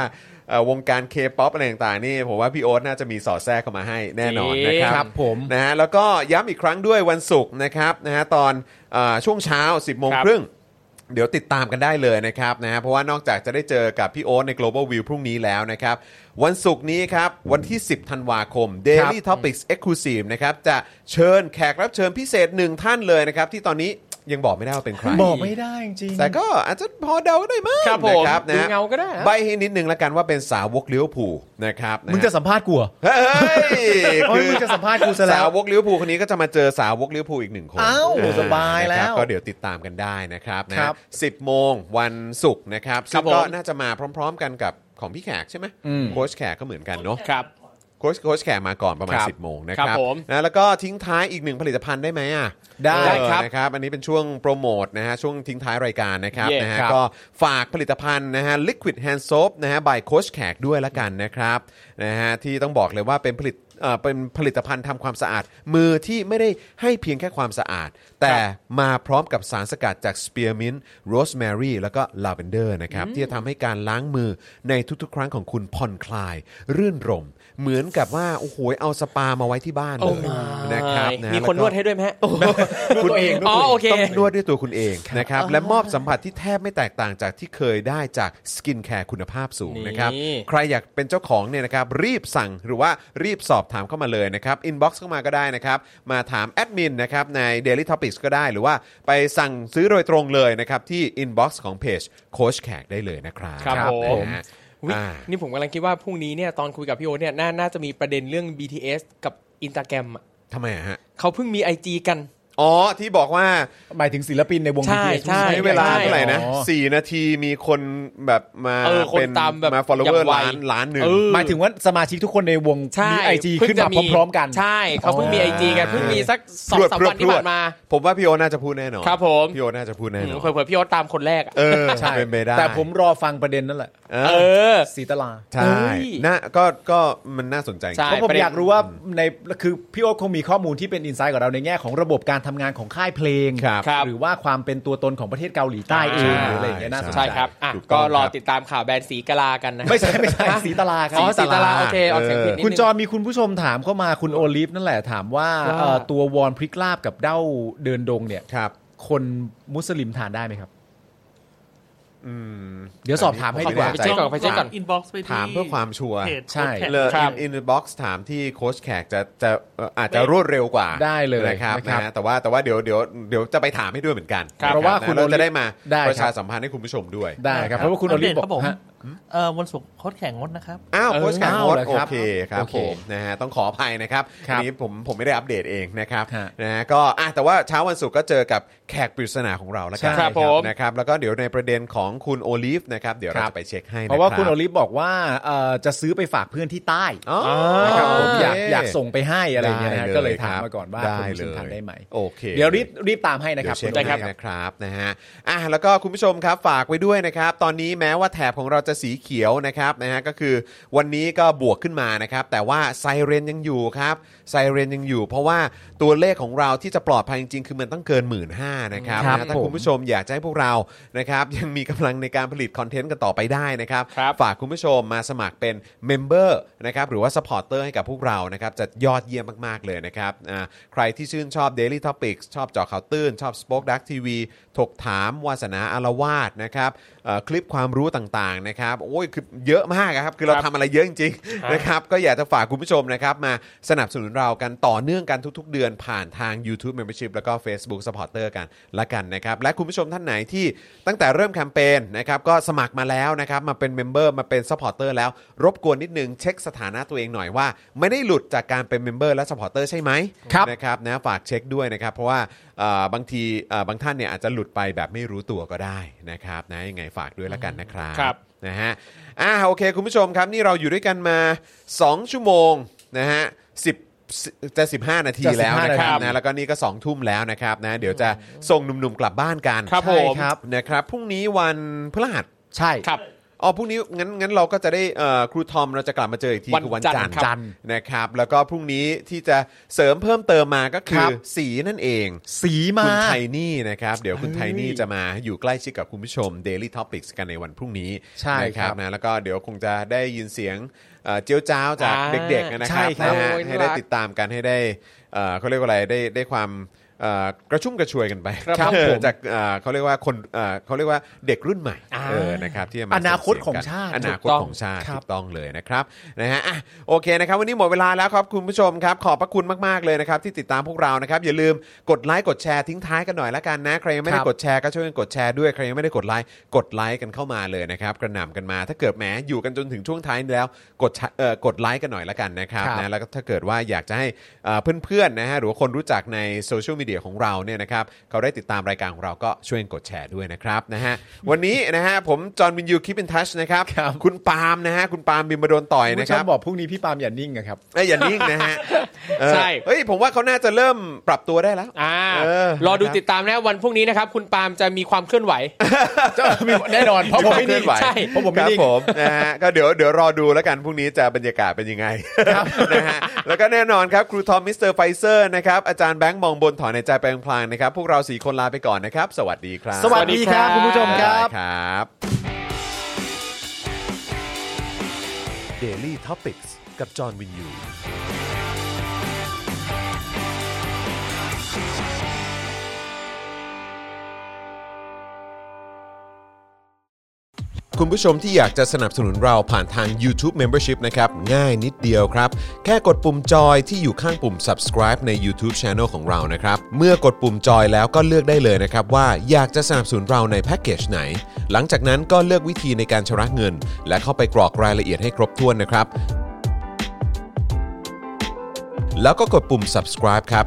เอ่อวงการ K-POP อะไรต่างๆนี่ผมว่าพี่โอ๊ตน่าจะมีสอดแทรกเข้ามาให้แน่นอนนะครั
ครับผม
นะฮะแล้วก็ย้ำอีกครั้งด้วยวันศุกร์นะครับนะฮะตอนเออช่วงเช้า 10บโมง
ครับ
ครึ่งเดี๋ยวติดตามกันได้เลยนะครับนะฮะเพราะว่านอกจากจะได้เจอกับพี่โอ๊ตใน global view พรุ่งนี้แล้วนะครับ วันศุกร์นี้ครับ วันที่ 10 ธันวาคม daily topics exclusive นะครับ จะเชิญแขกรับเชิญพิเศษหนึ่งท่านเลยนะครับ ที่ตอนนี้ ยังบอกไม่ได้ว่าเป็นใคร
บอกไม่ได้จริงๆ
แต่ก็อาจจะพอเดาได้มั้ง
ครับผม
นะครับ
ดู
นะ
เงาก็ได้
ใบให้นิดนึงละกันว่าเป็นสาวกเลี้ยวผูลนะครับนฮ
มึงจะสัมภาษณ์กูเหรอ
เฮ้ย
เฮ้ย
คือ
มึงจะสัมภาษณ์กูซะแล้
สาว วกเลี้ยวผูลคนนี้ก็จะมาเจอสาวกเลี้ยวผูลอีกหนึ่งคน
อ้าว
นะฮะ
สบายแล้ว
นะครับก็เดี๋ยวติดตามกันได้นะครับนะครับ สิบโมงวันศุกร์นะครับซึ่ง
ผม
ก็น่าจะมาพร้อม ๆ กันกับของพี่แขกใช่ไหม
อืม
โค้ชแขกก็เหมือนกันเนาะ
ครับ
โค้ชโค้ชแขกมาก่อนประมาณ
ครับ
10 โมงนะ
ค
ค
รั
รับบ
ผม
นะแล้วก็ทิ้งท้ายอีกหนึ่งผลิตภัณฑ์ได้ไหมอ่ะ
ได้
ได้
ครับ
นะครับอันนี้เป็นช่วงโปรโมทนะฮะช่วงทิ้งท้ายรายการนะครับ
เย่
นะฮะ
ครับ
ก็ฝากผลิตภัณฑ์นะฮะ Liquid Hand Soap นะฮะ by Coach แขกด้วยละกันนะครับนะฮะที่ต้องบอกเลยว่าเป็นผลิตเอ่อเป็นผลิตภัณฑ์ทำความสะอาด มือที่ไม่ได้ให้เพียงแค่ความสะอาด แต่มาพร้อมกับสารสกัดจากสเปียร์มินต์โรสแมรี่แล้วก็ลาเวนเดอร์นะครับที่จะทำให้การล้างมือในทุกๆ ครั้งของคุณผ่อนคลาย รื่นรม เหมือนกับว่าโอ้โหเอาสปามาไว้ที่บ้านเลยนะครับะฮะ
มีคน
แล้
น
ก็
วดให้ด้วยไหมฮะ
คุณเอง
อ๋อโอเค
ต้องนวดด้วยตัวคุณเองนะครับ และมอบสัมผัสที่แทบไม่แตกต่างจากที่เคยได้จากสกินแคร์คุณภาพสูงนะครับ
นี่
ใครอยากเป็นเจ้าของเนี่ยนะครับ รีบสั่งหรือว่ารีบสอบถามเข้ามาเลยนะครับอินบ็อกซ์เข้ามาก็ได้นะครับ มาถามแอดมินนะครับใน Daily Topics ก็ได้หรือว่าไปสั่งซื้อโดยตรงเลยนะครับ ที่อินบ็อกซ์ของเพจโคชแขกได้เลยนะครับ
ครับผม
นะฮะ
อุ๊ย
อ่า
นี่ผมกำลังคิดว่าพรุ่งนี้เนี่ยตอนคุยกับพี่โอตเนี่ยน่าน่าจะมีประเด็นเรื่อง BTS กับอินสตาแกรม
ทำไมอะฮะ
เขาเพิ่งมี IG กัน
อ๋อที่บอกว่า
หมายถึงศิลปินในวง
ใช่
BTS
ใช่
ใช้เวลา
ใช่
เท่าไหร่นะ
อ๋อ
สี่นาทีมีคนแบบมา
เออคน
เป็น
ตามแบบ
มา follower
อย่างไว
ล้านล้านหนึ่ง
เออ
หมายถึงว่าสมาชิกทุกคนในวง
ใช่
มีไอจี
เพิ่
ขึ้น
งจะ
มาพร้อมๆกัน
ใช่เขาเพิ่งมี
อ๋อ
IG กันเพิ่งมีสักสองสาม
พรวด
วันที่
พรวด
ผ่านมา
ผมว่าพี่โอน่าจะพูดแน่นอน
ครับผม
พี่โอน่าจะพูดแน่นอน
เผื่อๆพี่โอ๊ตตามคนแรกอะ
เออ
ใช่
เป็นไปได้
แต่ผมรอฟังประเด็นนั่นแหละ
เอ
เอ
อ
อ
สีตลา
ใช่
เฮ้ย
น่าก็ก็มันน่าสนใจจริง
ใช่
เพราะผม
ประเด็น
อยากรู้ว่าในคือพี่โอ๊ตคงมีข้อมูลที่เป็นอินไซต์กับเราในแง่ของระบบการทำงานของค่ายเพลง
ครับ
ครับ
หรือว่าความเป็นตัวตนของประเทศเกาหลีใต้เองหรืออะไรอย่างเงี้ยน่าสนใจ
ใช่ครับอ่ะ
ถูต้
ก็
ง
รอ
คบ
ติดตามข่าวแบรนด์สีกลากันนะ
ไม่ ใช่ไม่ใช่สีตลาครับ
อ๋อสีกลาโอเคออกเสียงผิดนิดนึง
คุณจอมีคุณผู้ชมถามเข้ามาคุณโอลิฟนั่นแหละถามว่า
ว่า
เอ่อตัววอนพริกลาบกับเด้าเดินดงเนี่ย
ครับ
คนมุสลิมทานได้ไหมครับ
อืม
เดี๋ยวสอบถามให้ดีกว่า
ไม่
เช็
แน่ใจ
คก่อนไปเช็คก่อน
อินบ็อกซ์ไปที่
ถามเพื่อความชัวร์
เพจ
ใช่
โค้ชแขก
เลย
ครับ
อินบ็อกซ์ถามที่โค้ชแขกจะจะเอ่ออาจจะรวดเร็วกว่า
ได้เลย
นะครับ
นะครับ
นะฮะแต่ว่าแต่ว่าเดี๋ยวเดี๋ยวเดี๋ยวจะไปถามให้ด้วยเหมือนกัน
ครั
น
บเพราะว่าคุณ
เราจะได้มา
ได้ครับ
ประชาสัมพันธ์ให้คุณผู้ชมด้วย
ได้ครับเพราะว่าคุณโอลิฟบอก
อัปเดตครับผม
ฮะ
เอ่อวันศุกร์โค้ชแข่งงดนะครับ
อ้าว
เออ
โค้ชแขก
เอา
โค้ช
เหรอ
โอ
ครับ
เคครับ
โอเค
ผมนะฮะต้องขออภัยนะครับ
ครับ
อันนี้ผมผมไม่ได้อัปเดตเองนะครับ
ฮะ
นะฮะก็อ่ะแต่ว่าเช้าวันศุกร์ก็เจอกับแขกปริศนาของเราแล้วกัน
ใช่ครับ
ผม
นะครับแล้วก็เดี๋ยวในประเด็นของคุณโอลิฟนะครับเดี๋ยวเราจะไปเช็คให้น
เพราะว่าคุณ
บ
โอลิฟบอกว่าเอ่อจะซื้อไปฝากเพื่อนที่ใต้
อ๋อ
นะครับผม
โอเค
อยากอยากส่งไปให้อะไรอย่างเงี้ยนะฮะ
ได้
ก็เลย
ค
ถา
รั
ม
บ
มาก่อนว่า
ได้
คุณ
เล
มุ
ย
สลิมทานได้ไหม
โอเค
เดี๋ยวรีบรีบตามให้นะครับ
เดี๋ยวเช็
ได้
ได้
ครับ
นะครับนะฮะอ่ะแล้วก็คุณผู้ชมครับฝากไว้ด้วยนะครับ ตอนนี้แม้ว่าแถบของเราจะสีเขียวนะครับนะฮะก็คือวันนี้ก็บวกขึ้นมานะครับ แต่ว่าไซเรนยังอยู่ครับไซเรนยังอยู่ เพราะว่าตัวเลขของเราที่จะปลอดภัยจริงๆ คือมันต้องเกินหมื่นห้านะครับ
ครับ
นะฮะถ้า
ผม
คุณผู้ชมอยากจะให้พวกเรานะครับ ยังมีกำลังในการผลิตคอนเทนต์กันต่อไปได้นะครับ
ครับ
ฝากคุณผู้ชมมาสมัครเป็นเมมเบอร์นะครับหรือว่าสปอร์เตอร์ให้กับพวกเรานะครับจะยอดเยี่ยมมาก ๆ เลยนะครับอ่าใครที่ชื่นชอบ Daily Topics ชอบเจอข่าวตื้น ชอบ Spoke Dark TV ถกถามวาสนาอารวาสนะครับเอ่อคลิปความรู้ต่างๆนะครับโอ้ยคือเยอะมากอะครับ คือเราทำอะไรเยอะจริงๆนะครับก็อยากจะฝากคุณผู้ชมนะครับมาสนับสนุนเรากันต่อเนื่องกันทุก ๆ เดือนผ่านทาง YouTube Membership แล้วก็ Facebook Supporter กันละกันนะครับและคุณผู้ชมท่านไหนที่ตั้งแต่เริ่มแคมเปญนะครับก็สมัครมาแล้วนะครับมาเป็นเมมเบอร์มาเป็นซัพพอร์เตอร์แล้ว รบกวนนิดนึงเช็คสถานะตัวเองหน่อยว่า ไม่ได้หลุดจากการเป็นเมมเบอร์และซัพพอร์เตอร์ใช่ไหม
ครับ
นะครับนะฝากเช็คด้วยนะครับ เพราะว่าเอ่อบางทีเอ่อบางท่านเนี่ยอาจจะหลุดไปแบบไม่รู้ตัวก็ได้นะครับนะยังไงฝากด้วยละกันนะครับ
ครับ
นะฮะ อ่า โอเค คุณผู้ชมครับ นี่เราอยู่ด้วยกันมา 2 ชั่วโมง นะฮะสิบจะ 15 นาที
จะ15
แล้วนะครับ
นาที
นะ แล้วก็นี่ก็ 2 ทุ่มแล้วนะครับนะ เดี๋ยวจะส่งหนุ่มๆกลับบ้านกัน
ครับผม
ใช่ครับ นะครับ พรุ่งนี้วันพฤหัส
ใช่
ครับ
อ๋อ พรุ่งนี้ งั้น งั้นเราก็จะได้เอ่อครูทอม เราจะกลับมาเจออีกที
วัน
คือวัน
จันทร์
จันทร์
ครับ
จันทร์นะครับ แล้วก็พรุ่งนี้ที่จะเสริมเพิ่มเติมมาก็คือสีนั่นเอง
สีมา
คุณไทนี่นะครับ เดี๋ยวคุณไทนี่
เอ้ย
จะมาอยู่ใกล้ชิดกับคุณผู้ชม Daily Topics กันในวันพรุ่งนี้
ใช่
นะค
ครั
รับบนะแล้วก็เดี๋ยวคงจะได้ยินเสียงเอ่อเจียวจ้าวจาก
อ่า
เด็กๆนะครับ
ใช่ครับ
นะฮะ
โอ้ย
ให้ได้
น่ารัก
ติดตามกันให้ได้เอ่อเขาเรียกว่าอะไรได้ได้ความ เอ่อกระชุ่มกระชวยกันไป
ครับผม
จากเอ่อเขาเรียกว่าคนเอ่อเขาเรียกว่าเด็กรุ่นใหม่เออนะครับที่จะมา
อนาคตของชาติ
อนาคตของชาติ
ครับ
ถูกต้องเลยนะครับนะฮะอ่ะโอเคนะครับ วันนี้หมดเวลาแล้วครับคุณผู้ชมครับ ขอบพระคุณมากๆเลยนะครับ ที่ติดตามพวกเรานะครับ อย่าลืมกดไลค์กดแชร์ทิ้งท้ายกันหน่อยละกันนะใครยังไม่ได้
ครับ
กดแชร์ก็ช่วยกันกดแชร์ด้วยใครยังไม่ได้กดไลค์กดไลค์กันเข้ามาเลยนะครับกระหน่ำกันมา ถ้าเกิดแหมอยู่กันจนถึงช่วงท้ายแล้วกดแชเอ่อกดไลค์กันหน่อยละกันนะครับ
ครับ
นะ แล้วก็ถ้าเกิดว่าอยากจะให้เอ่อเพื่อนๆนะฮะหรือว่าคนรู้จักในโซเชียลมีเดียของเราเนี่ยนะครับเขาได้ติดตามรายการของเราก็ช่วยกดแชร์ด้วยนะครับนะฮะวันนี้นะฮะผมจอห์นวินยูคิป n นทัชนะครับ
ครับ
คุณปาล์มนะฮะคุณปาล์มบินมาโดนต่อย
คุณ
นะ
ผู้
ค
ช
รับ
มบอกพรุ่งนี้พี่ปาล์มอย่านิ่งอะครับ
เอ้ยอย่านิ่งนะฮะเออ
ใช่
เฮ้ยผมว่าเขาน่าจะเริ่มปรับตัวได้แล้ว
อ่า
เออ
รอดูติดตามนะวันพรุ่งนี้นะครับ คุณปาล์มจะมีความเคลื่อนไหว
แน่นอนเพราะผมไม่
เคลื่
นิ่
อง นไหว
ใช่
เพราะผม
ค
ไม่
รับ
นิ่ง
ผมนะ ฮะก็เดี๋ยวเดี๋ยวรอดูแล้วกันพรุ่งนี้จะบรรยากาศเป็นยังไง นะฮะแล้วก็แน่นอนครับครูทอมมิสเตอร์ไฟเซอร์นะครับอาจารย์แบงค์มองบนถอนในใจแปลงพลางนะครับ พวกเราสี่คนลาไปก่อนนะครับ สวัสดีครับ
สวัสดีครับคุณผู้ชมครั
ได้
บ
ครับ Daily Topics กับจอห์นวินยู คุณผู้ชมที่อยากจะสนับสนุนเราผ่านทาง YouTube Membership นะครับ ง่ายนิดเดียวครับ แค่กดปุ่มจอยที่อยู่ข้างปุ่ม subscribe ใน YouTube Channel ของเรานะครับ เมื่อกดปุ่มจอยแล้วก็เลือกได้เลยนะครับ ว่าอยากจะสนับสนุนเราในแพ็กเกจไหน หลังจากนั้นก็เลือกวิธีในการชำระเงิน และเข้าไปกรอกรายละเอียดให้ครบถ้วนนะครับ แล้วก็กดปุ่ม subscribe ครับ